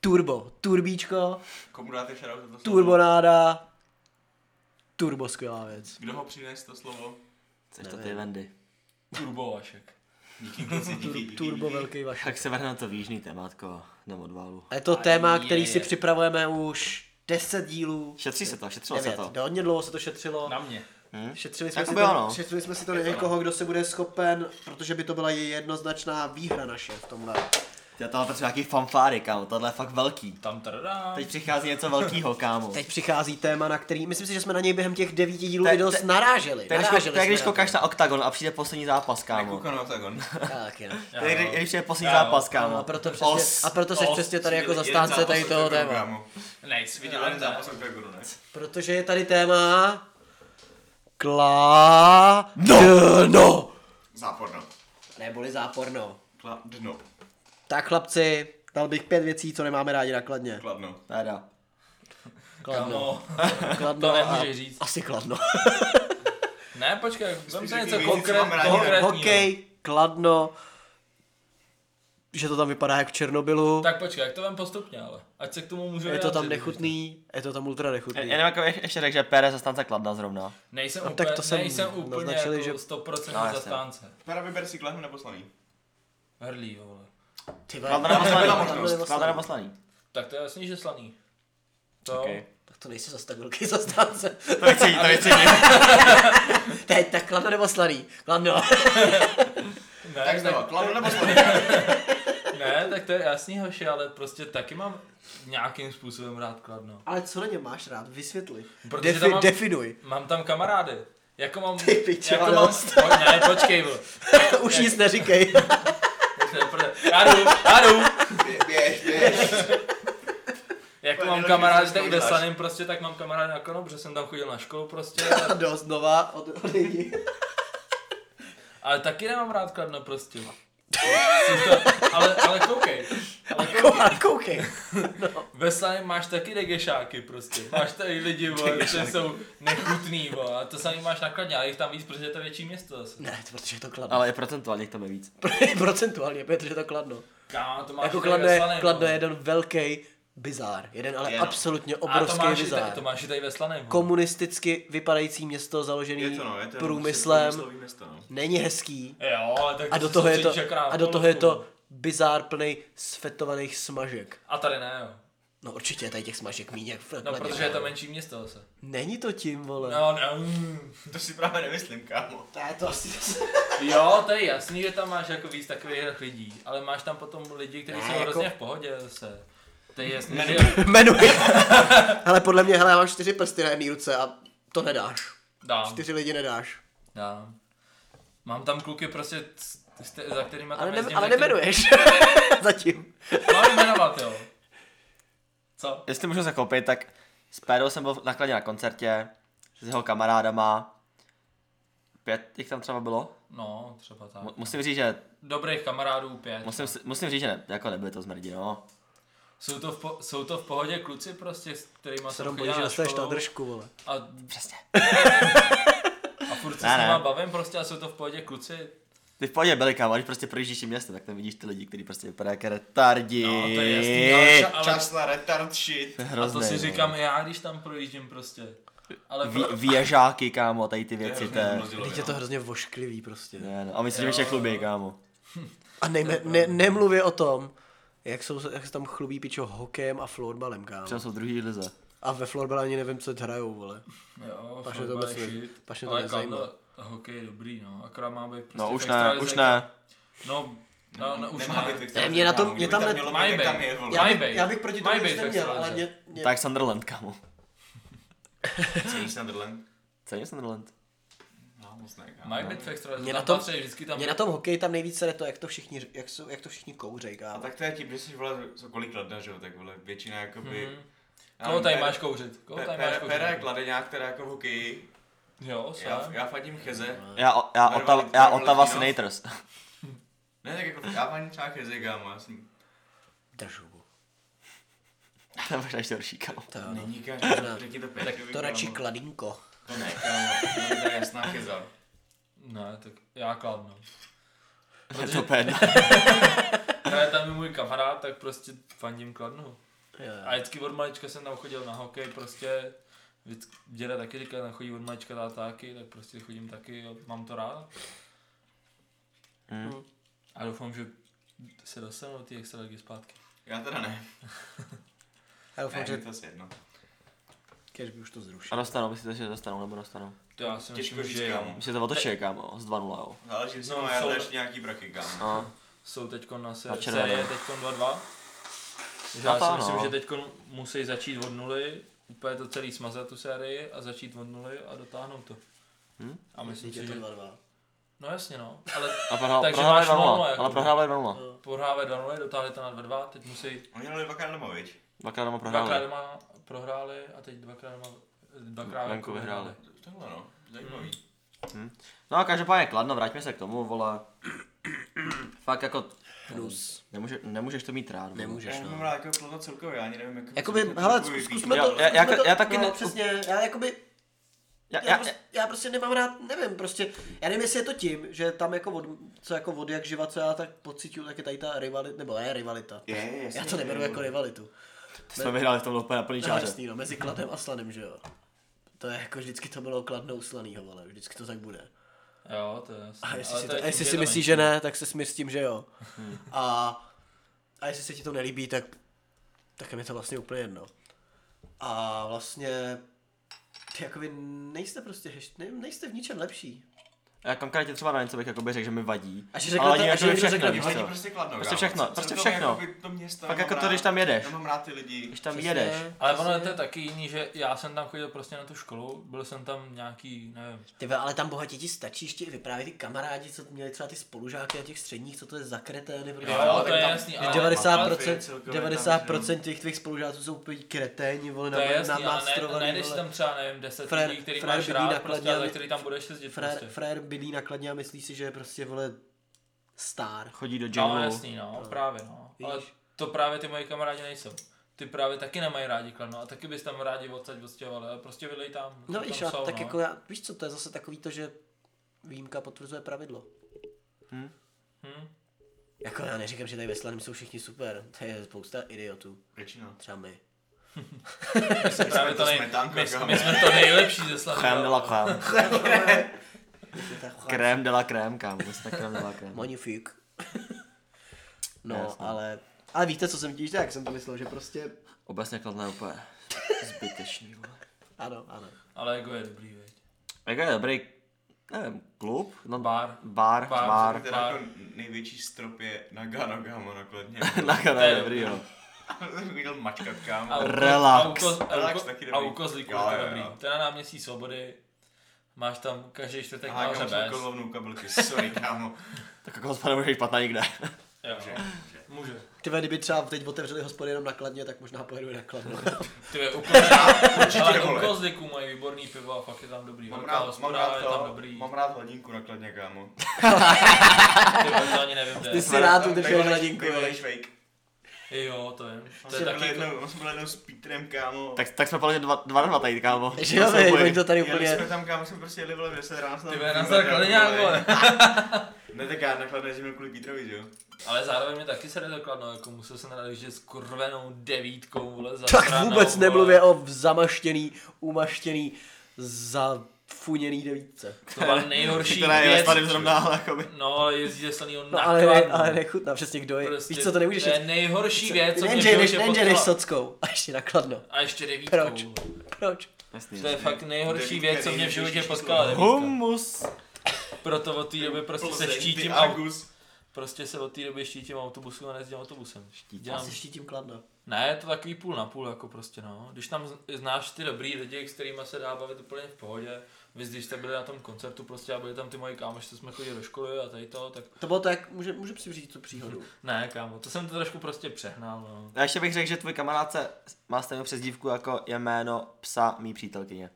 Speaker 2: Turbo, turbíčko,
Speaker 5: Komu dáte shoutout za to slovo?
Speaker 2: turbonáda, turbo skvělá věc.
Speaker 5: Kdo ho přines to slovo?
Speaker 3: Což to ty Vendy.
Speaker 4: Turbovašek.
Speaker 5: Díky, kluci, díky, díky,
Speaker 2: Turbo
Speaker 5: díky.
Speaker 2: velký vaš.
Speaker 3: Tak se vrhneme to výžný témátko na odválu.
Speaker 2: A je to téma,
Speaker 4: je,
Speaker 2: který
Speaker 4: je.
Speaker 2: si připravujeme už 10 dílů.
Speaker 3: Šetří se to, šetřilo se
Speaker 2: 9.
Speaker 3: to.
Speaker 2: Hodně dlouho se to šetřilo.
Speaker 4: Na mě.
Speaker 2: Šetřili jsme, si
Speaker 3: Jakoby
Speaker 2: to,
Speaker 3: ano.
Speaker 2: šetřili jsme si to na někoho, kdo se bude schopen, protože by to byla jednoznačná výhra naše v tomhle.
Speaker 3: Já tam mám prostě nějaký fanfáry, kámo, tohle je fakt velký.
Speaker 4: Tam tadadá.
Speaker 3: Teď přichází něco velkýho, kámo.
Speaker 2: Teď přichází téma, na který, myslím si, že jsme na něj během těch devíti dílů
Speaker 3: To je-
Speaker 2: video
Speaker 3: to je-
Speaker 2: naráželi.
Speaker 3: To je, když kou-
Speaker 2: naráželi
Speaker 3: jako- to je, když
Speaker 2: jsme na
Speaker 3: koukáš na OKTAGON a přijde poslední zápas, kámo.
Speaker 5: Koukám na Octagon.
Speaker 2: Tak, jo.
Speaker 3: To je, když- když přijde poslední
Speaker 4: Jo.
Speaker 3: zápas, kámo.
Speaker 2: A proto, přesně, a proto seš
Speaker 4: os,
Speaker 2: přesně tady jako
Speaker 5: Jeden
Speaker 2: zastánce
Speaker 5: zápas
Speaker 2: tady toho
Speaker 5: Octagonu,
Speaker 2: téma.
Speaker 5: kámo.
Speaker 4: Nejsi
Speaker 5: Viděl jeden zápas Octagonu, ne?
Speaker 2: Protože je tady téma... Klá... No. no.
Speaker 5: Záporno.
Speaker 2: Neboli záporno.
Speaker 5: Kla- Dno.
Speaker 2: Tak chlapci, dal bych pět věcí, co nemáme rádi nakladně.
Speaker 5: Kladno.
Speaker 3: Teda.
Speaker 4: Kamo.
Speaker 2: Kladno
Speaker 4: To
Speaker 2: a-
Speaker 4: nemůžeš říct.
Speaker 2: Asi kladno.
Speaker 4: Ne, počkej, vem si
Speaker 5: řekni
Speaker 4: něco
Speaker 5: věci, co
Speaker 4: konkrét,
Speaker 5: mám rádi.
Speaker 4: konkrétního.
Speaker 2: Hokej, kladno, že to tam vypadá jak v Černobylu,
Speaker 4: Tak počkej, jak to vem postupně, ale. Ať se k tomu můžu
Speaker 2: je to tam
Speaker 4: vyjádřit,
Speaker 2: nechutný, je to tam ultra
Speaker 3: Je-
Speaker 2: nechutný.
Speaker 4: E,
Speaker 3: Jenom jako je- ještě řekl, že Pérez zastánce Kladna zrovna.
Speaker 4: Nejsem,
Speaker 2: No,
Speaker 4: úplně,
Speaker 2: tak to jsem
Speaker 4: nejsem úplně
Speaker 2: naznačili,
Speaker 4: jako
Speaker 2: že-
Speaker 4: 100%
Speaker 3: No, jasně.
Speaker 4: zastánce.
Speaker 5: Pera, vyber si kladno nebo slaný.
Speaker 4: Hrlí, vole.
Speaker 2: Ty
Speaker 3: Kladna nebo slaný.
Speaker 2: Kladno nebo
Speaker 3: Kladna
Speaker 2: slaný.
Speaker 3: nebo slaný.
Speaker 4: Tak to je jasný, že slaný. To,
Speaker 3: Okej.
Speaker 2: Tak to nejsi zase tak velký zastánce.
Speaker 3: To vycítí, to vycítí.
Speaker 2: Teď tak kladno nebo slaný? Kladno.
Speaker 4: ne,
Speaker 5: Tak
Speaker 4: tak,
Speaker 5: znova, kladno nebo slaný.
Speaker 4: Ne, tak to je jasný, hoši, ale prostě taky mám nějakým způsobem rád Kladno.
Speaker 2: Ale co na něm máš rád? Vysvětli.
Speaker 4: Protože tam
Speaker 2: Defi-
Speaker 4: mám,
Speaker 2: definuj.
Speaker 4: mám tam kamarády. Jako mám...
Speaker 2: Ty piče,
Speaker 4: jako mám,
Speaker 2: radost.
Speaker 4: o, ne, počkej, bro.
Speaker 2: Už nic neříkej.
Speaker 4: Ne, prde. Já jdu, já jdu.
Speaker 5: Bě- Běž, běž.
Speaker 4: Jako
Speaker 5: Pane,
Speaker 4: mám
Speaker 5: nevím,
Speaker 4: kamarády
Speaker 5: jestli
Speaker 4: tak
Speaker 5: to
Speaker 4: ve
Speaker 5: uděláš.
Speaker 4: Slaném prostě, tak mám kamarády na konu, protože jsem tam chodil na školu prostě.
Speaker 2: A dost znova od, odejdi.
Speaker 4: Ale taky nemám rád Kladno prostě. Jsem to- ale, ale koukej. Ale koukej.
Speaker 2: Ale No koukej.
Speaker 4: Ve Slaném máš taky regešáky prostě. Máš tady lidi, vole, kteří jsou nechutný, vole. A to samý máš nakladně, ale jich tam víc, protože je to větší město zase.
Speaker 2: Ne, to protože je to kladno.
Speaker 3: Ale je procentuálně tam je víc.
Speaker 2: Procentuálně, protože je to kladno.
Speaker 4: Kámo, to máš
Speaker 2: jako
Speaker 4: i tady
Speaker 2: kladno
Speaker 4: ve
Speaker 2: je,
Speaker 4: Slaném,
Speaker 2: kladno je
Speaker 4: vole.
Speaker 2: jeden velký bizár. Jeden ale
Speaker 5: Jenom.
Speaker 2: absolutně
Speaker 4: no. A to
Speaker 2: obrovský
Speaker 4: máš, i tady,
Speaker 2: bizár.
Speaker 4: to máš i tady ve Slaném. vole.
Speaker 2: Komunisticky vypadající město založený
Speaker 5: Je to no, je to
Speaker 2: průmyslem.
Speaker 5: průmyslový město, no.
Speaker 2: Není hezký.
Speaker 4: Jo, ale tak
Speaker 2: A
Speaker 4: ty
Speaker 2: do
Speaker 4: se
Speaker 2: toho je to,
Speaker 4: soustředíš jak na
Speaker 2: a do toho je to
Speaker 4: polovku.
Speaker 2: bizár plný svetovaných smažek.
Speaker 4: A tady ne, jo.
Speaker 2: No určitě je tady těch smažek míň jak v
Speaker 4: No,
Speaker 2: Kladně,
Speaker 4: protože je to
Speaker 2: ale-
Speaker 4: menší město zase.
Speaker 2: Není to tím, vole.
Speaker 4: No, no. mm.
Speaker 5: To si právě nemyslím, kámo.
Speaker 2: Ne, to asi...
Speaker 4: Jo, to je jasný, že tam máš jako víc takových lidí, ale máš tam potom lidi, kteří
Speaker 2: Ne,
Speaker 4: jsou
Speaker 2: jako-
Speaker 4: hrozně v pohodě zase. To je jasný, že...
Speaker 2: Jmenuji. Ale podle mě, hele, já mám čtyři prsty na jedné ruce a to nedáš.
Speaker 4: Dám,
Speaker 2: Čtyři lidi nedáš.
Speaker 4: dám. Mám tam kluky prostě, s- s- za kterýma tam
Speaker 2: Ale, ne,
Speaker 4: jezdím,
Speaker 2: ale
Speaker 4: za který-
Speaker 2: nemenuješ. Zatím.
Speaker 4: Mám jmenovat, jo. Co?
Speaker 3: Jestli můžu zakoupit, tak s Pédou jsem byl nakladně na koncertě s jeho kamarádama. Pět jich tam třeba bylo.
Speaker 4: No, třeba tak.
Speaker 3: Mu- Musím říct, že,
Speaker 4: Dobrých kamarádů pět.
Speaker 3: musím, si- musím říct, že ne, jako nebyly to zmrdí, no.
Speaker 4: Jsou to, v po, jsou to v pohodě kluci prostě, s kterýma
Speaker 2: Se
Speaker 4: jsem
Speaker 2: tam
Speaker 4: chodil
Speaker 2: bojíš, že
Speaker 4: na
Speaker 2: dostaneš na
Speaker 4: školu
Speaker 2: držku, vole.
Speaker 4: a,
Speaker 3: Přesně.
Speaker 4: a furt se
Speaker 3: Ne,
Speaker 4: s
Speaker 3: ne.
Speaker 4: nima bavím prostě a jsou to v pohodě kluci.
Speaker 3: Ty v pohodě byli kámo, když prostě projíždíš tím městem, tak tam vidíš ty lidi, kteří prostě vypadají jako retardi.
Speaker 4: No, to je jasný, ale, ale
Speaker 5: Čas na retard shit.
Speaker 3: je
Speaker 4: A to
Speaker 3: hrozný,
Speaker 4: si
Speaker 3: no.
Speaker 4: říkám i já, když tam projíždím prostě. Ale
Speaker 3: Vě,
Speaker 4: pro...
Speaker 3: věžáky, kámo, tady ty věci, to
Speaker 5: hrozně
Speaker 3: je...
Speaker 5: zmrzilo,
Speaker 2: Teď
Speaker 5: jo.
Speaker 2: je to hrozně vošklivý prostě.
Speaker 3: Ne, no. A myslím, že vše chlubí, kámo.
Speaker 2: A nejme, ne, nemluvě o tom, jak, jsou, jak se tam chlubí pičo hokejem a florbalem, kámo.
Speaker 3: Třeba jsou druhý lize.
Speaker 4: Prostě
Speaker 2: A ve florbalu ani nevím, co hrajou, vole.
Speaker 4: Jo,
Speaker 2: Paše
Speaker 4: fotbal
Speaker 2: to
Speaker 4: je
Speaker 2: vůbec ne-
Speaker 4: shit.
Speaker 2: Paše to
Speaker 4: Ale
Speaker 2: nezajímá.
Speaker 4: kámo, Hokej je dobrý, no. Akorát má být prostě
Speaker 3: No už
Speaker 4: v extralize,
Speaker 3: ne, už
Speaker 4: jako-
Speaker 3: ne.
Speaker 4: No, no, no už
Speaker 5: Nemá
Speaker 4: ne.
Speaker 5: být
Speaker 2: Ne, mě na tom- mě tam ne-
Speaker 5: mělo
Speaker 4: Mají
Speaker 5: být, jak
Speaker 4: být.
Speaker 5: tam je, vole.
Speaker 4: Já- Mají být.
Speaker 2: já bych proti tomu
Speaker 4: Mají
Speaker 2: nic
Speaker 4: být,
Speaker 2: neměl,
Speaker 4: tak se
Speaker 2: ale
Speaker 4: lze.
Speaker 2: mě, mě,
Speaker 3: Tak Sunderland, kámo.
Speaker 5: Ceníš na drlen?
Speaker 3: Cením Sunderland.
Speaker 5: No, moc ne, kámo.
Speaker 4: Mají být v extralize,
Speaker 2: Mě
Speaker 4: tam
Speaker 2: na tom-
Speaker 4: patří vždycky tam.
Speaker 2: mě na tom hokeji tam nejvíce jde to, jak to všichni, ř- jak, jsou, jak to všichni kouřej,
Speaker 5: A
Speaker 2: kámo.
Speaker 5: tak to je tím, že jsi vole, co kolik ladna, že jo, tak vole, většina jakoby...
Speaker 4: Mhm.
Speaker 5: Já
Speaker 4: Koho
Speaker 5: nevím,
Speaker 4: tady
Speaker 5: Pera-
Speaker 4: máš kouřit? Koho
Speaker 5: Pe-
Speaker 4: tady máš
Speaker 5: Pera- Pera je
Speaker 4: kouřit?
Speaker 5: kladeňák, která jako v hokeji.
Speaker 4: Jo,
Speaker 5: Já,
Speaker 4: jsem.
Speaker 5: já fandím Cheze.
Speaker 3: Já, já,
Speaker 5: Barva-
Speaker 3: Ottawa, já
Speaker 5: barva
Speaker 3: Ottawa
Speaker 4: no.
Speaker 5: latino.
Speaker 3: Senators.
Speaker 5: Ne, tak jako já fandím třeba Cheze, kámo, já jsem...
Speaker 2: Držu.
Speaker 3: To je možná ještě horší, kámo.
Speaker 2: To, jo, no.
Speaker 5: Není kámo, řekni to no. Petrovi,
Speaker 2: to
Speaker 5: kámo.
Speaker 2: radši kladínko.
Speaker 5: To ne, kámo, to je jasná Cheza.
Speaker 4: Ne, tak já kladno.
Speaker 3: Je to pédla.
Speaker 4: Hraje tam i můj kamarád, tak prostě fandím kladnu.
Speaker 2: Jo,
Speaker 4: A vždycky od malička jsem tam chodil na hokej, prostě vždycky- děda taky říká, tam chodí od malička táta taky, tak prostě chodím taky a mám to rád.
Speaker 3: Mm.
Speaker 4: A doufám, že se dostanu do té extraligy zpátky.
Speaker 5: Já teda ne.
Speaker 2: Já doufám,
Speaker 5: Ne,
Speaker 2: že
Speaker 5: je to si jedno.
Speaker 2: kež by už to zrušil.
Speaker 3: A dostanou, myslíte, že dostanou nebo dostanou?
Speaker 4: To já
Speaker 2: No,
Speaker 4: si
Speaker 5: Těžko
Speaker 4: myslím,
Speaker 5: říct,
Speaker 4: že jo.
Speaker 5: kámo.
Speaker 3: Myslíte, to otočí, kámo, z 2-0, jo.
Speaker 5: Záleží, jestli
Speaker 4: No,
Speaker 5: má
Speaker 4: jsou-
Speaker 5: ještě nějaký braky,
Speaker 2: No.
Speaker 5: kámo.
Speaker 3: A,
Speaker 4: Jsou teď na
Speaker 3: Na
Speaker 4: se-
Speaker 3: červené.
Speaker 4: série, teď 2-2. Takže
Speaker 3: No
Speaker 4: já
Speaker 3: to
Speaker 4: si
Speaker 3: ano.
Speaker 4: myslím, že teď musí začít od nuly, úplně to celý smazat tu sérii a začít od nuly a dotáhnout to.
Speaker 3: Hm?
Speaker 4: A myslím
Speaker 2: Je
Speaker 4: si,
Speaker 2: to
Speaker 4: že...
Speaker 2: 2-2.
Speaker 4: No jasně no, ale
Speaker 3: a prohrál,
Speaker 4: Takže
Speaker 3: prohráli
Speaker 4: máš 0-0
Speaker 3: 2-0,
Speaker 4: jako.
Speaker 3: ale prohráli 2-0.
Speaker 4: prohrávají 2-0, dotáhli to na 2-2, teď musí
Speaker 5: Oni měli dvakrát doma, viď?
Speaker 3: Dvakrát doma
Speaker 4: Dvakrát
Speaker 3: prohráli.
Speaker 4: doma prohráli a teď dvakrát doma dvakrát
Speaker 3: Venku
Speaker 4: venku
Speaker 3: vyhráli.
Speaker 4: vyhráli.
Speaker 5: Tohle no, zajímavý.
Speaker 3: No a každopádně kladno, vraťme se k tomu, vole. Fakt jako,
Speaker 2: Hnus.
Speaker 3: nemůže, nemůžeš to mít rád. vole.
Speaker 2: Nemůžeš,
Speaker 5: Já
Speaker 2: no.
Speaker 5: mám rád jako plno celkově, já ani nevím, jako...
Speaker 2: Jakoby,
Speaker 5: jako
Speaker 2: hele,
Speaker 5: celkový
Speaker 2: zkus-
Speaker 5: víkend.
Speaker 2: zkusme
Speaker 3: Já-
Speaker 2: to,
Speaker 3: já-
Speaker 2: zkusme
Speaker 3: já-
Speaker 2: to,
Speaker 3: já taky
Speaker 2: no,
Speaker 3: ne-
Speaker 2: přesně, já jakoby,
Speaker 3: Já,
Speaker 2: já,
Speaker 3: já,
Speaker 2: prostě, já prostě nemám rád, nevím, prostě, já nevím, jestli je to tím, že tam jako od, co jako od jak živa, co já tak pocituju, tak je tady ta rivalita, nebo ne rivalita.
Speaker 5: Je, jasně,
Speaker 2: já to neberu
Speaker 5: je,
Speaker 2: jako
Speaker 5: vole.
Speaker 2: rivalitu.
Speaker 3: jsme vyhráli v tomhle úplně na plný
Speaker 2: No,
Speaker 3: čáře.
Speaker 2: jasný, no, mezi Kladem a Slanem, že jo. To je jako vždycky to bylo kladnou slanýho, vole, vždycky to tak bude.
Speaker 4: Jo, to je jasný.
Speaker 2: A jestli
Speaker 4: Ale
Speaker 2: si,
Speaker 4: to
Speaker 2: to,
Speaker 4: je Mhm.
Speaker 2: a
Speaker 4: tím,
Speaker 2: jestli
Speaker 4: je
Speaker 2: si
Speaker 4: to
Speaker 2: myslíš,
Speaker 4: menší.
Speaker 2: že ne, tak se smíš s tím, že jo. A, a jestli se ti to nelíbí, tak, tak je mi to vlastně úplně jedno. A vlastně, ty jako vy nejste prostě, heš- ne- nejste v ničem lepší.
Speaker 3: Já konkrétně třeba na něco bych jakoby řekl, že mi vadí.
Speaker 2: A že řekne to- a že
Speaker 3: jakoby
Speaker 2: někdo řekne,
Speaker 3: víš
Speaker 5: Vadí
Speaker 3: co.
Speaker 5: prostě kladno,
Speaker 3: Prostě
Speaker 5: kámo.
Speaker 3: všechno,
Speaker 5: Jsem
Speaker 3: prostě
Speaker 5: tam
Speaker 3: všechno.
Speaker 5: jakoby To město,
Speaker 3: Fakt
Speaker 5: já
Speaker 3: jako
Speaker 5: mám
Speaker 3: to, když
Speaker 5: rád-
Speaker 3: tam jedeš.
Speaker 5: Já mám rád ty lidi.
Speaker 3: Když tam jedeš.
Speaker 2: No,
Speaker 4: Ale ono je to taky jiný, že já jsem tam chodil prostě na tu školu, byl jsem tam nějaký, nevím,
Speaker 2: Ty vole, ale tam bohatě ti stačí ještě i vyprávět ty kamarádi, co měli třeba ty spolužáky na těch středních, co to je za kretény. protože-
Speaker 4: Jo,
Speaker 5: ale
Speaker 4: to je
Speaker 5: tam-
Speaker 4: jasný,
Speaker 2: Že
Speaker 4: ale-
Speaker 2: 90%,
Speaker 5: ale celkově tam,
Speaker 2: 90% těch tvých spolužáků jsou úplně kreténi, vole,
Speaker 4: to je jasný, ale ne,
Speaker 2: namástrovaný,
Speaker 4: najdeš
Speaker 2: vole.
Speaker 4: tam třeba, nevím, 10
Speaker 2: Frér-
Speaker 4: lidí, který
Speaker 2: frér
Speaker 4: máš
Speaker 2: bydlí na
Speaker 4: rád, prostě,
Speaker 2: Kladně,
Speaker 4: ale
Speaker 2: ale-
Speaker 4: který tam budeš jezdit
Speaker 2: Frér,
Speaker 4: prostě.
Speaker 2: frér bydlí nakladně a myslí si, že je prostě, vole, star.
Speaker 3: Chodí do
Speaker 4: No,
Speaker 3: džunglu.
Speaker 4: jasný, no, právě, no. Ale
Speaker 2: Víš.
Speaker 4: to právě ty moji kamarádi nejsou. Ty právě taky nemají rádi Kladno a taky bys tam rádi odsaď odstěhovali, ale prostě vylej tam.
Speaker 2: No
Speaker 4: tam
Speaker 2: víš, a
Speaker 4: jsou,
Speaker 2: tak
Speaker 4: no.
Speaker 2: jako já, víš co, to je zase takový to, že výjimka potvrzuje pravidlo.
Speaker 4: Hm?
Speaker 2: Jako já neříkám, že tady ve Slaném jsou všichni super, to je spousta idiotů,
Speaker 5: Většina.
Speaker 2: třeba my.
Speaker 4: Právě to nej...
Speaker 5: smetánka,
Speaker 4: my,
Speaker 5: kámo.
Speaker 4: my, jsme to nejlepší ze Slavy.
Speaker 3: Krém de la krém.
Speaker 2: To je ta chuť.
Speaker 3: Krém de la krém, kámo. Jsme krém de la krém.
Speaker 2: Magnifique. No,
Speaker 3: Jasně.
Speaker 2: ale... Ale víte, co jsem tím, tak jsem to myslel, že prostě...
Speaker 3: Obecně kladné úplně zbytečný. vole.
Speaker 2: Ano, ano.
Speaker 4: Ale jako je dobrý, veď.
Speaker 3: Jako je dobrý, nevím, klub? No,
Speaker 4: Bar.
Speaker 3: Bar,
Speaker 4: Bar.
Speaker 3: bar.
Speaker 5: Teda jako největší strop je na Gano, kámo, nakladně.
Speaker 3: Na
Speaker 4: To
Speaker 3: kanál
Speaker 4: je
Speaker 3: dobrý, jo.
Speaker 5: Viděl mačkat, kámo.
Speaker 4: A u-
Speaker 3: Relax.
Speaker 4: A u, koz,
Speaker 5: Relax
Speaker 4: a u,
Speaker 5: taky
Speaker 4: a
Speaker 5: dobrý.
Speaker 4: u kozlíku
Speaker 5: Jo,
Speaker 4: je
Speaker 5: jo,
Speaker 4: to
Speaker 5: jo.
Speaker 4: dobrý. To je na náměstí Svobody. Máš tam každý čtvrtek
Speaker 5: Aha,
Speaker 4: na
Speaker 5: kámo, jsem
Speaker 4: hřebec.
Speaker 5: kolovnou jako kabelky, sorry, kámo.
Speaker 3: Tak jako hospoda může být špatná nikde.
Speaker 4: Jo, Může.
Speaker 2: Ty vole, kdyby třeba teď otevřeli hospody jenom nakladně, tak možná pojedu nakladně.
Speaker 4: Ty je u kozlíku, ale u
Speaker 5: vole.
Speaker 4: kozlíku mají výborný pivo a fakt je tam dobrý.
Speaker 5: Mám
Speaker 4: Velká
Speaker 5: rád, mám
Speaker 4: hospoda,
Speaker 5: rád,
Speaker 4: je tam
Speaker 5: to,
Speaker 4: dobrý.
Speaker 5: mám rád hladinku nakladně, kámo.
Speaker 4: Ty vole, to ani nevím, kde
Speaker 2: Ty
Speaker 4: je.
Speaker 2: si rád
Speaker 5: Tam
Speaker 2: udržel
Speaker 5: bývalý-
Speaker 2: hladinku,
Speaker 5: bývalý
Speaker 2: vej.
Speaker 5: švejk.
Speaker 4: Jo, to je. To je
Speaker 5: Jsme byli
Speaker 4: taky jako
Speaker 5: jednou, no, jsme byli jednou s Petrem, kámo.
Speaker 3: jako- Tak, tak jsme podle mě dva, dva na dva tady, kámo.
Speaker 2: Že jo, vej, oni to tady
Speaker 5: Jeli
Speaker 2: úplně...
Speaker 5: jsme tam, kámo, jsme prostě jeli vole v 10 ráno. jsme tam
Speaker 4: Ty vole, na
Speaker 5: vole,
Speaker 4: základě
Speaker 5: vole.
Speaker 4: nějak, vole.
Speaker 5: Ne, tak já nakladně jezdím kvůli Petrovi, že jo?
Speaker 4: Ale zároveň mě taky se nedokladno, jako musel jsem nadat, že s kurvenou devítkou, vole, za
Speaker 2: Tak vůbec nemluvě o zamaštěný, umaštěný, zafuněný devítce.
Speaker 4: To byla nejhorší
Speaker 3: Která je ve
Speaker 4: věc.
Speaker 3: spadem zrovna, ale
Speaker 5: jako
Speaker 3: jakoby.
Speaker 4: No, ale jezdí ze slaného
Speaker 2: No
Speaker 4: na
Speaker 2: ale, ne,
Speaker 4: Kladno.
Speaker 2: ale nechutná, přesně kdo je.
Speaker 4: Prostě
Speaker 2: Víš co, to nemůžeš
Speaker 4: To je
Speaker 2: říct.
Speaker 4: nejhorší věc, co mě v
Speaker 2: Nenže jdeš,
Speaker 4: životě
Speaker 2: nenže jdeš
Speaker 4: potkala.
Speaker 2: sockou a ještě nakladno.
Speaker 4: A ještě devítkou.
Speaker 2: Proč?
Speaker 4: vole.
Speaker 2: Proč?
Speaker 3: Jasný,
Speaker 4: To je
Speaker 3: jasný.
Speaker 4: fakt nejhorší
Speaker 5: Devítka
Speaker 4: věc, co mě v
Speaker 5: nejhorší
Speaker 4: životě
Speaker 5: číslo.
Speaker 4: potkala devítka.
Speaker 3: Hummus.
Speaker 4: Proto od té doby prostě se
Speaker 5: Plzeň, ty
Speaker 4: štítím aut.
Speaker 5: Argus.
Speaker 4: Prostě se od té doby štítím autobusu a nejezdím autobusem.
Speaker 2: Já
Speaker 4: Dělám
Speaker 2: se štítím kladno.
Speaker 4: Ne, je to takový půl na půl, jako prostě no. Když tam z- znáš ty dobrý lidi, s kterými se dá bavit úplně v pohodě, vy když jste byli na tom koncertu prostě a byli tam ty moji kámoši, co jsme chodili do školy a tady to, tak
Speaker 2: To bylo to, jak může, můžeme si říct tu příhodu.
Speaker 4: ne, kámo, to jsem to trošku prostě přehnal, no.
Speaker 3: Já ještě bych řekl, že tvůj kamarádce má stejnou přezdívku jako je jméno psa mý přítelkyně.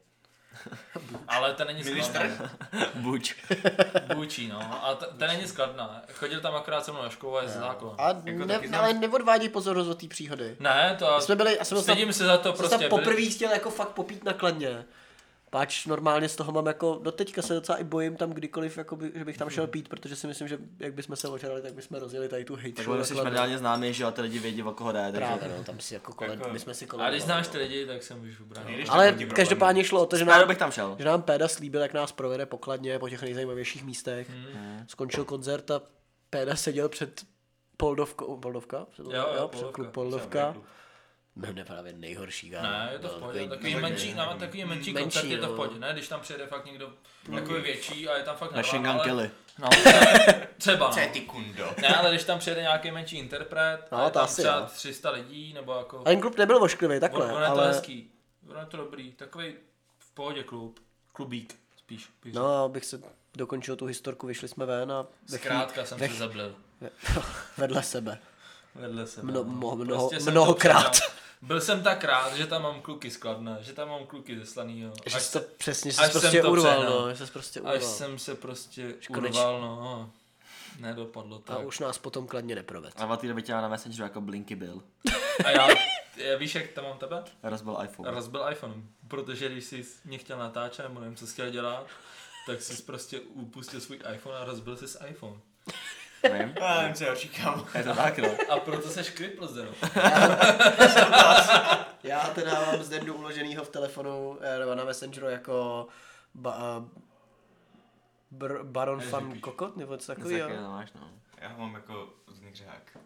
Speaker 4: Ale to není skladná.
Speaker 3: Buď.
Speaker 4: Bučí, no. A to, to není skladná. Chodil tam akorát se mnou na školu a je ze zákon.
Speaker 2: A
Speaker 5: Jako
Speaker 2: ne,
Speaker 5: taky znám-
Speaker 2: ale neodvádí pozornost od té příhody.
Speaker 4: Ne, to
Speaker 2: Jsme byli, a jsme
Speaker 4: stydím se za to
Speaker 2: prostě
Speaker 4: prostě.
Speaker 2: tam poprvé chtěl jako fakt popít nakladně. Páč normálně z toho mám jako, do teďka se docela i bojím tam kdykoliv, jako by, že bych tam
Speaker 4: Mhm.
Speaker 2: šel pít, protože si myslím, že jak bychom se očarali, tak bychom rozjeli tady tu hejtu.
Speaker 3: Takhle jsi mediálně známý, že jo, a ty lidi vědí, o koho jde.
Speaker 2: Právě,
Speaker 3: Takže...
Speaker 2: no, tam si jako kolem,
Speaker 5: Jako-
Speaker 2: my jsme si kolem. no.
Speaker 4: A když znáš ty lidi, tak se můžeš
Speaker 5: Nejdeš
Speaker 4: ubránit.
Speaker 5: tam
Speaker 2: Ale
Speaker 5: proti problému.
Speaker 2: každopádně šlo o to, že
Speaker 3: Já
Speaker 2: nám,
Speaker 3: bych tam šel.
Speaker 2: že nám Péda slíbil, jak nás provede pokladně po těch nejzajímavějších místech.
Speaker 4: Mhm.
Speaker 2: Skončil koncert a Péda seděl před Poldovkou, Poldovka? Před,
Speaker 4: Jo, jo,
Speaker 2: před klub
Speaker 4: Poldovka.
Speaker 2: Poldovka. Byl mě právě nejhorší, kámo.
Speaker 4: Ne, je to v
Speaker 2: Byl
Speaker 4: pohodě,
Speaker 2: No, takový
Speaker 4: takový menší, na takový menší,
Speaker 2: Menší,
Speaker 4: koncert je to
Speaker 2: no.
Speaker 4: v pohodě, ne, když tam přijede fakt někdo takový větší a je tam fakt
Speaker 3: Na
Speaker 4: hlava,
Speaker 3: Shingan
Speaker 4: ale-
Speaker 3: Kelly.
Speaker 4: No, třeba- třeba,
Speaker 5: Co je
Speaker 4: no.
Speaker 5: ty kundo?
Speaker 4: Ne, ale když tam přijede nějaký menší interpret,
Speaker 2: No,
Speaker 4: no, je
Speaker 2: to
Speaker 4: tam
Speaker 2: asi,
Speaker 4: třeba
Speaker 2: no.
Speaker 4: 300 lidí, nebo jako...
Speaker 2: A ten klub nebyl ošklivý,
Speaker 4: on,
Speaker 2: takhle,
Speaker 4: on je to
Speaker 2: ale...
Speaker 4: hezký, on je to dobrý, takový v pohodě klub, klubík spíš. Bych no,
Speaker 2: No, abych se dokončil tu historku, vyšli jsme ven a ve chví-
Speaker 4: Zkrátka jsem
Speaker 2: ve
Speaker 4: se
Speaker 2: chví-
Speaker 4: zablil.
Speaker 2: vedle sebe.
Speaker 4: Vedle se.
Speaker 2: Mno- mo- mnoho-
Speaker 4: No, prostě jsem
Speaker 2: mnohokrát.
Speaker 4: to předal. Byl jsem tak rád, že tam mám kluky skladné, že tam mám kluky ze slanýho.
Speaker 2: Že
Speaker 4: Až,
Speaker 2: jsi to přesně
Speaker 4: až
Speaker 2: jsi
Speaker 4: jsem
Speaker 2: prostě
Speaker 4: to
Speaker 2: urval,
Speaker 4: přehnal.
Speaker 2: no, že jsi prostě urval.
Speaker 4: až jsem se prostě
Speaker 2: konečně.
Speaker 4: urval, no. Nedopadlo
Speaker 2: A
Speaker 4: tak.
Speaker 2: už nás potom kladně neproved.
Speaker 3: A od té doby tě mám na Messengeru jako Blinky Bill.
Speaker 4: A já, já, víš, jak tam mám tebe?
Speaker 3: Rozbil iPhone.
Speaker 4: Rozbil iPhone, protože když jsi mě chtěl natáčet, nebo nevím, co jsi chtěl dělat, tak jsi prostě upustil svůj iPhone a rozbil jsi iPhone.
Speaker 3: Vím.
Speaker 5: Já nevím, co je horší, kámo.
Speaker 3: Je to tak, no.
Speaker 4: A proto seš kripl zde, no.
Speaker 2: Já teda mám z Dendu uloženýho v telefonu, eh, nebo na Messengeru jako ba, eh, br, Baron van Kokot, nebo něco takového.
Speaker 3: Taky to máš, no.
Speaker 5: Já ho mám jako znikřák.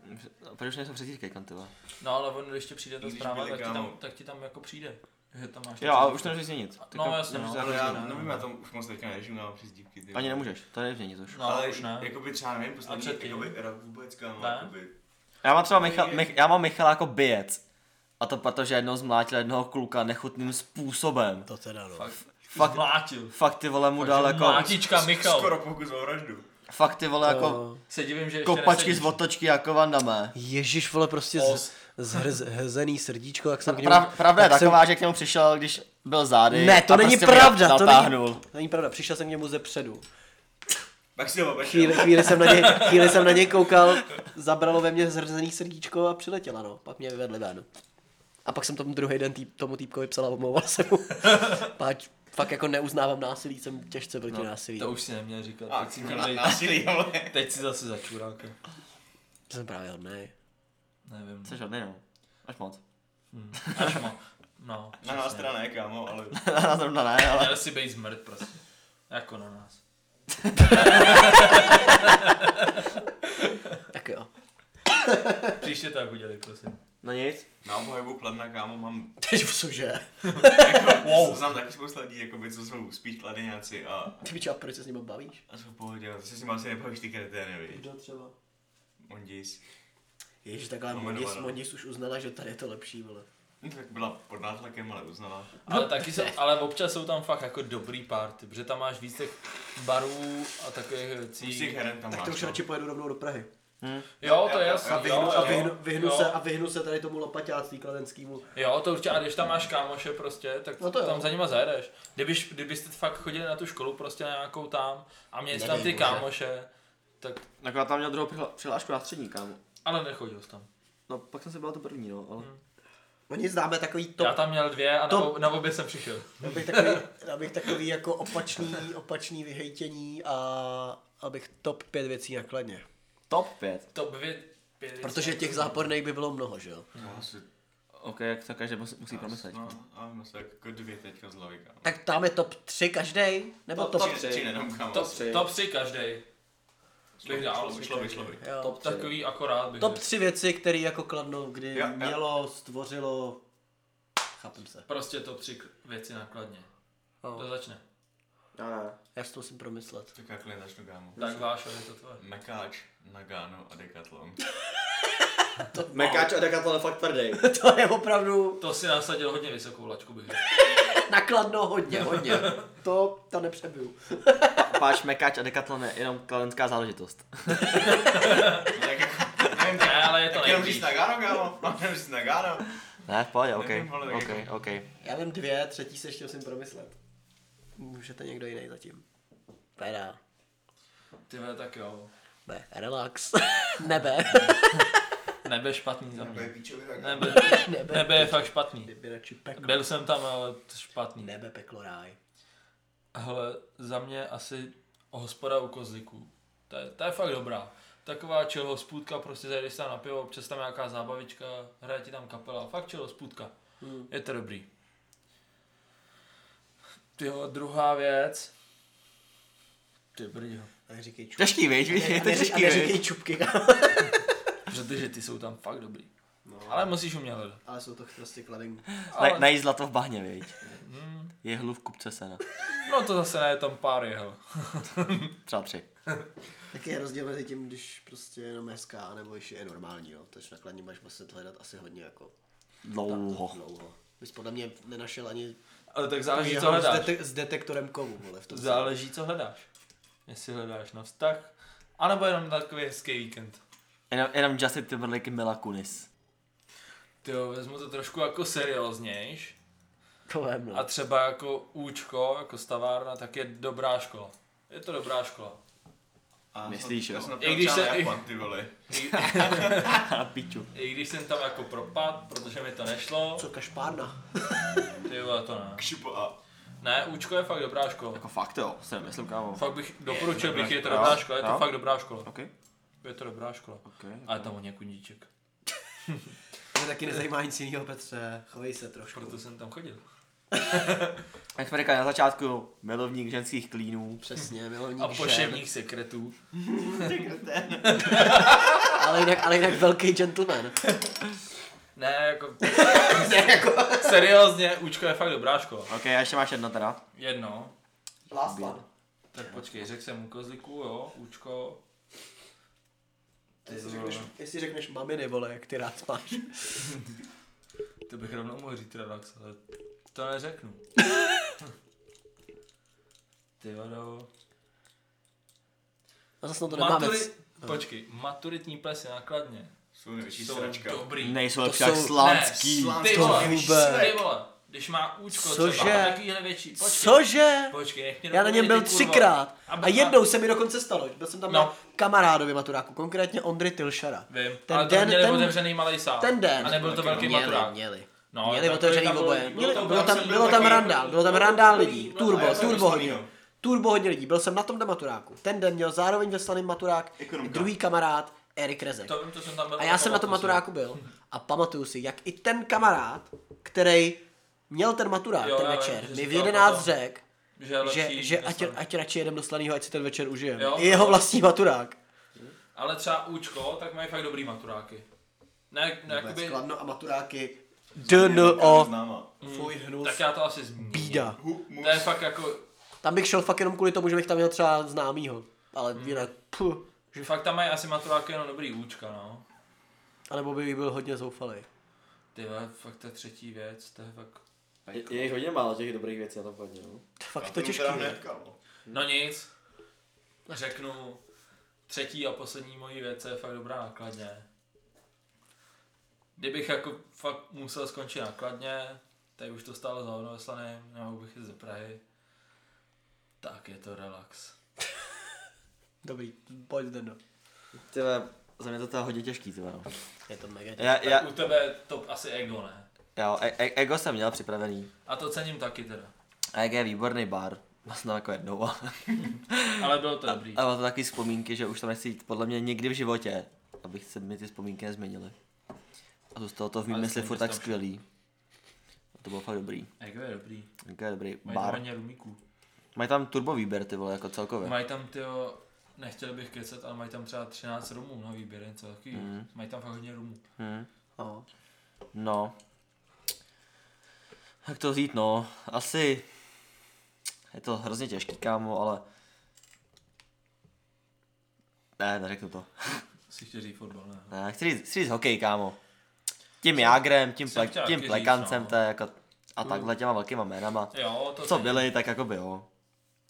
Speaker 3: Proč už nejsou přezdívky, kam ty vole?
Speaker 4: no. ale on, když ti přijde ta
Speaker 5: Když
Speaker 4: zpráva,
Speaker 5: byli
Speaker 4: tak ti,
Speaker 5: kámo.
Speaker 4: tam, tak ti tam jako přijde. Že tam máš
Speaker 3: Jo, ale už to nemůžeš změnit. Teďka
Speaker 4: No, jasně,
Speaker 3: nemůžeš
Speaker 4: no,
Speaker 3: to
Speaker 5: Ale
Speaker 3: změnit.
Speaker 5: já nevím, já tam už moc teďka nežiju na přezdívky. ty
Speaker 3: Ani
Speaker 5: vole.
Speaker 3: nemůžeš, to nejde změnit už.
Speaker 4: No,
Speaker 5: ale
Speaker 4: už ne.
Speaker 5: Jakoby třeba nevím, poslední,
Speaker 4: předtím?
Speaker 5: jakoby rok vůbec kámo,
Speaker 4: Ne?
Speaker 5: jakoby.
Speaker 3: Já mám třeba Michal, Mich, já mám Michala jako bijec. A to protože jednou zmlátil jednoho kluka nechutným způsobem.
Speaker 2: To teda no.
Speaker 3: Fakt,
Speaker 4: Vlátil.
Speaker 3: fakt ty vole mu dal jako,
Speaker 4: Mlátička Michal.
Speaker 5: Skoro pokus o vraždu.
Speaker 3: fakt ty vole jako
Speaker 2: To-
Speaker 4: Se divím, že ještě
Speaker 3: kopačky z
Speaker 4: nesedíš.
Speaker 3: otočky jako Van Damme.
Speaker 2: Ježíš vole, prostě z,
Speaker 4: Os.
Speaker 2: zhrz, hrzený srdíčko, jak jsem k němu...
Speaker 3: Prav, pravda je
Speaker 2: jak
Speaker 3: taková, že k němu přišel, když byl zády.
Speaker 2: Jsem... Ne, to
Speaker 3: a
Speaker 2: není
Speaker 3: prostě mu
Speaker 2: pravda, to
Speaker 3: natáhnul.
Speaker 2: není, to není pravda, přišel jsem k němu ze předu.
Speaker 5: Tak si ho
Speaker 2: Chvíli, chvíli, jsem na něj, chvíli jsem na něj koukal, zabralo ve mně zhrzený srdíčko a přiletěla, no. Pak mě vyvedli ven. A pak jsem tomu druhý den týp, tomu týpkovi psala, omlouval se mu. Páč, fakt jako neuznávám násilí, jsem těžce proti no, násilí.
Speaker 4: To
Speaker 2: To...
Speaker 4: už si neměl říkat.
Speaker 5: A
Speaker 4: Teď si,
Speaker 5: na-
Speaker 4: měl-
Speaker 5: násilí, ale.
Speaker 4: teď si zase začuráka.
Speaker 2: Jsem právě hodnej.
Speaker 4: Nevím.
Speaker 3: Jsi hodný, no. Až moc.
Speaker 4: Až mo. No.
Speaker 5: Na nás teda ne, kámo, ale
Speaker 3: Já zrovna ne, ale...
Speaker 4: Měl si být zmrt prostě. Jako na nás.
Speaker 2: Tak jo.
Speaker 4: Příště tak udělej, prosím.
Speaker 3: No nic.
Speaker 5: na obhajobu kladna, kámo, mám,
Speaker 2: Teď cože?
Speaker 5: wow. znám taky spousta lidí, jakoby, co jsou spíš kladeňáci a,
Speaker 2: Ty piča, proč se s ním bavíš?
Speaker 5: a jsou v pohodě, ale se s nimi asi nebavíš ty kretény, víš.
Speaker 2: Kdo třeba?
Speaker 5: Mondis.
Speaker 2: Ježíš, takhle
Speaker 5: No,
Speaker 2: Mondis,
Speaker 5: jmenovaná.
Speaker 2: Mondis už uznala, že tady je to lepší, vole.
Speaker 5: Hm, Tak byla pod nátlakem, ale uznala.
Speaker 4: Ale taky jsou, ale občas jsou tam fakt jako dobrý party, protože tam máš víc těch barů a takových
Speaker 5: Už těch
Speaker 4: věcí.
Speaker 5: heren tam
Speaker 2: Tak
Speaker 5: máš.
Speaker 2: to už
Speaker 5: no.
Speaker 2: radši pojedu rovnou do Prahy.
Speaker 4: Jo, to je
Speaker 5: A
Speaker 4: jasný.
Speaker 5: vyhnu-
Speaker 4: jo,
Speaker 2: A
Speaker 4: jo.
Speaker 2: vyhnu, vyhnu,
Speaker 4: Jo.
Speaker 2: se, a vyhnu se tady tomu lopaťáctví kladenskýmu.
Speaker 4: Jo, to určitě, a když tam máš kámoše prostě, tak
Speaker 2: No
Speaker 4: no
Speaker 2: to jo.
Speaker 4: to tam za nima zajedeš. Kdybyš, kdybyste fakt chodili na tu školu prostě na nějakou tam a měli jste tam ty
Speaker 5: Nedej
Speaker 4: kámoše, tak,
Speaker 3: Tak já tam měl druhou přihla- přihlášku na střední, kámo.
Speaker 4: ale nechodil jsi tam.
Speaker 3: No, pak jsem se byl to první, no, ale...
Speaker 2: Oni známe takový
Speaker 4: To,
Speaker 2: to,
Speaker 4: Já tam měl dvě a na,
Speaker 2: to-
Speaker 4: o- na obě jsem přišel.
Speaker 2: abych takový, abych takový jako opačný, opačný vyhejtění a abych top 5 věcí nakladně.
Speaker 3: Top 5.
Speaker 4: To dvě, pět,
Speaker 2: Protože těch záporných by bylo mnoho, že jo?
Speaker 5: No, asi-
Speaker 3: OK, jak to každý musí, musí promyslet.
Speaker 5: No, ale no, jako dvě teďka z hlavy, kámo.
Speaker 2: Tak tam je top 3 každý, nebo
Speaker 3: Top-
Speaker 2: top,
Speaker 3: top
Speaker 5: Tři-
Speaker 3: tři.
Speaker 5: Tři jenom, kámo.
Speaker 3: Top
Speaker 5: asi.
Speaker 3: 3.
Speaker 4: Top tři každý. Bych
Speaker 5: Šlo-
Speaker 4: dal.
Speaker 5: šlo- Šlo by, šlo by.
Speaker 2: jo.
Speaker 3: Top 3.
Speaker 4: Takový akorát bych
Speaker 2: top
Speaker 4: řekl.
Speaker 2: 3 věci, které jako kladno kdy
Speaker 5: Jo, jo.
Speaker 2: mělo, stvořilo, chápem se.
Speaker 4: Prostě top tři k- věci nakladně.
Speaker 2: Jo.
Speaker 4: To začne.
Speaker 2: Já si to musím promyslet.
Speaker 5: Tak jak začnu, kámo.
Speaker 4: Tak Vášo, je to tvoje.
Speaker 5: Mekáč, Nagano a Decathlon.
Speaker 3: Mekáč a Decathlon fakt tvrdý.
Speaker 2: to je opravdu
Speaker 4: To si nasadil hodně vysokou lačku bych řekl.
Speaker 2: Nakladno hodně, hodně. To, to nepřebiju.
Speaker 3: Páč Mekáč a Decathlon je jenom kladenská záležitost.
Speaker 5: No, tak jako, nevím, tak-
Speaker 4: Ne, ale je to
Speaker 5: tak jenom
Speaker 4: nejvíc.
Speaker 5: říct Nagano, kámo. Mám jenom říct Nagano.
Speaker 3: Ne, v pohodě,
Speaker 5: Nevím,
Speaker 3: OK,
Speaker 5: vole, tak
Speaker 3: OK, OK.
Speaker 2: Já vím dvě, třetí se ještě musím promyslet. Můžete někdo jiný zatím. Pera.
Speaker 4: Ty vole, tak jo.
Speaker 2: Ne, relax. Nebe.
Speaker 4: Nebe špatný za mě.
Speaker 5: píčový Nagano.
Speaker 4: Nebe,
Speaker 2: Nebe.
Speaker 4: nebe je fakt špatný.
Speaker 2: Nebe radši peklo.
Speaker 4: Byl jsem tam, ale to špatný.
Speaker 2: Nebe peklo ráj.
Speaker 4: Hele, za mě asi hospoda u kozlíků. To je, to je fakt dobrá. Taková chill hospůdka, prostě zajdeš tam na pivo, občas tam nějaká zábavička, hraje ti tam kapela, fakt chill hospůdka. Hmm. Je to dobrý. Tyjo, druhá věc. Ty brdio.
Speaker 2: A neříkej čupky.
Speaker 3: Těžký, viď? Víš, je to
Speaker 2: neříkej,
Speaker 3: těžký, viď?
Speaker 2: neříkej čupky.
Speaker 4: Protože ty jsou tam fakt dobrý. No. Ale musíš umět hledat.
Speaker 2: Ale jsou to prostě kladenky.
Speaker 3: Na, najít zlato v bahně, viď? Jehlu v kupce sena.
Speaker 4: No to zase ne, je tam pár jeho.
Speaker 3: Třeba tři.
Speaker 2: Taky je rozdíl mezi tím, když prostě je jenom hezká, anebo když je normální, jo. Tož nakladně máš vlastně hledat asi hodně jako
Speaker 3: Dlouho.
Speaker 2: dlouho. Bys podle mě nenašel ani
Speaker 4: Ale tak záleží, co
Speaker 2: jeho s,
Speaker 4: hledáš.
Speaker 2: dete- s detektorem kovu, vole, v tom
Speaker 4: Záleží, co hledáš. Jestli hledáš na vztah, anebo jenom takový hezký víkend.
Speaker 3: Jenom, jenom Justin Timberlake Mila Kunis.
Speaker 4: Ty jo, vezmu to trošku jako serióznějš.
Speaker 2: To vím, no.
Speaker 4: A třeba jako účko, jako stavárna, tak je dobrá škola. Je to dobrá škola.
Speaker 5: A
Speaker 3: Myslíš,
Speaker 5: já
Speaker 3: jo?
Speaker 5: jsem
Speaker 4: I když
Speaker 5: napřel
Speaker 4: se-
Speaker 5: na Japan, ty vole.
Speaker 4: I,
Speaker 3: A piču.
Speaker 4: I když jsem tam jako propad, protože mi to nešlo,
Speaker 2: Co kašpárna?
Speaker 4: ty vole, to ne.
Speaker 5: Kšipo a...
Speaker 4: Ne, účko je fakt dobrá škola.
Speaker 3: Jako fakt jo, se nemyslím, kámo.
Speaker 4: Fakt bych doporučil, bych, je to
Speaker 3: škola.
Speaker 4: dobrá škola, je
Speaker 3: Jo.
Speaker 4: to fakt dobrá škola.
Speaker 3: OK.
Speaker 4: Je to dobrá škola.
Speaker 3: OK.
Speaker 4: Ale tam hodně kundíček.
Speaker 2: To taky nezajímá nic jiného, Petře. Chovej se trošku.
Speaker 4: Proto jsem tam chodil.
Speaker 3: Jak jsme říkali na začátku, milovník ženských klínů.
Speaker 2: Přesně, milovník
Speaker 4: A
Speaker 2: žen.
Speaker 4: poševních sekretů.
Speaker 2: Ale jinak, ale jinak velký gentleman.
Speaker 4: Ne, jako... ne, jako... seriózně, Učko je fakt dobrá škola.
Speaker 3: OK, a ještě máš jedno teda.
Speaker 4: Jedno.
Speaker 2: Last
Speaker 3: one.
Speaker 4: Tak počkej, řekl jsem Kozliku, jo, Učko. Ty
Speaker 2: Jestli
Speaker 4: vole.
Speaker 2: řekneš, jestli řekneš maminy, vole, jak ty rád máš.
Speaker 4: To bych rovnou mohl říct Radax, ale to neřeknu. Ty vado.
Speaker 2: A zase na to nemáme.
Speaker 4: Maturi... Počkej, maturitní plesy nákladně.
Speaker 5: Jsou největší
Speaker 4: Jsou
Speaker 5: sračka.
Speaker 4: dobrý.
Speaker 3: Nejsou lepší
Speaker 2: jsou-
Speaker 3: jak slánský.
Speaker 4: Ne, ty
Speaker 2: To
Speaker 4: vole,
Speaker 2: vůbec.
Speaker 4: ty vole, když má účko,
Speaker 2: Cože?
Speaker 4: třeba takovýhle větší, počkej,
Speaker 2: Cože?
Speaker 4: počkej, nech mě
Speaker 2: Já na něm byl
Speaker 4: dopovědět, ty kurva.
Speaker 2: třikrát.
Speaker 4: A-
Speaker 2: A jednou se mi dokonce stalo. že Byl jsem tam
Speaker 4: No.
Speaker 2: na kamarádovi maturáku, konkrétně Ondry Tilšara.
Speaker 4: Vím,
Speaker 2: Ten
Speaker 4: ale
Speaker 2: den-
Speaker 4: ten, měli
Speaker 2: ten-
Speaker 4: otevřený malý sál.
Speaker 2: ten den.
Speaker 4: A nebyl to velký
Speaker 2: měli,
Speaker 4: maturák.
Speaker 2: měli.
Speaker 4: No,
Speaker 2: No, měli
Speaker 4: tak
Speaker 2: otevřený
Speaker 4: to je tam
Speaker 2: oboje.
Speaker 4: bylo-
Speaker 2: Měli,
Speaker 4: bylo No, tam-
Speaker 2: bylo tam,
Speaker 4: jsem
Speaker 2: bylo
Speaker 4: byl
Speaker 2: tam
Speaker 4: taky-
Speaker 2: randál, bylo tam
Speaker 4: bylo-
Speaker 2: randál
Speaker 4: bylo-
Speaker 2: lidí.
Speaker 4: bylo-
Speaker 2: Turbo,
Speaker 5: já jsem
Speaker 2: turbo
Speaker 5: byl
Speaker 2: hodně.
Speaker 5: stejný,
Speaker 2: Turbo hodně lidí. Byl jsem na tom na maturáku. Ten den měl zároveň veslaný maturák
Speaker 5: Ekonomka.
Speaker 2: druhý kamarád Erik Rezek.
Speaker 4: To vím, to jsem tam byl.
Speaker 2: A já jsem na tom
Speaker 4: pamatuju si.
Speaker 2: maturáku byl a pamatuju si, jak i ten kamarád, který měl ten maturák
Speaker 4: Jo,
Speaker 2: ten
Speaker 4: já vím,
Speaker 2: večer,
Speaker 4: že
Speaker 2: mi v
Speaker 4: říkal
Speaker 2: 11
Speaker 4: potom,
Speaker 2: řekl,
Speaker 4: Že, je
Speaker 2: že,
Speaker 4: lepší
Speaker 2: že ať,
Speaker 4: než tam.
Speaker 2: ať radši jedem do slaného, ať si ten večer užijem.
Speaker 4: Jo.
Speaker 2: I jeho vlastní maturák.
Speaker 4: Ale třeba účko, tak mají fakt dobrý maturáky. Ne, ne jakoby,
Speaker 2: Kladno a maturáky.
Speaker 5: o.
Speaker 2: DNO.
Speaker 5: Známa.
Speaker 2: Fuj hnus.
Speaker 4: Mm, tak já to asi zmíním.
Speaker 2: Bída.
Speaker 4: To je fakt jako,
Speaker 2: Tam bych šel fakt jenom kvůli tomu, že bych tam měl třeba známýho. Ale
Speaker 4: Mm.
Speaker 2: jinak, puh,
Speaker 4: že fakt tam mají asi maturáky jenom dobrý účka, no.
Speaker 2: anebo by byl hodně zoufalý.
Speaker 4: Ty vole, fakt ta třetí věc, to je fakt...
Speaker 3: Je, je jich hodně málo těch dobrých věcí na tom podě, no.
Speaker 2: Fakt je to těžké.
Speaker 4: No nic, řeknu, třetí a poslední mojí věc je fakt dobrá nakladně. Kdybych jako fakt musel skončit nakladně, tak už to stálo za hodno veslaný, nemohl bych jít ze Prahy. Tak je to relax.
Speaker 2: Dobrý, pojď Deno.
Speaker 3: Ty vole, za mě to teda hodně těžký, ty vole, no.
Speaker 2: Je to mega těžké.
Speaker 3: Já, já,
Speaker 4: U tebe to asi ego, ne?
Speaker 3: já, e- e- ego jsem měl připravený.
Speaker 4: A to cením taky teda.
Speaker 3: A jak je výborný bar, snad jako jednou, ale,
Speaker 4: Ale bylo to dobrý.
Speaker 3: ale mám to taky vzpomínky, že už tam nechci jít podle mě nikdy v životě, abych se mi ty vzpomínky nezměnily. A zůstalo to v mým
Speaker 4: Ale
Speaker 3: mysli
Speaker 4: stejně
Speaker 3: furt
Speaker 4: jsi tam
Speaker 3: tak
Speaker 4: šel.
Speaker 3: skvělý. A to bylo fakt dobrý.
Speaker 4: Ego je dobrý.
Speaker 3: Jako je dobrý
Speaker 4: Mají tam
Speaker 3: bar.
Speaker 4: hodně rumíků.
Speaker 3: Mají tam turbo výběr, ty vole, jako celkově.
Speaker 4: Mají tam tyjo, nechtěl bych kecat, ale mají tam třeba 13 rumů na výběr, něco takového. Mají tam fakt hodně rumů.
Speaker 3: Hmm. No. Jak to vzít, no. Asi... Je to hrozně těžký, kámo, ale... Ne, neřeknu to.
Speaker 4: Si chtěl říct fotbal, ne?
Speaker 3: Ne, chci říct, chci říct hokej, kámo. Tím Jágrem, tím,
Speaker 4: jsem
Speaker 3: ple,
Speaker 4: chtěl
Speaker 3: tím
Speaker 4: taky
Speaker 3: Plekancem,
Speaker 4: říct, no.
Speaker 3: to je jako... A takhle těma velkýma jménama.
Speaker 4: Jo, to
Speaker 3: Co
Speaker 4: teď-
Speaker 3: byli, tak jako by jo.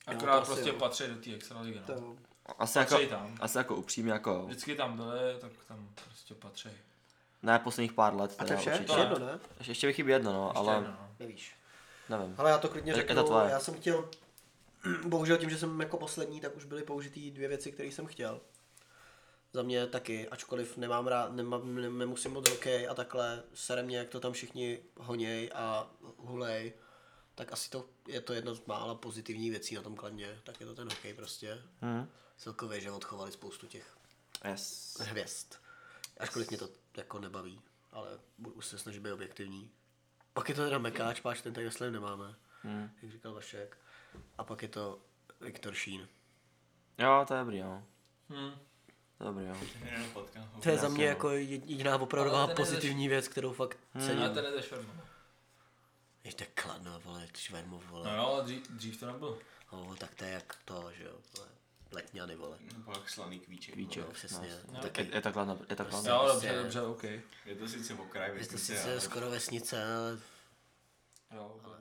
Speaker 4: Akorát
Speaker 2: to asi
Speaker 4: prostě
Speaker 2: jo.
Speaker 4: patří do té extraligy, no.
Speaker 2: To-
Speaker 3: Asi jako,
Speaker 4: Patří tam.
Speaker 3: asi jako upřímně jako jo.
Speaker 4: Vždycky tam byli, tak tam prostě patří. Ještě
Speaker 3: Ne posledních pár let,
Speaker 2: A to
Speaker 3: teda
Speaker 2: je vše?
Speaker 3: určitě.
Speaker 2: Jedno, ne?
Speaker 3: Ještě mi chybí jedno, no,
Speaker 4: Ale...
Speaker 3: ale
Speaker 4: jedno, no.
Speaker 2: Nevíš.
Speaker 3: nevím.
Speaker 2: Ale já to klidně
Speaker 3: Je- je to
Speaker 2: řeknu,
Speaker 3: tvoje.
Speaker 2: já jsem chtěl, bohužel tím, že jsem jako poslední, tak už byly použitý dvě věci, které jsem chtěl. Za mě taky, ačkoliv nemám rád, nemám, ne- nemusím moc hokej a takhle, sere mě, jak to tam všichni honěj a hulej, tak asi to je to jedna z mála pozitivních věcí na tom kladně, tak je to ten hokej prostě. Hmm. Celkově, že odchovali spoustu těch
Speaker 3: Yes.
Speaker 2: hvězd. Ačkoliv mě to jako nebaví, ale budu se snažit být objektivní. Pak je to teda Mekáč, páč, ten tady oslavy nemáme, hmm. jak říkal Vašek. A pak je to Viktor Šín.
Speaker 3: Jo, to je dobrý, jo.
Speaker 4: Hm.
Speaker 3: To je dobrý, no. jo.
Speaker 5: Jenom potkám ho.
Speaker 2: To je za mě jako jediná opravdová
Speaker 4: Ale ten je ze-
Speaker 2: pozitivní věc, kterou fakt
Speaker 4: A
Speaker 2: cením.
Speaker 4: ten je ze Šverma.
Speaker 2: Je to kladno, vole, švermov,
Speaker 4: No
Speaker 2: vole.
Speaker 4: jo, ale dřív, dřív to nebylo.
Speaker 2: No, tak to je jak to, že jo, vole. Letňany, vole.
Speaker 5: Nebo jak No, slaný kvíček.
Speaker 3: Víček.
Speaker 5: vole.
Speaker 2: Přesně.
Speaker 3: No,
Speaker 2: taky.
Speaker 3: je, je takhle, na- je takhle.
Speaker 4: Jo,
Speaker 2: prostě-
Speaker 4: dobře, dobře, OK.
Speaker 5: Je to sice okraj
Speaker 2: Je to
Speaker 5: vesnice,
Speaker 2: sice jako-
Speaker 5: ale-
Speaker 2: skoro vesnice, ale...
Speaker 4: Jo, ale...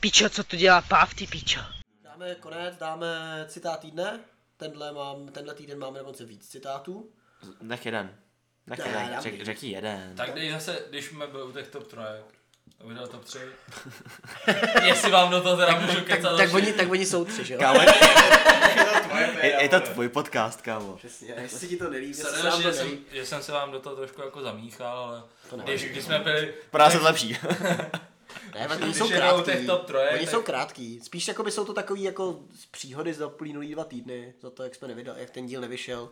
Speaker 8: Pičo, co tu dělá páv, ty pičo?
Speaker 2: Dáme konec, dáme citát týdne. Tenhle, mám, tenhle týden máme dokonce víc citátů.
Speaker 3: Nech jeden. Nech
Speaker 2: Ne,
Speaker 3: jeden,
Speaker 2: dám
Speaker 3: řek,
Speaker 2: jeden.
Speaker 3: řekni jeden.
Speaker 4: Tak dej zase, když jsme byli u těch top trojek, to vydal top 3. Jestli vám do toho teda můžu
Speaker 2: Tak,
Speaker 4: kecat
Speaker 2: tak, oni, tak oni jsou tři, že jo?
Speaker 3: Kámo,
Speaker 5: Tvoje
Speaker 3: je,
Speaker 5: péra,
Speaker 3: je to
Speaker 5: vole.
Speaker 3: tvůj podcast, kámo.
Speaker 2: Přesně, a jestli ti to nelíbí, jestli se
Speaker 4: Srdečně,
Speaker 2: nám to
Speaker 4: že,
Speaker 2: nelíbí.
Speaker 4: jsem, že jsem se vám do toho trošku jako zamíchal, ale když, když jsme byli,
Speaker 3: Práce lepší.
Speaker 2: Ne, tak oni
Speaker 4: když
Speaker 2: jsou
Speaker 4: jedou
Speaker 2: krátký.
Speaker 4: těch top trojek,
Speaker 2: oni
Speaker 4: tak-
Speaker 2: jsou krátký. Spíš jako by jsou to takový jako z příhody za plynulý dva týdny, za to, jak jsme nevydali, jak ten díl nevyšel.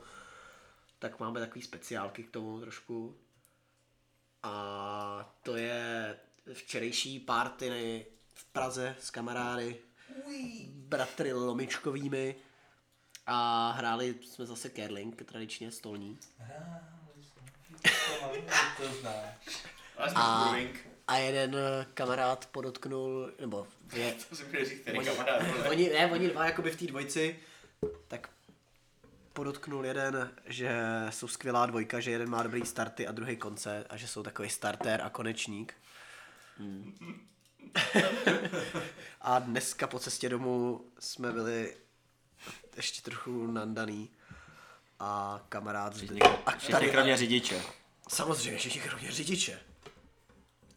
Speaker 2: Tak máme takový speciálky k tomu trošku. A to je včerejší partiny v Praze s kamarády, bratry Lomičkovými. A hráli jsme zase curling, tradičně stolní.
Speaker 5: Ale jsme
Speaker 2: A,
Speaker 5: link.
Speaker 2: a jeden eh, kamarád podotknul, nebo dvě,
Speaker 5: To jsem chtěl říct, který
Speaker 2: oni,
Speaker 5: kamarád. vole.
Speaker 2: oni, ne, oni dva jakoby v té dvojici, tak podotknul jeden, že jsou skvělá dvojka, že jeden má dobrý starty a druhý konce a že jsou takový starter a konečník. a dneska po cestě domů jsme byli ještě trochu nandaný a kamarád z a
Speaker 3: Tady kromě řidiče.
Speaker 2: Samozřejmě, všichni kromě řidiče.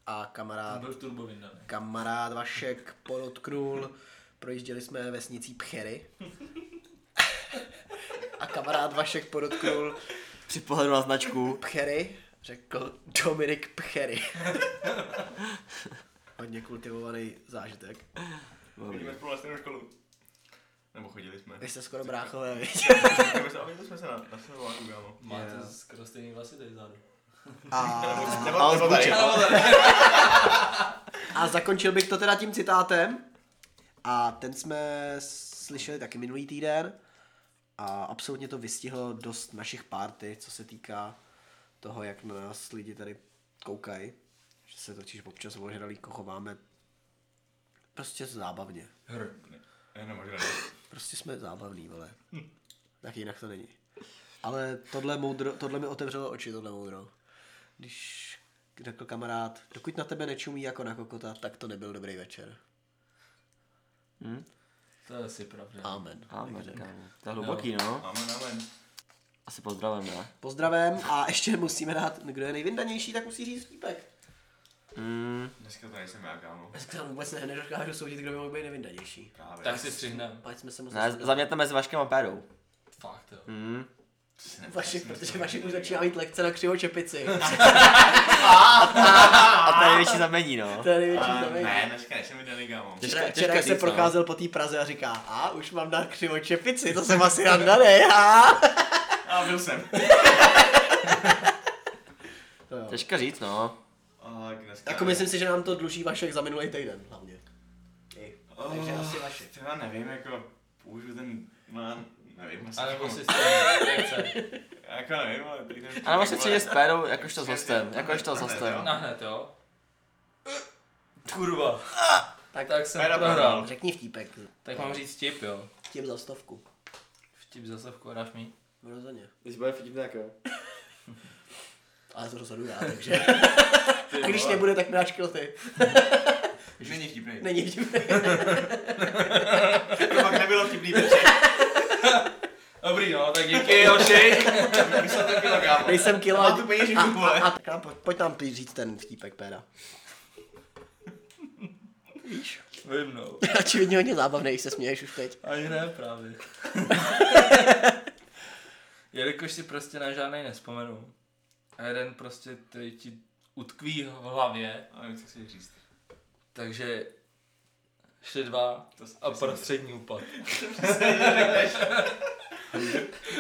Speaker 2: A kamarád,
Speaker 4: Byl v turbovin daný.
Speaker 2: kamarád Vašek podotknul, projížděli jsme vesnicí Pchery. A kamarád Vašek podotknul
Speaker 3: Při pohledu na značku.
Speaker 2: Pchery, řekl Dominik Pchery. Hodně kultivovaný zážitek.
Speaker 5: Chodíme spolu na stejnou školu. Nebo chodili jsme.
Speaker 2: Vy jste skoro bráchové, viď?
Speaker 5: A viděli jsme se na, na Slováku, kámo.
Speaker 4: Máte skoro stejný vlasy tady vzadu.
Speaker 5: Nebo,
Speaker 3: Ale
Speaker 5: nebo tady.
Speaker 3: zbučil.
Speaker 2: A zakončil bych to teda tím citátem. A ten jsme slyšeli taky minulý týden. A absolutně to vystihlo dost našich party, co se týká toho, jak na nás lidi tady koukají. Že se totiž občas ožralí kochováme prostě zábavně.
Speaker 4: Hr.
Speaker 5: Ne, nemožná.
Speaker 2: Prostě jsme zábavní, vole. Tak jinak to není. Ale tohle, moudro, tohle mi otevřelo oči, tohle moudro. Když řekl kamarád, dokud na tebe nečumí jako na kokota, tak to nebyl dobrý večer.
Speaker 4: To je asi pravda.
Speaker 2: Amen.
Speaker 3: Amen, kámo. To je hluboký, no.
Speaker 5: Máme na ven.
Speaker 3: Asi pozdravem, ne?
Speaker 2: Pozdravem a ještě musíme dát, kdo je nejvyndanější, tak musí říct lípek.
Speaker 5: Dneska to nejsem já, kámo.
Speaker 2: Dneska tam vůbec ne, nedokážu soudit, kdo by mohl být nejvyndanější.
Speaker 5: Právě.
Speaker 4: Tak si přihneme.
Speaker 2: Pojď jsme se moc
Speaker 3: Ne, zamětneme mezi Vaškem a Pérou.
Speaker 4: Fakt jo.
Speaker 2: Vašek, protože Vašek už začíná mít lekce na křivo čepici.
Speaker 3: A to je největší znamení, no.
Speaker 2: To je největší
Speaker 5: A
Speaker 2: znamení.
Speaker 5: ne, dneska nejsem vydaný, kámo.
Speaker 2: Včera,
Speaker 3: Těžká-
Speaker 2: včera
Speaker 3: těžká
Speaker 2: jak se
Speaker 3: říct, no.
Speaker 2: procházel po té Praze a říká, a už mám na křivo čepici, to jsem asi nandaný, já.
Speaker 5: A byl jsem.
Speaker 3: Těžko říct, no.
Speaker 5: A dneska...
Speaker 2: Jako myslím si, že nám to dluží Vašek za minulý týden hlavně.
Speaker 5: Oh,
Speaker 2: takže asi vaše.
Speaker 5: Já nevím, jako použiju ten... No, nevím, asi.
Speaker 4: A nebo
Speaker 5: jako-
Speaker 4: si stejný.
Speaker 5: Jako nevím, ale teď nevím.
Speaker 3: A nebo
Speaker 4: vlastně
Speaker 3: se vlastně přijde s Pérou jakožto s hostem. Jakožto s hostem.
Speaker 4: Na hned, jo? Kurva.
Speaker 2: Tak-
Speaker 4: Tak, tak jsem
Speaker 5: Pera
Speaker 4: prohrál.
Speaker 5: prohrál.
Speaker 2: Řekni vtípek,
Speaker 4: Tak mám říct vtip, jo.
Speaker 2: tím za stovku.
Speaker 4: Vtip za sovku a dáš mi.
Speaker 2: Rozhodně.
Speaker 3: Když bude vtip, tak jo.
Speaker 2: Ale to rozhodu já, takže. A když nebude, tak náš ty.
Speaker 5: Není vtipný.
Speaker 2: Není vtipný.
Speaker 5: To fakt nebylo vtipný večer.
Speaker 4: Dobrý, no, tak díky, hoši.
Speaker 5: Myslel to kilo, kámo.
Speaker 2: Nejsem kilo.
Speaker 5: Mám tu peněženku, vole.
Speaker 2: a, a, poj- pojď nám ty říct ten vtípek, Péra.
Speaker 4: Vím, no.
Speaker 2: Očividně hodně zábavný, když se směješ už teď.
Speaker 4: Ani ne, právě. Jelikož si prostě na žádnej nespomenu. A jeden prostě tady ti utkví v hlavě.
Speaker 5: Ale nevím, co chci říct.
Speaker 4: Takže šli dva a prostřední úpad.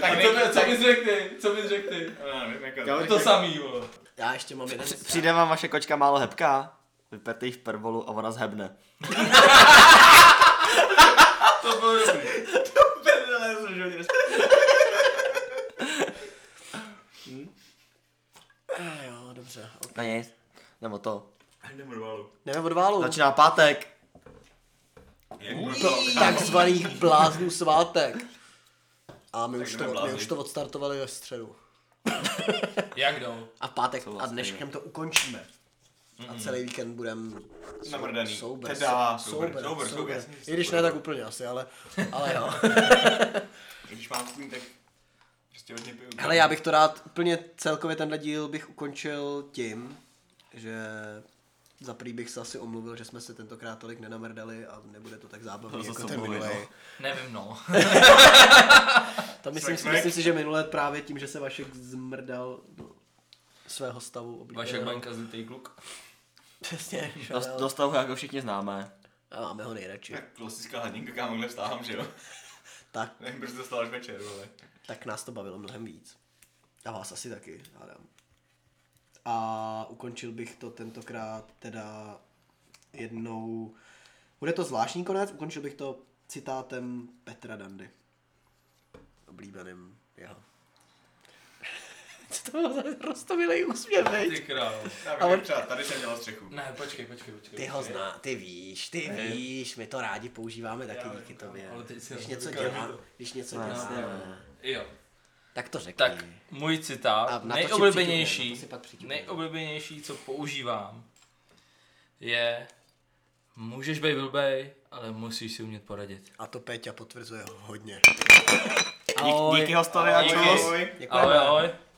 Speaker 5: Tak
Speaker 4: A co, by- co bys řekl ty? Co bys řekl ty?
Speaker 5: Já nevím, jako...
Speaker 4: To samý, vole.
Speaker 2: Já ještě mám jeden.
Speaker 3: Přijde vám vaše kočka málo hebká? Vyperte ji v pervolu a ona zhebne.
Speaker 5: Prdele, já jsem životě nes-
Speaker 2: A Ah, jo, dobře. ok.
Speaker 3: Na nic. Nebo to.
Speaker 5: Jdem rvalu.
Speaker 2: Jdeme od válu.
Speaker 3: Začíná pátek.
Speaker 5: Jak to?
Speaker 2: Takzvaných bláznů svátek. A my už,
Speaker 5: jdeme
Speaker 2: to, my
Speaker 5: blázni.
Speaker 2: už to odstartovali ve středu.
Speaker 4: Jak no? jdou?
Speaker 2: A v pátek a
Speaker 5: vlastně
Speaker 2: dneškem to ukončíme. A celý víkend budem sou-
Speaker 5: Namrdaný.
Speaker 2: Souber,
Speaker 5: Teda,
Speaker 2: souber,
Speaker 5: souber, souber, souber, jasně,
Speaker 2: I když ne,
Speaker 5: souber.
Speaker 2: tak úplně asi, ale, ale jo.
Speaker 5: Když mám kůň, tak prostě hodně piju.
Speaker 2: Hele, já bych to rád úplně celkově tenhle díl bych ukončil tím, že za prý bych se asi omluvil, že jsme se tentokrát tolik nenamrdali a nebude to tak zábavné jako
Speaker 3: jsem
Speaker 2: ten
Speaker 3: mluvil,
Speaker 2: minulý.
Speaker 4: Nevím, no.
Speaker 2: To myslím, si,
Speaker 5: Smrk,
Speaker 2: myslím si, že minule právě tím, že se Vašek zmrdal do svého stavu
Speaker 4: Vašek
Speaker 2: oblíbeného.
Speaker 4: Baňka, zlitej kluk.
Speaker 2: Přesně.
Speaker 3: Dost- Dostal ho jako všichni známe.
Speaker 2: A máme ho nejradši.
Speaker 5: Tak klasická hladinka, kámo, kde vstávám, že jo?
Speaker 2: Tak,
Speaker 5: Nevím, proč to stalo až večer, vole.
Speaker 2: tak nás to bavilo mnohem víc. A vás asi taky, Adam. A ukončil bych to tentokrát teda jednou... Bude to zvláštní konec, ukončil bych to citátem Petra Dandy. Oblíbeným jeho. z toho roztomilej úsměv, veď?
Speaker 4: Ty králo.
Speaker 5: Já bych třeba, tady jsem dělal střechu.
Speaker 4: Ne, počkej, počkej, počkej.
Speaker 2: Ty ho zná, ty víš, ty víš, my to rádi používáme taky
Speaker 4: Já
Speaker 2: díky
Speaker 4: vím, kámo,
Speaker 2: tobě.
Speaker 4: ale teď si
Speaker 2: Když
Speaker 4: ho
Speaker 2: něco
Speaker 4: říkám,
Speaker 2: dělá,
Speaker 4: že to-
Speaker 2: když něco
Speaker 3: No, jasně,
Speaker 2: dělá,
Speaker 3: no.
Speaker 4: Jo.
Speaker 2: tak to řekni.
Speaker 4: Tak, můj
Speaker 2: A na
Speaker 4: citát,
Speaker 2: to si
Speaker 4: nejoblíbenější,
Speaker 2: přiťukneme, na to si pak přiťukneme.
Speaker 4: nejoblíbenější, co používám, je můžeš být blbej, ale musíš si umět poradit.
Speaker 2: A to Péťa potvrzuje hodně.
Speaker 3: Dík, díky hostovi a
Speaker 4: Díky.
Speaker 3: čus.
Speaker 4: Ahoj, ahoj.